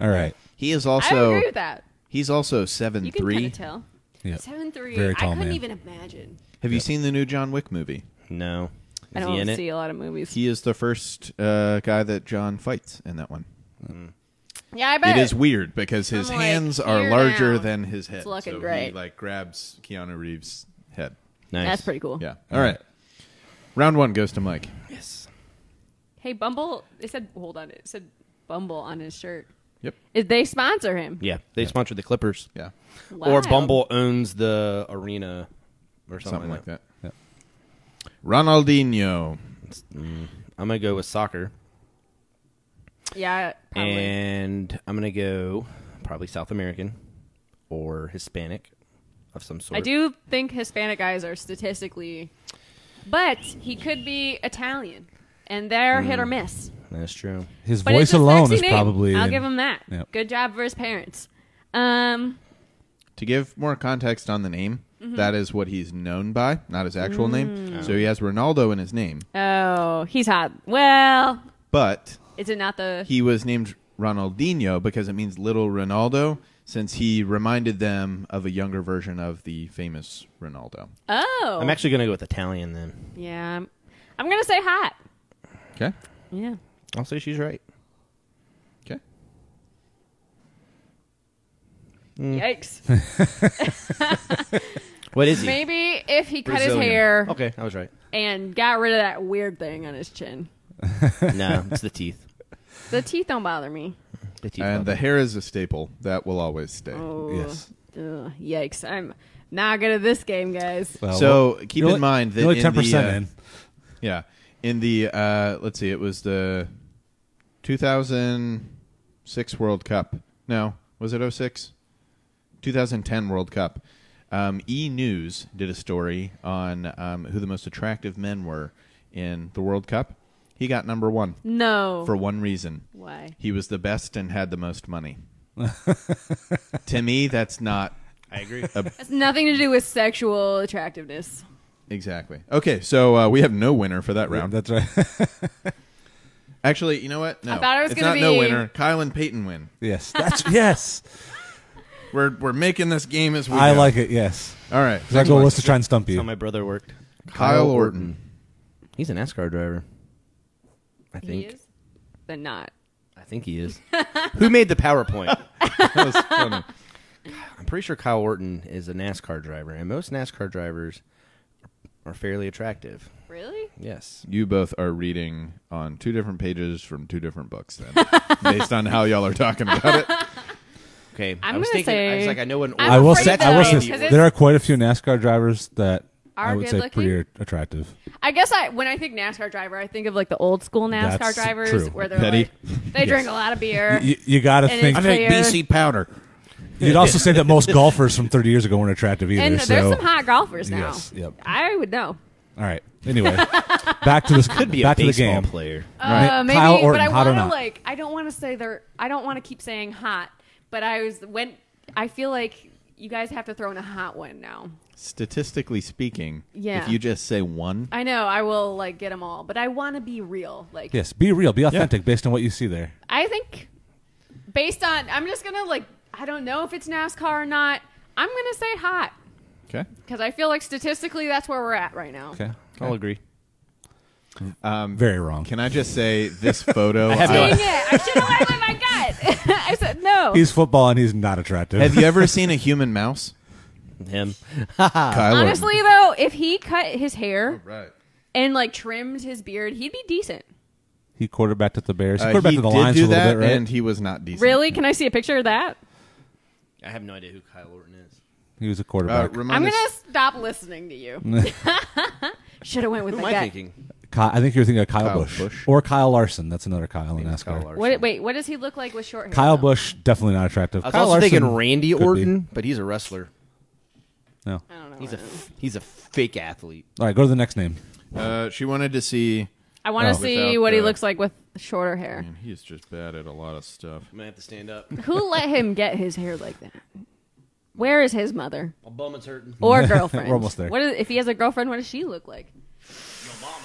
S1: All right.
S3: he is
S2: I
S3: also
S2: agree with that.
S3: he's also seven
S2: You can kind
S3: three.
S2: of tell.
S1: Yeah.
S2: Seven three.
S1: Very
S2: I
S1: tall
S2: couldn't
S1: man.
S2: even imagine.
S3: Have you seen the new John Wick movie?
S4: No. Is
S2: I
S4: he
S2: don't
S4: in
S2: see
S4: it?
S2: a lot of movies.
S3: He is the first uh, guy that John fights in that one.
S2: yeah, I bet
S3: It is weird because his
S2: I'm like,
S3: hands are
S2: here
S3: larger
S2: now.
S3: than his head.
S2: It's looking
S3: so He
S2: great.
S3: like grabs Keanu Reeves' head.
S4: Nice.
S2: That's pretty cool.
S3: Yeah. All right. Round one goes to Mike.
S4: Yes.
S2: Hey, Bumble. They said hold on. It said Bumble on his shirt.
S3: Yep.
S2: Is they sponsor him?
S4: Yeah. They sponsored the Clippers.
S3: Yeah.
S4: Or
S2: Wild.
S4: Bumble owns the arena, or something,
S3: Something, like that. Ronaldinho.
S4: I'm gonna go with soccer,
S2: Yeah, probably.
S4: and I'm gonna go probably South American or Hispanic of some sort.
S2: I do think Hispanic guys are statistically, but he could be Italian, and they're hit or
S4: Mm.
S2: miss.
S4: That's true.
S1: His
S2: But
S1: voice
S2: it's a
S1: alone
S2: sexy
S1: is
S2: name.
S1: probably.
S2: I'll give him that.
S1: Yep.
S2: Good job for his parents. Um,
S3: To give more context on the name,
S2: Mm-hmm.
S3: that is what he's known by, not his actual
S2: Mm.
S3: name. So he has Ronaldo in his name,
S2: oh, he's hot. Well,
S3: but
S2: is it not the?
S3: he was named Ronaldinho because it means little Ronaldo, since he reminded them of a younger version of the famous Ronaldo.
S2: oh,
S4: I'm actually gonna go with Italian then.
S2: yeah. I'm, I'm gonna say hot.
S3: Okay.
S2: Yeah.
S4: I'll say she's right.
S3: Okay.
S4: Mm. *laughs*
S2: Yikes.
S4: What is he?
S2: Maybe if he cut
S4: Brazilian. Oh.
S2: his hair
S4: Okay, I was *laughs* right.
S2: and got rid of that weird thing on his chin.
S4: no, it's the teeth.
S2: The teeth don't bother me.
S4: The teeth.
S3: And
S4: bother
S3: the hair is a staple that will always
S4: Uh,
S3: stay.
S2: Oh,
S1: Yes.
S2: ugh, yikes! I'm not good at this game, guys.
S1: Well,
S3: So,
S1: Uh, well,
S3: keep
S1: you're
S3: in
S1: only-
S3: mind that
S1: you're only
S3: in the,
S1: 10%
S3: uh,
S1: in.
S3: Yeah. In the uh let's see, it was the 2006 World Cup. No, was it 06? 2010 World Cup. Um, e News did a story on um, who the most attractive men were in the World Cup. He got number one
S2: No.
S3: for one reason.
S2: Why?
S3: He was the best and had the
S1: *laughs*
S3: most money. to me, that's not
S4: I agree. *laughs*
S2: That's nothing to do with sexual attractiveness.
S3: exactly. Okay, so uh, we have no winner for that round.
S1: That's right. *laughs*
S3: Actually, you know what? No,
S2: I thought it was
S3: it's
S2: gonna
S3: not no
S2: be-
S3: winner. Kyle and Peyton win. *laughs*
S1: yes. That's yes.
S3: We're we're making this game as we.
S1: I
S3: go.
S1: like it. Yes.
S3: All right,
S1: Because our goal was to try and stump
S4: That's how
S1: you.
S4: my brother worked.
S3: Kyle Orton.
S4: He's a NASCAR driver. I
S2: He
S4: think.
S2: is? Then not.
S4: I think he
S2: *laughs*
S4: is. Who made the PowerPoint?
S3: That was funny.
S4: I'm pretty sure Kyle Orton is a NASCAR driver, and most NASCAR drivers are fairly attractive.
S2: Really?
S4: Yes.
S3: You both are reading on two different pages from two different
S2: *laughs*
S3: books, then, based on how y'all are talking about it.
S4: Okay.
S2: I'm
S4: I was
S2: gonna
S4: thinking, I was
S2: say-
S4: like, I know an
S2: I'm
S1: I will
S2: afraid
S1: say.
S2: that-
S1: I will say.
S2: 'cause it's-
S1: There are quite a few NASCAR drivers that I
S2: Are
S1: would say
S2: good-looking?
S1: pretty attractive.
S2: I guess I when I think NASCAR driver, I think of like the old school NASCAR
S1: That's
S2: drivers
S1: true.
S2: where they're
S3: Petty.
S2: like they drink a lot of beer.
S1: *laughs* You, you got to
S2: And
S1: think.
S2: it's Clear.
S3: powder.
S1: You'd
S2: *laughs*
S1: also say that most golfers from 30 years ago weren't attractive either.
S2: and
S1: so
S2: there's some hot golfers now.
S1: Yes, yep.
S2: I would know.
S1: All right.
S2: *laughs*
S1: Anyway, back to this. Could
S5: Be
S1: back
S5: a
S1: to the
S5: baseball
S1: game.
S5: player.
S2: Uh,
S1: Right.
S2: maybe,
S1: Kyle Orton,
S2: but I
S1: hot or
S2: want to
S1: not?
S2: like. I don't want to say they're. I don't want to keep saying hot, but I was when I feel like you guys have to throw in a hot one now.
S3: Statistically speaking,
S2: Yeah.
S3: if you just say one,
S2: I know I will like get them all, but I want to be real. Like
S1: Yes, be real, be authentic based on what you see there.
S2: I think based on I'm just gonna like I don't know if it's NASCAR or not. I'm gonna say hot
S3: okay.
S2: because I feel like statistically that's where we're at right now.
S1: Okay.
S6: I'll
S2: *laughs*
S6: agree.
S1: Very wrong.
S3: Um, Can I just say
S1: *laughs*
S3: this photo?
S6: have no
S2: Dang it! I should have went with my gut. *laughs* I said no.
S1: he's football and he's not attractive.
S3: have you ever seen a human mouse?
S4: Him.
S3: Kyle Orton.
S2: Uh, Honestly, though, if he cut his hair
S3: Right.
S2: and like trimmed his beard, he'd be decent.
S1: *laughs* he quarterbacked at the Bears. He
S3: Uh,
S1: quarterbacked
S3: he
S1: at the
S3: did
S1: Lions
S3: do
S1: a little
S3: that,
S1: bit, right?
S3: and he was not decent.
S2: Really? Can I see a picture of that?
S4: I have no idea who Kyle Orton is.
S1: he was a
S3: Uh,
S1: quarterback.
S3: remind
S2: I'm gonna
S3: us-
S2: stop listening to
S4: *laughs*
S2: you. *laughs* should have went with
S4: Who am
S2: my
S4: I
S2: gut.
S4: thinking?
S1: Ky- I think you're thinking of Kyle,
S3: Kyle
S1: Bush.
S3: Bush.
S1: or Kyle Larson. That's another Kyle in
S4: It's Kyle
S1: NASCAR.
S4: Larson.
S2: What? Wait, what does he look like with short hair?
S1: Kyle
S2: though?
S1: Bush definitely not attractive.
S4: I was
S1: Kyle
S4: also
S1: Larson
S4: thinking Randy
S1: could be.
S4: Orton, but he's a wrestler.
S1: No.
S2: I don't know.
S4: He's a f- he's a fake athlete.
S1: All right, go to the next name.
S3: Uh, she wanted to see.
S2: I want to
S1: Oh.
S2: see
S3: Without
S2: what he
S3: the-
S2: looks like with shorter hair.
S4: Mm.
S3: Man, he's just bad at a lot of stuff.
S4: I'm gonna have to stand up.
S2: Who let him get his hair like that? Where is his mother
S4: My bum is hurting. *laughs*
S2: or girlfriend?
S1: We're almost there.
S2: What is, if he has a girlfriend? What does she look like? Your mama.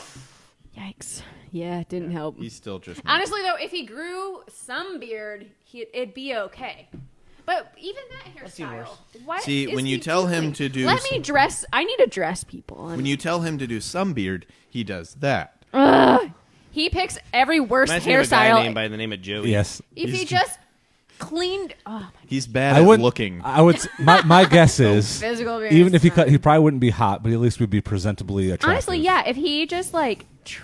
S2: Yikes! Yeah, it didn't help.
S3: He's still just.
S2: Honestly, though, if he grew some beard, he, it'd be okay. But even that hairstyle. Why
S3: See,
S2: is
S3: when
S2: he
S3: you tell him
S2: doing-
S3: to do
S2: Let
S3: s-
S2: me dress. I need to dress people. And
S3: when you tell him to do some beard, he does that.
S2: he picks every worst
S4: Imagine if a guy
S2: hairstyle.
S4: named by the name of Joey.
S1: Yes.
S2: if he
S3: He's-
S2: just cleaned. Oh, my
S3: He's bad
S1: I
S3: at
S1: would
S3: looking.
S1: I would. s- My
S2: *laughs*
S1: my guess is
S2: Physical appearance
S1: even if he
S2: is
S1: cut,
S2: not-
S1: he probably wouldn't be hot, but he at least would be presentably attractive.
S2: honestly, yeah. If he just like, tr-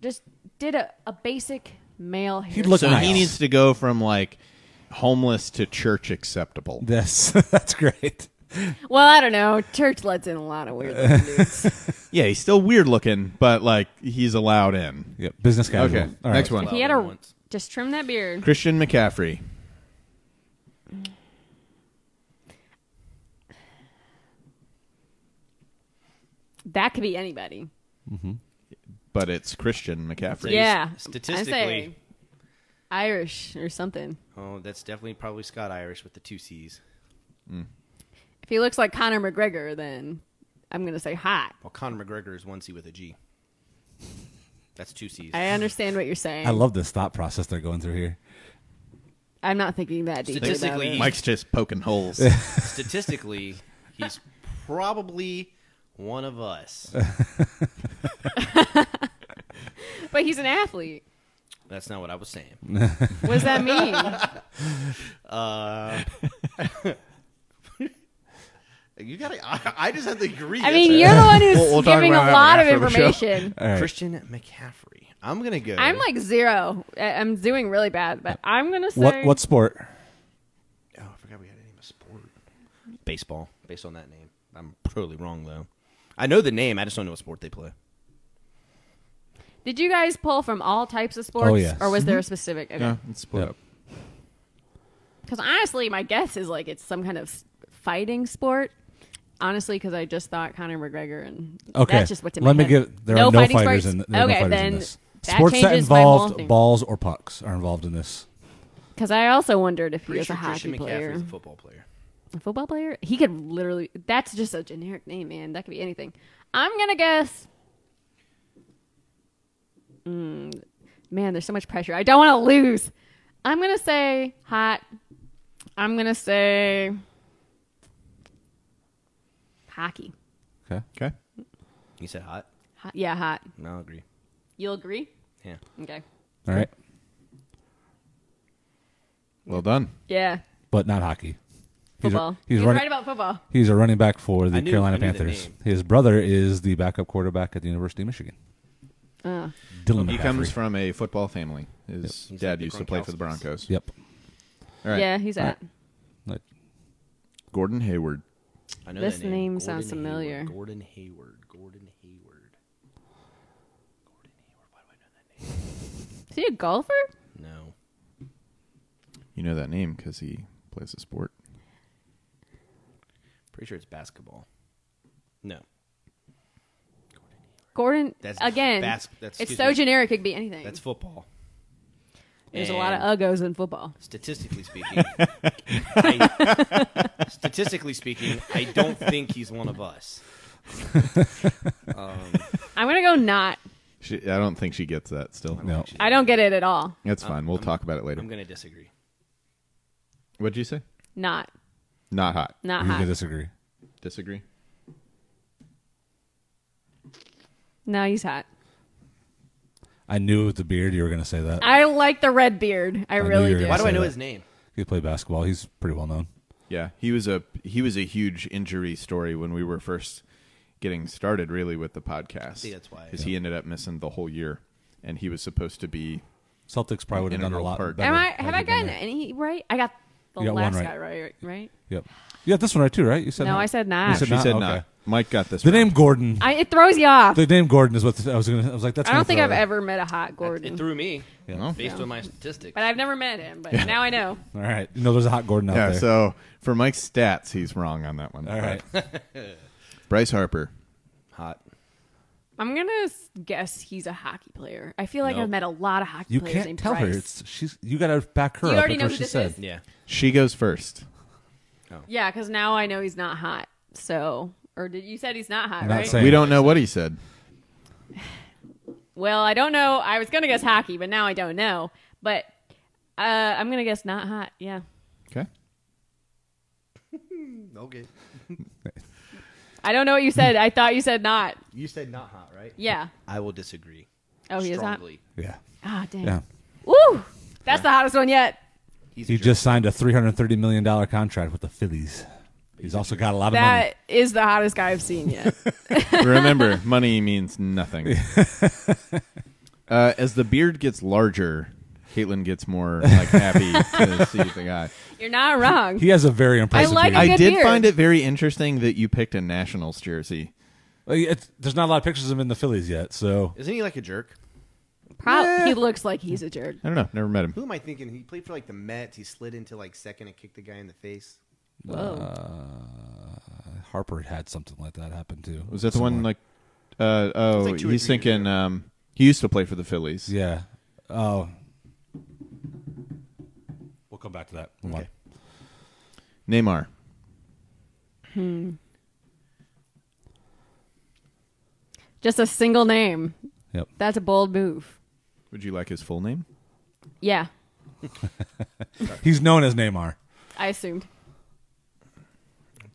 S2: just did a, a basic male hairstyle.
S1: He'd look
S3: so
S1: nice.
S3: he needs to go from like homeless to church acceptable.
S1: Yes, *laughs* that's great.
S2: well, I don't know. Church lets in a lot of weird
S3: *laughs*
S2: looking dudes.
S3: Yeah, he's still weird looking, but like he's allowed in.
S1: Yep, business casual.
S3: Okay,
S1: All right.
S3: next one.
S2: If he had a
S4: Once.
S2: just trim that beard.
S3: Christian McCaffrey.
S2: That could be anybody.
S3: but it's Christian
S1: *laughs*
S3: McCaffrey.
S2: Yeah, I
S4: statistically-
S2: say Irish or something.
S4: Oh, that's definitely probably Scott Irish with the two C's.
S2: If he looks like Conor McGregor, then I'm gonna say hot.
S4: Well, Conor McGregor is one C with a G. That's two C's.
S2: I *laughs* understand what you're saying.
S1: I love this thought process they're going through here.
S2: I'm not thinking that deeply. about
S4: Statistically,
S2: it.
S3: Mike's just
S1: *laughs*
S3: poking holes.
S4: Statistically, he's probably one of *laughs* us.
S2: but he's an athlete.
S4: That's not what I was saying.
S2: What does that mean?
S4: You gotta. I, I just have to agree.
S2: I mean, you're the one who's
S3: We'll- we'll talk
S2: giving a
S3: about that
S2: lot
S3: one
S2: of
S3: after the show. *laughs*
S2: information.
S1: right.
S4: Christian McCaffrey. I'm gonna go.
S2: I'm like zero. I- I'm doing really bad, but I'm gonna say
S1: What what sport?
S4: Oh, I forgot we had a name of sport. Baseball, based on that name. I'm totally wrong though. I know the name. I just don't know what sport they play.
S2: Did you guys pull from all types of
S3: Oh,
S2: sports,
S1: yes.
S2: or was there a specific?
S3: yeah, it's split
S1: Yep.
S3: up.
S2: Because honestly, my guess is like it's some kind of s- fighting sport. Honestly, because I just thought Conor McGregor and
S1: Okay,
S2: that's just what's in
S1: let
S2: my
S1: me
S2: head.
S1: give. There are no
S2: fighting
S1: fighters
S2: sports?
S1: in. There are
S2: okay,
S1: no fighters
S2: then
S1: in this.
S2: that
S1: Sports that
S2: changes my whole
S1: involved
S2: thing.
S1: balls or pucks are involved in this.
S2: Because I also wondered if he
S4: Pretty
S2: was
S4: sure
S2: a hockey
S4: Christian
S2: player,
S4: McCaffrey's a football player.
S2: a football player. He could literally. That's just a generic name, man. That could be anything. I'm gonna guess. Mm, man, there's so much pressure. I don't want to lose. I'm gonna say hot. I'm gonna say hockey.
S1: Okay.
S3: Okay.
S4: You said hot.
S2: Hot. Yeah, hot.
S4: No, I agree.
S2: You'll agree?
S4: Yeah.
S2: Okay.
S1: All right.
S3: Well done.
S2: Yeah.
S1: But not hockey. He's a-
S2: Football.
S1: He's,
S2: You're
S1: running.
S2: right about football.
S1: He's a running back for the
S4: I knew-
S1: Carolina
S4: I knew the
S1: Panthers.
S4: name.
S1: His brother is the backup quarterback at the University of Michigan.
S2: Oh.
S1: Dylan
S3: He
S1: McCaffrey.
S3: comes from a football family. His
S4: He's like
S3: dad
S4: the
S3: used to play for the
S4: Gronkowskis.
S3: Broncos.
S1: Yep.
S3: All right.
S2: Yeah, he's at.
S1: Like,
S3: Gordon Hayward.
S4: I know
S2: This
S4: that name.
S2: name sounds
S4: Gordon Hayward,
S2: familiar.
S4: Gordon Hayward. Gordon Hayward. Gordon Hayward. Why do I know
S2: Is he a golfer?
S4: that name? No.
S3: You know that name because he plays a sport.
S4: Pretty sure it's basketball. No. Gordon
S2: Gordon
S6: That's
S2: again.
S6: bas- that's-
S2: it's
S6: excuse
S2: so
S6: me.
S2: generic; it could be anything.
S6: That's football.
S2: There's a lot
S6: And-
S2: of uggos in football.
S6: statistically speaking, I, statistically speaking, I don't think he's one of us. Um,
S2: I'm gonna go not.
S3: She, I don't think she gets that still.
S1: No. Uh,
S2: I don't get it at all.
S3: That's fine. We'll talk about it later.
S6: I'm going to disagree.
S3: What'd you say?
S2: Not,
S3: Not hot.
S2: not
S1: You
S2: hot.
S1: can disagree.
S3: Disagree.
S2: No, he's hot.
S1: I knew with the beard you were going to say that.
S2: I like the red beard. I,
S1: knew
S2: really
S1: you were
S2: do.
S1: gonna
S6: Why do
S1: say
S6: I know
S1: that.
S6: his name?
S1: He played basketball. He's pretty well known.
S3: Yeah, he was a he was a huge injury story when we were first getting started, really, with the podcast.
S6: See, that's why.
S3: because he ended up missing the whole year, and he was supposed to be.
S1: Celtics probably would have done a
S3: Integral
S1: lot
S3: part.
S1: better.
S2: Am I?
S1: had
S2: Have
S1: he
S2: I
S1: been
S2: gotten
S1: there.
S2: any right? I got the
S1: You got one
S2: last
S1: right.
S2: guy right. Right?
S1: Yep. You got this one right too, right? You said
S2: No,
S1: not.
S2: I said not.
S1: You said
S3: she
S1: not?
S3: said
S1: Okay.
S3: not. Mike got this.
S1: The
S3: round.
S1: name Gordon.
S2: I, it throws you off.
S1: the name Gordon is what I was going to. I was like, that's.
S2: I don't
S1: gonna
S2: think
S1: throw
S2: I've
S1: it.
S2: ever met a hot Gordon,
S6: It threw me
S3: Yeah.
S6: based on my statistics.
S2: but I've never met him. But now I know.
S1: All right. You know, there's a hot Gordon out
S3: Yeah.
S1: there.
S3: So for Mike's stats, he's wrong on that one.
S1: All
S2: *laughs*
S1: right.
S3: Bryce Harper.
S6: Hot.
S2: I'm gonna s- guess he's a hockey player. I feel like I've met a lot of hockey
S1: You
S2: players.
S1: can't
S2: named
S1: tell her.
S2: Bryce.
S1: It's she's. You got to back her
S2: You
S1: up.
S2: already
S1: with
S2: know
S1: what
S2: who
S1: she
S2: this
S1: said.
S2: is.
S6: Yeah.
S3: She goes first.
S2: Yeah, because now I know he's not hot. So, or did you said he's not hot,
S1: Not
S2: right?
S1: saying-
S3: We don't know what he said.
S2: well, I don't know. I was gonna guess hockey, but now I don't know. But uh, I'm gonna guess not hot. Yeah,
S3: Okay.
S5: Okay.
S2: I don't know what you said. I thought you said not.
S5: You said not hot, right?
S2: Yeah.
S6: I will disagree.
S2: Oh, he
S6: strongly.
S2: is
S1: Yeah.
S2: not. Ah, dang.
S1: Yeah.
S2: Woo! That's the hottest one yet.
S6: He's a
S1: He
S6: jerk.
S1: just signed a three hundred thirty million dollar contract with the Phillies. He's also got a lot of money.
S2: That is the hottest guy I've seen yet.
S3: Remember, money
S6: *laughs*
S3: means nothing. uh, as the beard gets larger, Caitlin gets more like
S6: *laughs*
S3: happy to see the guy.
S2: You're not wrong.
S1: He has a very impressive.
S2: like
S1: beard.
S2: Good
S3: I did
S2: beard.
S3: find it very interesting that you picked a Nationals jersey.
S1: Well, it's- there's not a lot of pictures of him in the Phillies yet, so
S6: Isn't he like a jerk?
S2: Pro- He looks like he's a jerk.
S3: I don't know, never met him.
S6: Who am I thinking? He played for like the Mets. He slid into like second and kicked the guy in the face.
S2: Whoa.
S1: uh, Harper had something like that happen too.
S3: Was that the one
S1: Somewhere.
S3: like? Uh, oh,
S6: like two or
S3: he's
S6: three years
S3: thinking. Um, he used to play for the Phillies.
S1: Yeah. Oh. We'll come back to that. Hold on.
S3: Neymar.
S2: Just a single name.
S1: Yep.
S2: That's a bold move.
S3: Would you like his full name?
S2: Yeah,
S1: He's known as Neymar.
S2: I assumed.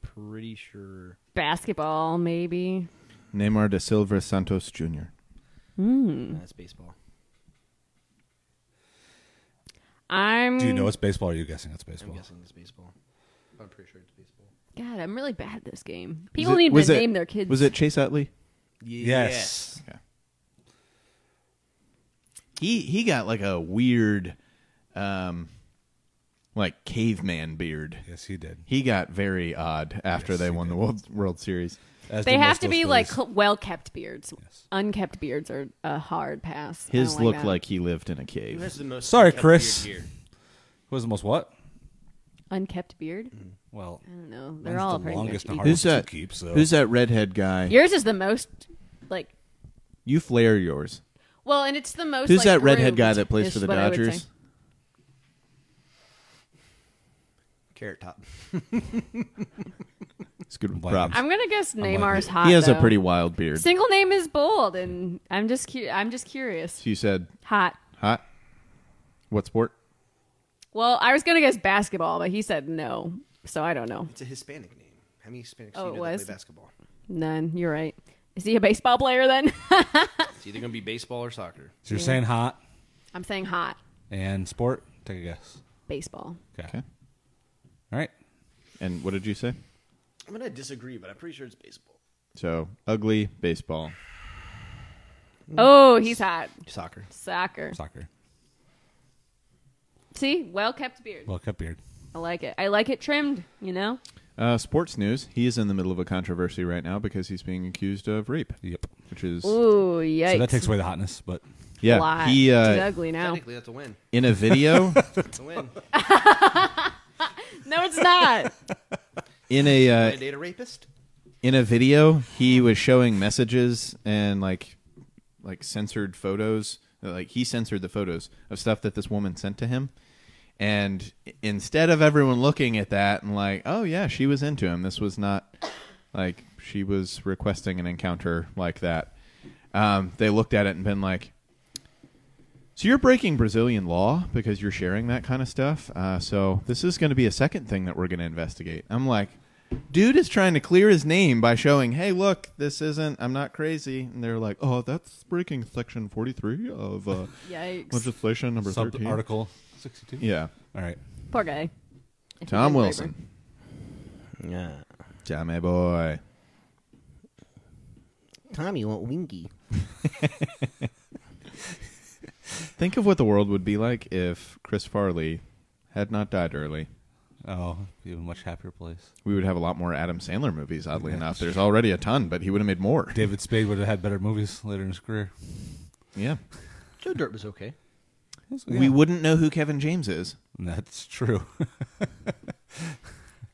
S6: Pretty sure.
S2: Basketball, maybe.
S3: Neymar da Silva Santos Jr.
S2: Mm.
S6: That's baseball.
S2: I'm.
S1: Do you know it's baseball? Or are you guessing it's baseball?
S6: I'm guessing it's baseball. I'm pretty sure it's baseball.
S2: God, I'm really bad at this game.
S3: Was
S2: People
S3: it-
S2: need
S3: was
S2: to
S3: it-
S2: name their kids.
S3: Was it Chase Utley?
S1: Yes.
S3: He he got like a weird, um, like caveman beard.
S1: Yes, he did.
S3: He got very odd after they won the World World Series.
S1: As
S2: They
S1: did
S2: have
S1: most
S2: to
S1: of
S2: be
S1: those
S2: like
S1: Phillies.
S2: well kept beards. Unkept beards are a hard pass. I
S3: His
S2: don't like
S3: looked
S2: that.
S3: like he lived in a
S6: Who
S3: cave.
S6: has the most
S1: Sorry,
S6: unkept
S1: Chris.
S6: beard here?
S1: Who was the most what?
S2: unkept beard.
S3: Mm.
S1: Well,
S2: I don't know. They're
S1: Mine's
S2: all
S1: the
S2: pretty
S1: longest and
S2: much equal.
S1: hardest.
S3: Who's that?
S1: To keep, so-
S3: Who's that redhead guy?
S2: Yours is the most like.
S3: you flare yours.
S2: Well, and it's the most.
S3: Who's
S2: like,
S3: that redhead
S2: groomed,
S3: guy that plays
S2: is
S3: for the
S2: what I would
S3: Dodgers?
S2: say.
S6: Carrot top.
S3: It's good with
S1: Blanking.
S3: props.
S2: I'm gonna guess Neymar's hot.
S3: he has a
S2: though.
S3: pretty wild beard. So
S2: single name is bold, and I'm just cu- I'm just curious.
S3: you said
S2: Hot.
S3: hot. What sport?
S2: Well, I was gonna guess basketball, but he said no, so I don't know.
S6: It's a Hispanic name. How many Hispanics
S2: Oh,
S6: do
S2: it
S6: you know that
S2: was?
S6: play basketball?
S2: None. You're right. Is he a baseball player then? *laughs*
S6: It's either going to be baseball or soccer.
S1: So you're saying hot
S2: I'm saying hot
S1: and sport? Take a guess.
S2: baseball.
S1: Okay.
S3: Okay.
S1: All right.
S3: And what did you say?
S6: I'm going to disagree, but I'm pretty sure it's baseball.
S3: So ugly baseball. Hmm.
S2: Oh, he's hot.
S6: Soccer.
S2: Soccer.
S1: Soccer.
S2: See, well kept beard.
S1: Well, cut beard.
S2: I like it. I like it trimmed. You know.
S3: Uh, sports news. He is in the middle of a controversy right now because he's being accused of rape,
S1: Yep.
S3: which is
S2: Ooh, yikes!
S1: So that takes away the hotness, but
S3: yeah.
S2: Lot.
S3: He
S2: He's
S3: uh,
S2: ugly now.
S6: Technically, that's a win.
S3: in
S2: *laughs*
S3: a video
S6: It's a
S4: *laughs*
S6: win.
S2: No, it's not. *laughs*
S3: in a uh,
S6: Can I date a rapist?
S3: in a video he was showing messages and like like censored photos uh, like he censored the photos of stuff that this woman sent to him and instead of everyone looking at that and like oh yeah she was into him this was not like she was requesting an encounter like that um, they looked at it and been like so you're breaking Brazilian law because you're sharing that kind of stuff. Uh, so this is going to be a second thing that we're going to investigate. I'm like, dude is trying to clear his name by showing, hey, look, this isn't. I'm not crazy. And they're like, oh, that's breaking section 43
S1: *laughs*
S3: of uh,
S2: Yikes.
S3: legislation number
S1: Sub
S3: 13.
S1: article sixty-two.
S3: Yeah,
S1: All right.
S2: Poor guy. If he
S3: Tom
S2: didn't
S3: Wilson,
S4: Yeah.
S3: Tommy boy.
S4: Tommy, you want Winky?
S3: Think of what the world would be like if Chris Farley had not died early.
S1: Oh, be a much happier place.
S3: We would have a lot more Adam Sandler movies. Oddly enough, there's already a ton, but he would have made more.
S1: David Spade would have had better movies later in his career.
S3: Yeah.
S4: Joe Dirt was okay.
S3: we wouldn't know who Kevin James is.
S1: That's true. *laughs*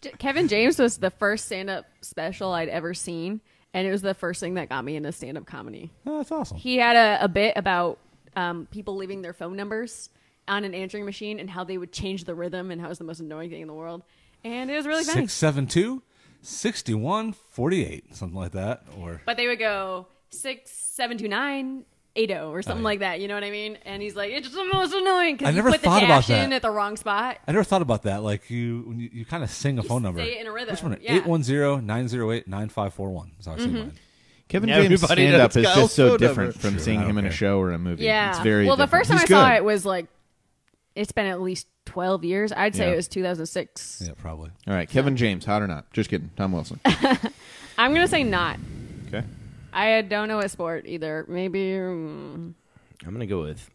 S2: J- Kevin James was the first stand up special I'd ever seen, and it was the first thing that got me into stand up comedy.
S1: Oh, that's awesome.
S2: He had a, a bit about um, people leaving their phone numbers on an answering machine and how they would change the rhythm and how it was the most annoying thing in the world. And it was really funny.
S1: 672 6148, something like that. Or
S2: But they would go six, seven, two, nine, eight, oh, or something
S1: yeah.
S2: like that. You know what I mean? And he's like, it's just the most annoying
S1: I
S2: because you
S1: never
S2: put the
S1: thought about
S2: dash in
S1: that.
S2: at the wrong spot.
S1: I never thought about that. Like you, when you, you kind of sing a phone number.
S2: say it in a rhythm,
S1: Which one?
S2: yeah. Mm-hmm.
S1: 810 908 9541. That's how I say mine.
S3: Kevin
S4: Everybody
S3: James stand up
S4: knows
S3: is
S4: Kyle's
S3: just so
S4: phone
S3: different
S4: number.
S3: from seeing
S1: I don't
S3: him in a
S1: care.
S3: show or a movie.
S2: Yeah.
S3: It's very
S2: well, the
S3: different.
S2: first time
S3: He's
S2: I saw
S3: good.
S2: it was like, it's been at least 12 years. I'd say
S3: Yeah.
S2: it was 2006.
S1: Yeah, probably.
S3: All right, Kevin James, hot or not? Just kidding. Tom Wilson.
S2: I'm going to say not.
S3: Okay.
S2: I don't know what sport either. Maybe mm,
S4: I'm going to go with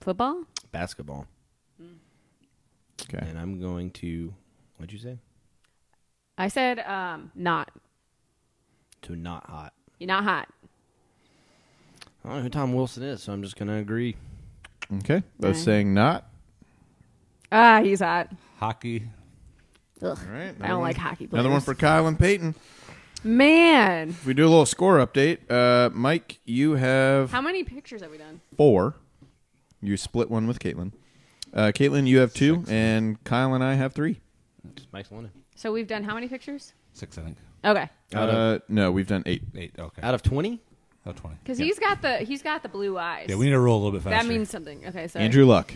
S2: football?
S4: basketball.
S3: Okay.
S4: And I'm going to, what'd you say?
S2: I said um, not.
S4: To not hot.
S2: You're not hot.
S4: I don't know who Tom Wilson is, so I'm just going to agree.
S3: Okay. Both
S2: right.
S3: saying not.
S2: Ah, he's hot.
S1: Hockey.
S2: Ugh.
S3: All right.
S2: I
S3: another
S2: don't
S3: one-
S2: like hockey players.
S3: Another one for Kyle and Peyton.
S2: Man.
S3: If we do a little score update, uh, Mike, you have
S2: How many pictures have we done?
S3: four. You split one with Caitlin. Uh, Caitlin, you have two, and Kyle and I have three.
S4: Just Mike's London.
S2: So we've done how many pictures?
S1: Six, I think.
S2: Okay.
S4: Out of-
S3: Uh, no, we've done eight.
S1: Eight. Okay.
S4: Out of 20?
S1: Oh, 20.
S2: Because he's got the he's got the blue eyes.
S1: Yeah, we need to roll a little bit faster.
S2: that means something. Okay, sorry.
S3: Andrew Luck.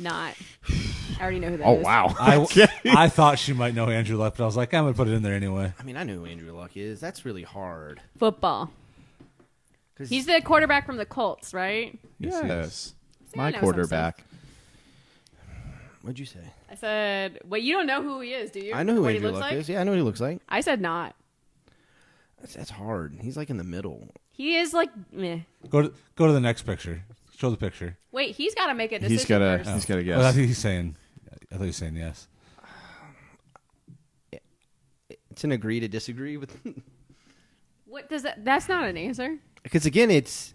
S2: Not.
S1: *sighs*
S2: I already know who that is.
S3: Oh
S4: *laughs*
S3: wow.
S1: I, I thought she might know Andrew Luck, but I was like, I'm going to put it in there anyway.
S4: I mean, I know who Andrew Luck is. That's really hard.
S2: Football.
S4: 'Cause-
S2: He's the quarterback from the Colts, right?
S3: yes.
S2: See, I
S3: My
S2: know some stuff.
S3: quarterback.
S4: What'd you say?
S2: I said, wait, you don't know who he is, do you?
S4: I know who
S2: what
S4: Andrew
S2: he looks
S4: Luck
S2: like?
S4: is. Yeah, I know what he looks like.
S2: I said not.
S4: That's, that's hard. He's like in the middle.
S2: He is like meh.
S1: Go to, go to the next picture. Show the picture.
S2: Wait, he's got to make a decision.
S3: He's got
S2: first.
S3: a he's got a
S1: Oh, I
S3: guess.
S1: think he's saying, I thought he was saying yes.
S4: It's an agree to disagree with. *laughs*
S2: What does that? That's not an answer.
S4: Because again, it's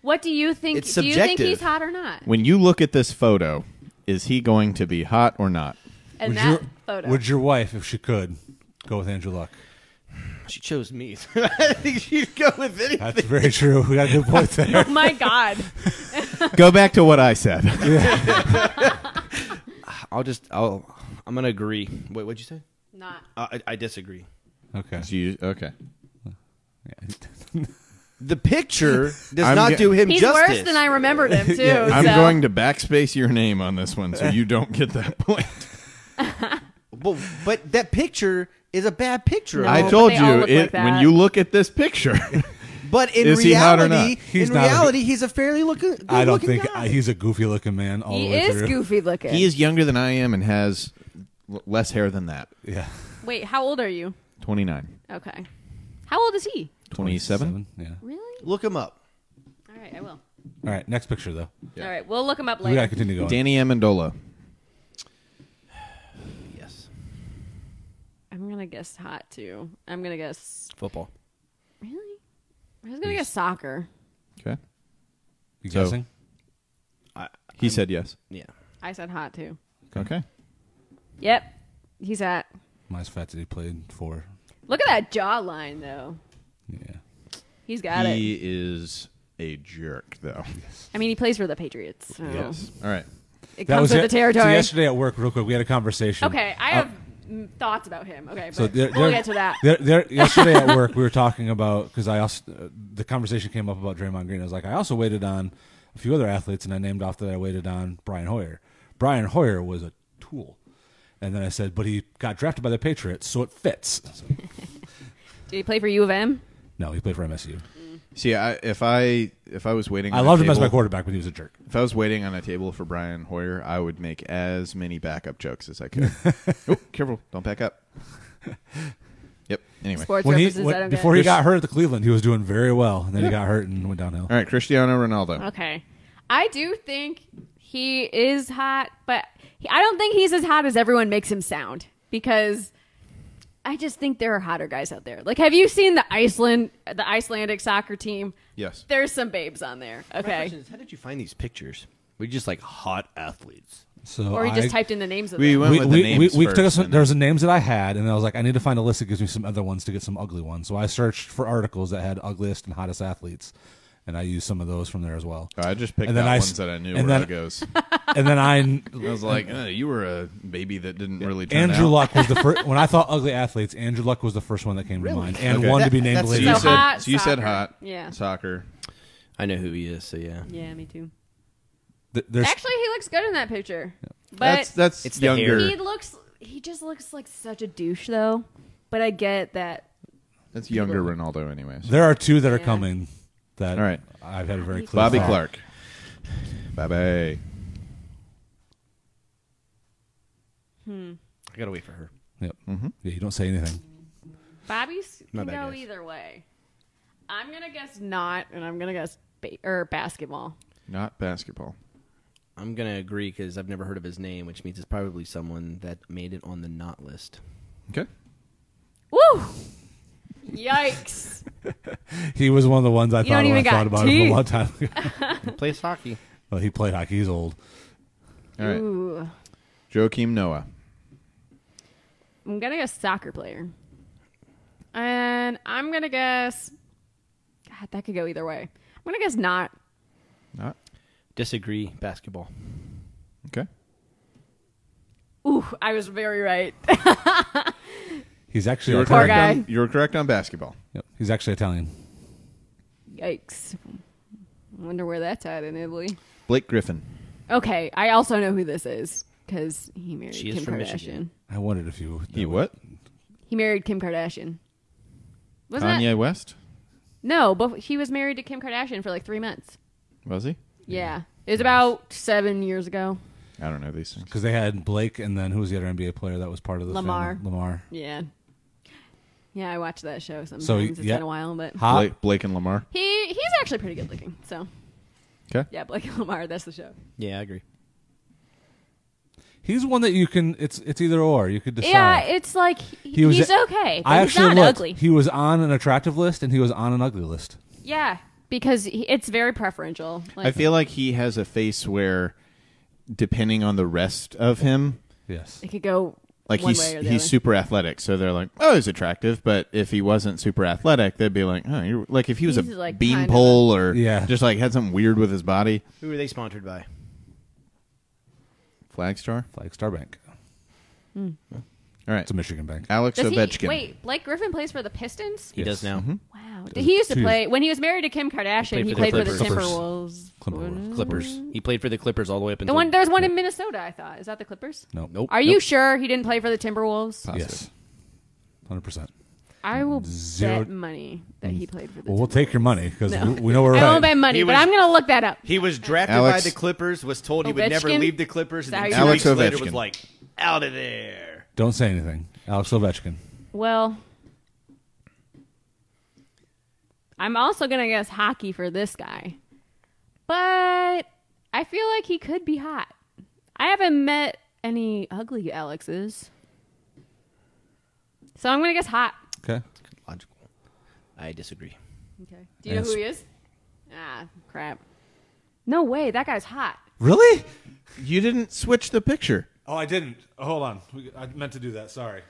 S2: What do you think?
S4: It's
S2: do you think
S4: subjective.
S2: he's hot or not?
S3: When you look at this photo, is he going to be hot or not? *laughs*
S2: And
S1: would,
S2: that
S1: your,
S2: photo.
S1: would your wife, if she could, go with Andrew Luck?
S4: she chose me. *laughs* so I think she'd go with anything.
S1: That's very true. We got a good point there.
S2: *laughs* oh
S1: *laughs*
S2: my god!
S3: Go back to what I *laughs* said.
S4: I'll just. I'll. I'm gonna agree. Wait, what'd you say?
S2: not.
S4: Uh, I, I disagree.
S1: Okay.
S3: You- okay.
S4: The picture *laughs* does
S3: I'm
S4: not
S3: ge-
S4: do him
S2: He's
S4: justice.
S2: worse than I
S1: *laughs*
S2: remembered him too.
S3: I'm
S2: so.
S3: going to backspace your name on this one so *laughs* you don't get that
S2: *laughs*
S3: point.
S4: But, but that picture is a bad picture.
S2: No.
S3: I
S2: but
S3: told
S2: they all
S3: you
S2: look like
S3: it, when
S2: that.
S3: you look at this *laughs* picture.
S4: But in
S3: Is
S4: reality,
S3: he hot or not?
S1: He's
S4: in
S1: not a-
S4: reality, he's a fairly looking.
S1: I don't
S4: good-looking
S1: think
S4: guy.
S1: I, he's a goofy looking man all the
S2: He
S1: way
S2: is
S1: through.
S2: goofy looking.
S3: he is younger than I am and has l- less hair than that.
S1: Yeah.
S2: Wait, how old are you?
S3: 29.
S2: Okay. How old is he?
S3: 27?
S1: Yeah.
S2: Really?
S4: Look him up.
S2: All right, I will.
S1: All right. Next picture though.
S3: Yeah.
S2: All right, we'll look him up
S1: We gotta
S2: later.
S1: continue going.
S3: Danny Amendola.
S4: Yes,
S2: I'm gonna guess hot too. I'm gonna guess
S4: football.
S2: really. I was gonna guess soccer.
S3: Okay.
S1: you
S3: So-
S1: guessing?
S3: He said yes.
S4: Yeah,
S2: I said hot too.
S3: Okay.
S2: Yep, he's hot.
S1: Mine's fat that he played for.
S2: Look at that jawline, though.
S1: Yeah.
S2: He's got it.
S3: he is a jerk, though.
S2: I mean, he plays for the Patriots. So
S3: All right.
S2: It comes with the territory.
S1: So yesterday at work, real quick, we had a conversation.
S2: okay, I have mm, thoughts about him. Okay,
S1: Uh, So
S2: but
S1: there,
S2: we'll
S1: there-
S2: get to that.
S1: there- there- yesterday at work, we were talking about because I also uh, the conversation came up about Draymond Green. I was like, I also waited on a few other athletes, and I named off that I waited on Brian Hoyer. Brian Hoyer was a tool, and then I said, but he got drafted by the Patriots, so it fits. So,
S2: Did he play for U of M?
S1: no, he played for MSU.
S3: See, I, if I if I was waiting,
S1: I
S3: on a
S1: loved him as
S3: table-
S1: my quarterback, but he was a jerk.
S3: If I was waiting on a table for Brian Hoyer, I would make as many backup jokes as
S1: *laughs*
S3: I could. oh, careful! Don't back up. Yep. Anyway,
S2: Sports
S1: When he
S2: references.
S1: when-
S2: I don't get.
S1: before he got hurt at the Cleveland, he was doing very well, and then he got hurt and went downhill.
S3: all right, Cristiano Ronaldo.
S2: Okay, I do think he is hot, but he, I don't think he's as hot as everyone makes him sound because. I just think there are hotter guys out there. Like, have you seen the Iceland, the Icelandic soccer team?
S3: Yes.
S2: There's some babes on there. Okay,
S4: How did you find these pictures? We just like hot athletes.
S1: So
S2: or he
S1: I-
S2: just typed in the names of
S3: We
S2: them.
S3: went with the names
S1: we
S3: first,
S1: took us.
S3: and-
S1: There was the names that I had, and I was like, I need to find a list that gives me some other ones to get some ugly ones. So I searched for articles that had ugliest and hottest athletes, and I used some of those from there as well.
S3: I just picked
S1: And then
S3: out
S1: I s-
S3: ones that I knew
S1: and
S3: where
S1: then-
S3: it goes.
S1: And then I,
S3: *laughs* I
S1: *laughs*
S3: was like, "Uh, you were a baby that didn't really turn
S1: Andrew
S3: out.
S1: Luck was the first. When I thought ugly athletes, Andrew Luck was the first one that came to mind, and
S3: Okay.
S1: one to be
S2: *laughs*
S4: That-
S1: named
S4: that's
S3: So
S1: later.
S3: you
S2: So
S3: said
S2: hot
S3: so you said
S2: soccer.
S3: hot.
S2: Yeah.
S3: Soccer.
S4: I know who he is, so yeah.
S2: Yeah, me too.
S1: Th- there's-
S2: Actually, he looks good in that picture. But
S3: that's that's
S4: It's the
S3: younger.
S2: he looks he just looks like such a douche though. But I get that.
S3: That's younger Ronaldo, anyways.
S1: there are two that are
S2: Yeah.
S1: coming. That
S3: All right.
S1: I've had a very clear
S3: Bobby
S1: thought.
S3: Clark. Bobby.
S4: I gotta wait for her.
S1: Yep.
S3: Mm-hmm.
S1: Yeah, you don't say anything.
S2: Bobby's
S4: My
S2: can
S4: bad,
S2: go
S4: guys.
S2: either way. I'm gonna guess not, and I'm gonna guess ba- or basketball.
S3: Not basketball.
S4: I'm gonna agree because I've never heard of his name, which means it's probably someone that made it on the not list.
S3: Okay.
S2: Woo! Yikes!
S1: He was one of the ones I
S2: don't
S1: thought when I
S2: even got
S1: thought about him
S2: teeth.
S1: a long time ago. *laughs*
S4: Plays hockey.
S1: well, he played hockey. He's old.
S3: All right.
S2: Ooh,
S3: Joakim Noah.
S2: I'm gonna guess soccer player, and I'm gonna guess. God, that could go either way. I'm gonna guess not.
S3: Not.
S4: *laughs* Disagree. Basketball.
S3: Okay.
S2: Ooh, I was very right. *laughs*
S1: He's actually
S3: You were,
S1: Italian.
S3: correct
S2: guy.
S3: on, you were correct on basketball.
S1: Yep. He's actually Italian.
S2: Yikes! Wonder where that's at in Italy.
S3: Blake Griffin.
S2: Okay, I also know who this is because he married
S4: She is
S2: Kim
S4: from
S2: Kardashian.
S4: Michigan.
S1: I wondered if you.
S3: He what?
S2: He married Kim Kardashian. Wasn't that-
S3: Kanye West?
S2: No, but he was married to Kim Kardashian for like three months.
S3: Was he?
S2: Yeah, it was about seven years ago.
S3: I don't know these things.
S1: Because they had Blake, and then who was the other NBA player that was part of the
S2: Lamar.
S1: family? Lamar.
S2: Yeah, yeah, I watched that show sometimes.
S1: So
S2: it's
S1: yeah,
S2: been a while, but
S1: hot.
S3: Blake, Blake and Lamar.
S2: he he's actually pretty good looking. So
S3: Okay.
S2: yeah, Blake Lamar, that's the show.
S4: Yeah, I agree.
S1: He's one that you can. It's it's either or. You could decide.
S2: Yeah, it's like he,
S1: He was-
S2: he's okay. but
S1: I
S2: he's
S1: actually
S2: not
S1: looked.
S2: ugly.
S1: He was on an attractive list, and he was on an ugly list.
S2: yeah, because he, it's very preferential. Like,
S3: I feel like he has a face where, depending on the rest of him,
S1: Yes.
S2: it could go
S3: like
S2: one
S3: he's
S2: way or the
S3: he's
S2: other.
S3: super athletic, so they're like, oh, he's attractive. But if he wasn't super athletic, they'd be like, oh, you're like if he was
S2: He's,
S3: a
S2: like, kind of a-
S3: beanpole or
S1: Yeah.
S3: just like had something weird with his body.
S4: Who were they sponsored by?
S3: Flagstar.
S1: Like Starbank.
S2: Hmm.
S3: All right,
S1: It's a Michigan bank.
S3: Alex
S2: Does
S3: Ovechkin.
S2: He, wait, Blake Griffin plays for the Pistons.
S4: He
S1: Yes.
S4: does now.
S3: Mm-hmm.
S2: Wow, he used to
S1: Two.
S2: play when he was married to Kim Kardashian. He
S4: He
S2: played
S4: played
S2: for
S4: for
S2: the
S4: the
S1: Clippers.
S2: Timberwolves.
S1: Clippers.
S4: Clippers. He played for the Clippers all the way up
S2: Mm. The
S4: until
S2: one there's one in Minnesota. I thought is that the Clippers.
S1: Nope. Uh,
S4: Nope.
S2: Are you sure he didn't play for the Timberwolves?
S3: Possible.
S1: Yes. Hundred percent.
S2: I will
S1: Zero- Mm.
S2: bet money that he played for the.
S1: Well, we'll
S2: Timberwolves.
S1: take your money because
S2: No.
S1: we, we know we're
S2: I won't
S1: right.
S2: bet money,
S4: He
S2: but
S4: was-
S2: I'm gonna look that up.
S4: He was drafted
S3: Alex-
S4: by the Clippers, was told he would never
S2: Ovechkin?
S4: leave the Clippers, and
S2: Is
S4: then two
S2: that how you
S4: weeks
S3: pronounce it?
S4: later
S3: Ovechkin.
S4: was like, out of there.
S1: Don't say anything. Alex Ovechkin.
S2: Well, I'm also gonna guess hockey for this guy, but I feel like he could be hot. I haven't met any ugly Alexes, so I'm gonna guess hot.
S1: Okay.
S4: Logical. I disagree.
S2: Okay. Do you know
S1: Yes.
S2: who he is? Ah, crap. No way, that guy's hot.
S1: Really?
S3: You didn't switch the picture.
S1: Oh, I didn't. Hold on. I meant to do that. Sorry.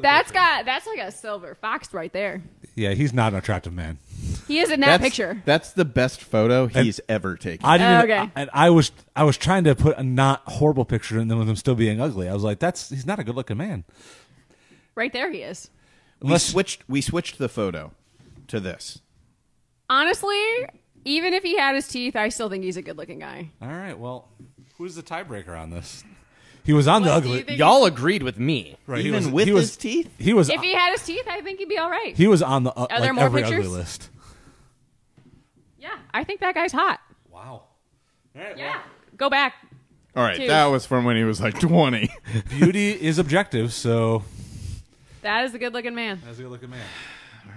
S2: That's got that's like a silver fox right there.
S1: Yeah, he's not an attractive man.
S2: He is in that
S3: That's-
S2: picture.
S3: That's the best photo he's ever taken.
S1: I didn't.
S2: Oh, okay.
S1: I, and I was I was trying to put a not horrible picture in them with him still being ugly. I was like, that's he's not a good looking man.
S2: Right there he is.
S3: we
S1: Unless
S3: switched. We switched the photo to this.
S2: Honestly, even if he had his teeth, I still think he's a good looking guy.
S1: all right, well, who's the tiebreaker on this? He was on the
S2: What do you
S1: ugly.
S2: think-
S6: Y'all agreed with me.
S1: Right, he
S3: Even
S1: was,
S3: with
S1: he was,
S3: his teeth.
S1: He was.
S2: If he had his teeth, I think he'd be all right.
S1: he was on the uh,
S2: Are there
S1: like
S2: more
S1: every
S2: pictures?
S1: ugly list.
S2: yeah, I think that guy's hot.
S1: Wow. All right,
S2: Yeah. Go back.
S3: All right,
S2: Two.
S3: that was from when he was like twenty.
S1: well, beauty is objective, so
S2: That is a good looking man.
S1: that's a good looking man.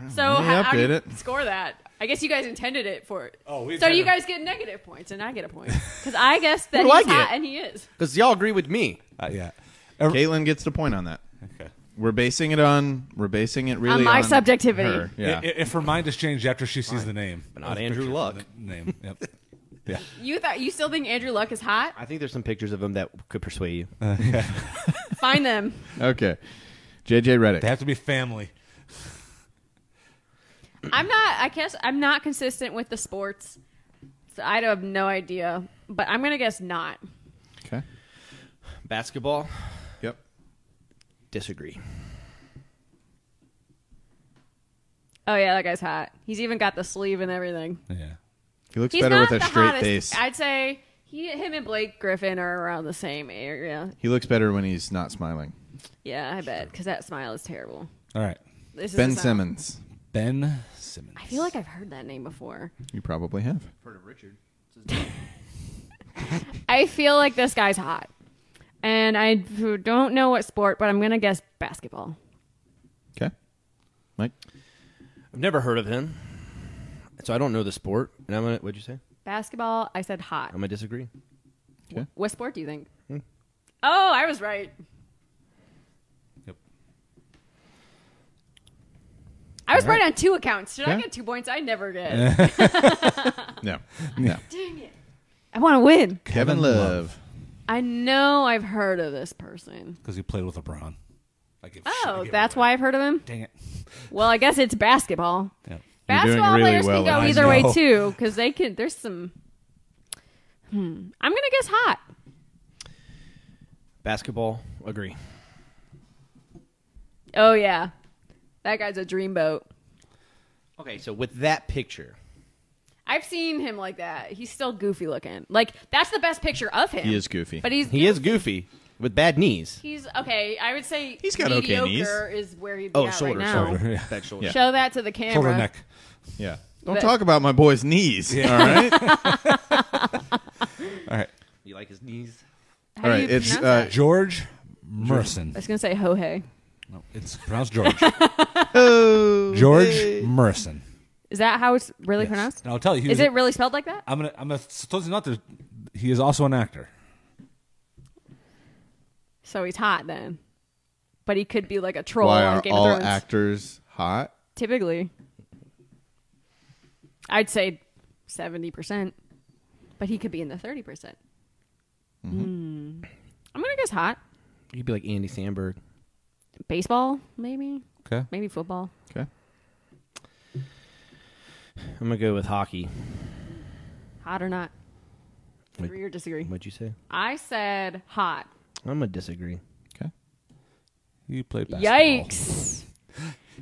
S2: So
S3: me
S2: how, how do
S3: update
S2: you
S3: it.
S2: score that? I guess you guys intended it for it.
S1: Oh, we
S2: so you
S1: intended-
S2: guys get negative points and I get a point because I guess that
S6: do
S2: he's
S6: I get?
S2: hot and he is.
S6: Because y'all agree with me.
S1: Uh, yeah. Every-
S3: *laughs* Caitlin gets the point on that.
S1: okay.
S3: We're basing it on. We're basing it really on
S2: my subjectivity.
S3: her. Yeah.
S1: I- i- if her mind is changed after she sees the name,
S6: But not Andrew Luck.
S1: name. Yep. *laughs* Yeah.
S2: You thought you still think Andrew Luck is hot?
S6: I think there's some pictures of him that could persuade you.
S1: Uh,
S2: Find them.
S3: okay. JJ Reddick.
S1: They have to be family.
S2: I'm not. I guess I'm not consistent with the sports, so I have no idea. But I'm gonna guess not.
S3: okay.
S6: Basketball?
S3: Yep.
S6: Disagree.
S2: Oh yeah, that guy's hot. He's even got the sleeve and everything.
S1: Yeah.
S3: He looks
S2: He's
S3: better
S2: not
S3: with a
S2: the
S3: straight
S2: hottest.
S3: face.
S2: I'd say he, him, and Blake Griffin are around the same area.
S3: He looks better when he's not smiling.
S2: Yeah, I bet because that smile is terrible.
S1: All right.
S2: This is a
S3: Ben
S2: smile.
S3: Simmons.
S1: Ben Simmons.
S2: I feel like I've heard that name before.
S3: You probably have.
S6: Heard of Richard.
S2: I feel like this guy's hot, and I don't know what sport, but I'm gonna guess basketball.
S3: Okay. Mike.
S6: I've never heard of him. So I don't know the sport. And I'm going to, what'd you say?
S2: Basketball. I said hot.
S6: I'm going to disagree.
S3: Okay.
S2: What sport do you think?
S3: Hmm.
S2: Oh, I was right.
S1: Yep.
S2: I was right. on two accounts. Should I
S3: Yeah.
S2: get two points? I
S3: *laughs*
S2: never get.
S1: *laughs*
S3: No. No.
S2: I want to win.
S3: Kevin Love.
S2: I know I've heard of this person.
S1: because he played with LeBron. I give a shit. I
S2: Oh,
S1: give
S2: that's
S1: a-
S2: why I've heard of him.
S1: Dang it.
S2: Well, I guess it's basketball.
S1: Yeah.
S3: You're doing
S2: Basketball
S3: really
S2: players
S3: well
S2: can go
S3: on this.
S2: either way
S1: No.
S2: too, because they can. There's some. Hmm. I'm gonna guess hot.
S6: Basketball? Agree.
S2: Oh yeah, that guy's a dreamboat.
S6: Okay, so with that picture,
S2: I've seen him like that. He's still goofy looking. Like that's the best picture of him.
S3: He is goofy.
S2: But he's
S6: he is goofy with bad knees.
S2: He's okay. I would say
S3: He's got okay
S2: mediocre
S3: knees.
S2: is where he'd be
S6: Oh,
S2: at
S6: shoulder,
S2: right now.
S1: Shoulder, yeah.
S6: Back shoulder.
S3: Yeah.
S2: Show that to the camera.
S1: Shoulder neck.
S3: Yeah. Don't
S2: But-
S3: talk about my boy's knees. All right.
S1: All right.
S6: You like his knees?
S2: How
S3: All
S2: do
S3: right.
S2: you
S3: It's
S2: pronounce
S3: uh,
S2: that?
S1: George
S2: I
S1: Merson.
S2: was gonna say Hohe.
S1: No, it's pronounced
S2: *laughs*
S1: George. George Merson.
S2: Is that how it's really
S1: Yes.
S2: pronounced?
S1: And I'll tell you. He
S2: Is
S1: was-
S2: it really spelled like that?
S1: I'm gonna. I'm gonna. Supposed not to. He is also an actor.
S2: So he's hot then, but he could be like a troll
S3: why
S2: on
S3: are
S2: Game of
S3: all
S2: Thrones.
S3: actors hot?
S2: Typically, I'd say seventy percent, but he could be in the thirty percent.
S1: Mm-hmm.
S2: Hmm. I'm gonna guess hot.
S6: You'd be like Andy Sandberg.
S2: Baseball, maybe,
S1: Okay.
S2: maybe football.
S3: Okay.
S6: I'm going to go with hockey.
S2: Hot or not?
S6: Wait.
S2: Agree or disagree?
S6: What'd you say?
S2: I said hot.
S6: I'm going to disagree.
S3: Okay.
S1: He played basketball.
S2: Yikes.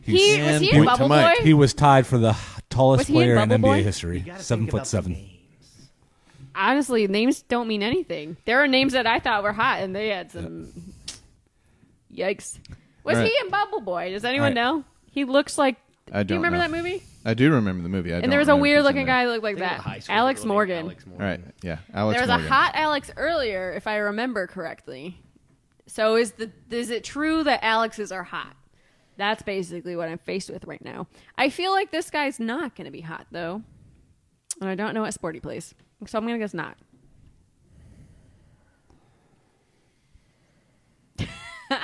S2: He, was he
S3: And
S2: a
S3: point to
S2: bubble boy?
S3: Mike.
S1: He was tied for the tallest
S2: Was he in
S1: player in
S2: Bubble
S1: NBA
S2: Boy?
S1: history. Seven foot seven.
S2: Honestly, names don't mean anything. There are names that I thought were hot, and they had some. Yikes. Was
S3: All right.
S2: he in Bubble Boy? Does anyone
S1: All right.
S2: know? He looks like.
S3: I
S2: Do you
S3: don't
S2: remember
S3: know.
S2: that movie?
S3: I do remember the movie. I
S2: And there was a weird looking guy that looked like
S6: Think of a high
S2: that.
S6: school
S2: Alex
S6: girl named
S2: Morgan.
S6: Alex
S3: All
S6: Morgan.
S3: right. Yeah. Alex
S2: there was
S3: Morgan.
S2: a hot Alex earlier, if I remember correctly. So is the is it true that Alexes are hot? That's basically what I'm faced with right now. I feel like this guy's not going to be hot though, and I don't know what sport he plays, so I'm going to guess not. *laughs*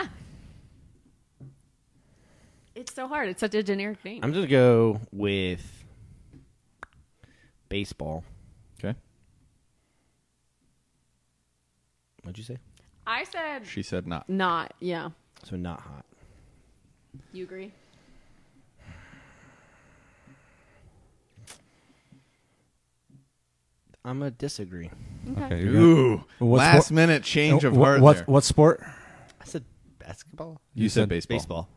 S2: it's so hard. It's such a generic name.
S6: I'm just gonna go with baseball.
S3: Okay.
S6: What'd you say?
S2: I said
S3: She said not.
S2: not. Yeah.
S6: So not hot.
S2: You agree?
S4: I'm gonna disagree.
S2: Okay.
S1: Okay. you're gonna-
S3: Ooh,
S1: What's
S3: last
S1: what-
S3: minute change of
S1: Wh-
S3: heart
S1: What,
S3: there.
S1: what sport?
S5: I said basketball.
S3: you, said, baseball.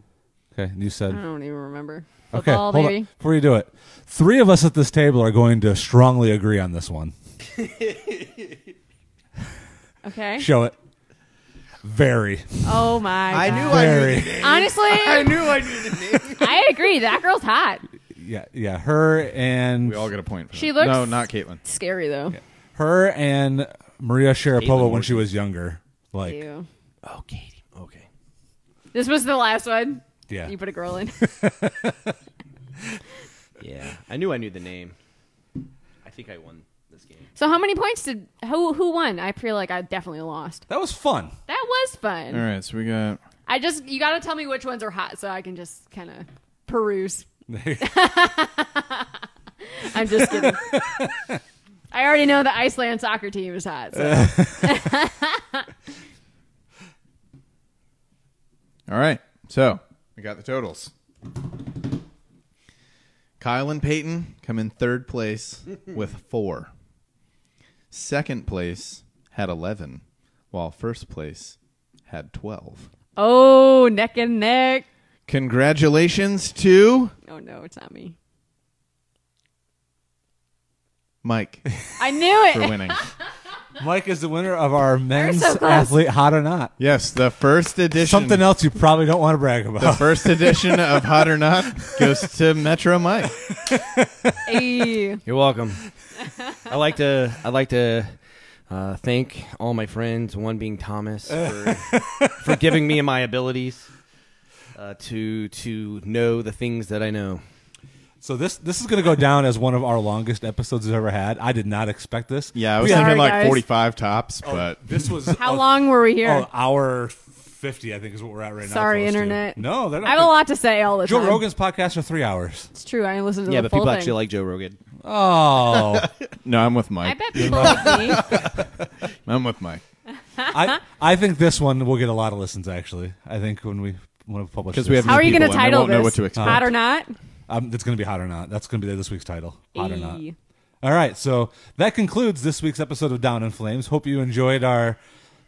S1: Okay, you said.
S2: I don't even remember.
S1: Okay,
S2: Football,
S1: hold
S2: maybe.
S1: on. Before you do it, three of us at this table are going to strongly agree on this one.
S2: Okay.
S1: Show it. Very,
S2: Oh my.
S4: I
S2: God.
S4: knew
S1: very.
S2: Honestly, I *laughs* knew I knew the name. I agree. That girl's hot.
S1: *laughs* Yeah, yeah. Her and
S3: We all get a point. For
S2: She
S3: that. No,
S2: looks-
S3: not Caitlin.
S2: Scary though.
S1: her and Maria Sharapova when
S4: Morgan.
S1: she was younger. Like,
S2: Ew.
S4: *laughs* Oh, Katie. Okay.
S2: This was the last one.
S1: yeah.
S2: You put a girl in.
S1: *laughs*
S4: Yeah, I knew I knew the name. I think I won this game.
S2: so how many points did who who won? I feel like I definitely lost.
S1: That was fun. *laughs*
S2: That was fun.
S3: All right, so we got.
S2: I just you got to tell me which ones are hot so I can just kind of peruse. I'm
S1: *laughs*
S2: just kidding. I already know the Iceland soccer team is hot.
S1: *laughs*
S2: So.
S3: All right, so we got the totals. Kyle and Peyton come in third place with four. Second place had eleven, while first place had twelve.
S2: Oh, neck and neck.
S3: Congratulations to
S2: Oh no, it's not me.
S3: Mike
S2: I knew *laughs*
S3: for
S2: it.
S3: winning.
S1: Mike is the winner of our men's
S2: so close.
S1: athlete, hot or not.
S3: yes, the first edition.
S1: Something else you probably don't want to brag
S3: The
S1: about.
S3: first edition of Hot or Not goes to Metro Mike.
S2: Ayy. *laughs*
S4: You're welcome. I like to I like to uh, thank all my friends, one being
S2: *laughs*
S4: Thomas, for, for giving me my abilities uh, to to know the things that I know.
S1: so this this is going to go down as one of our longest episodes we've ever had. I did not expect this.
S3: Yeah, I was
S1: We Oh. had-
S2: Sorry,
S3: thinking like
S2: guys.
S3: 45 tops, but
S1: this was
S2: How
S1: a-
S2: long were we here?
S1: Oh, hour fifty, I think, is what we're at right now.
S2: Sorry,
S1: close to.
S2: internet.
S1: No, they're not.
S2: I have a lot to say all the
S1: Joe
S2: time.
S1: Rogan's podcasts are three
S3: *laughs*
S1: hours.
S2: It's true. I listen to
S4: Yeah,
S2: the
S4: but
S2: full
S4: people
S2: thing.
S4: actually like Joe Rogan.
S1: Oh,
S3: no, I'm with
S2: I
S3: Mike.
S2: bet people like me.
S3: I'm with Mike.
S1: I I think this one will get a lot of listens. Actually, I think when we when we publish
S3: 'Cause we
S1: this.
S3: have-
S2: How are you going
S3: People, and
S2: to
S3: they
S2: title
S3: won't
S2: this?
S3: know what to expect.
S2: Hot or not?
S1: um, it's going to be hot or not. That's going to be this week's title. Hot or not.
S2: Ayy.
S1: All right, so that concludes this week's episode of Down in Flames. Hope you enjoyed our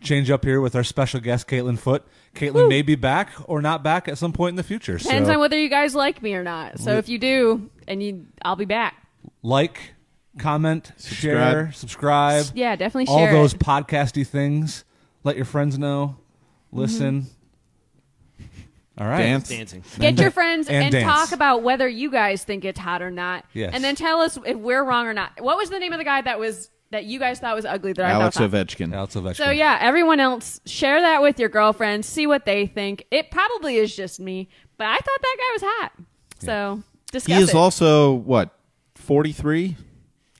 S1: change up here with our special guest Caitlin Foot. Caitlin may be back or not back at some point in the future.
S2: Depends
S1: so
S2: on whether you guys like me or not. So if you do, and you, I'll be back.
S1: like, comment, share, subscribe.
S2: Yeah, definitely
S1: all
S2: share
S1: those
S2: it.
S1: podcasty things. Let your friends know. Listen.
S2: Mm-hmm.
S1: All right.
S3: Dance.
S4: Dancing.
S2: Get your friends
S1: and
S2: and,
S1: dance.
S2: talk about whether you guys think it's hot or not.
S1: Yes.
S2: And then tell us if we're wrong or not. What was the name of the guy that was that you guys thought was ugly that
S3: Alex
S2: I thought was hot?
S3: Ovechkin.
S1: Alex Ovechkin.
S2: So yeah, everyone else share that with your girlfriends, see what they think. It probably is just me, but I thought that guy was hot. So discuss
S3: He is
S2: it.
S3: also what 43.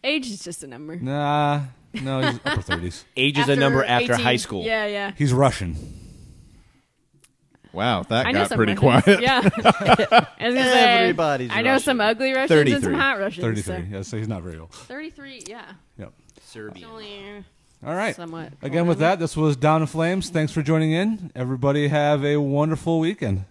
S2: Age is just a number.
S1: Nah. No, he's upper thirties.
S4: Age is a number after
S2: 18
S4: high school.
S2: Yeah, yeah.
S1: He's Russian.
S3: Wow, that
S2: I know
S3: got
S2: some
S3: pretty
S2: Russians.
S3: quiet.
S2: Yeah. *laughs* I was gonna say,
S5: Everybody's
S2: I know
S5: Russian.
S2: some ugly Russians and some
S3: 33.
S2: hot Russians.
S1: Thirty-three.
S2: So.
S1: Yeah, so he's not very old.
S2: 33, yeah.
S1: Yep.
S4: Serbian.
S2: Only-
S1: All right.
S2: Somewhat.
S1: Again, with that, this was Down in Flames. Thanks for joining in. Everybody, have a wonderful weekend.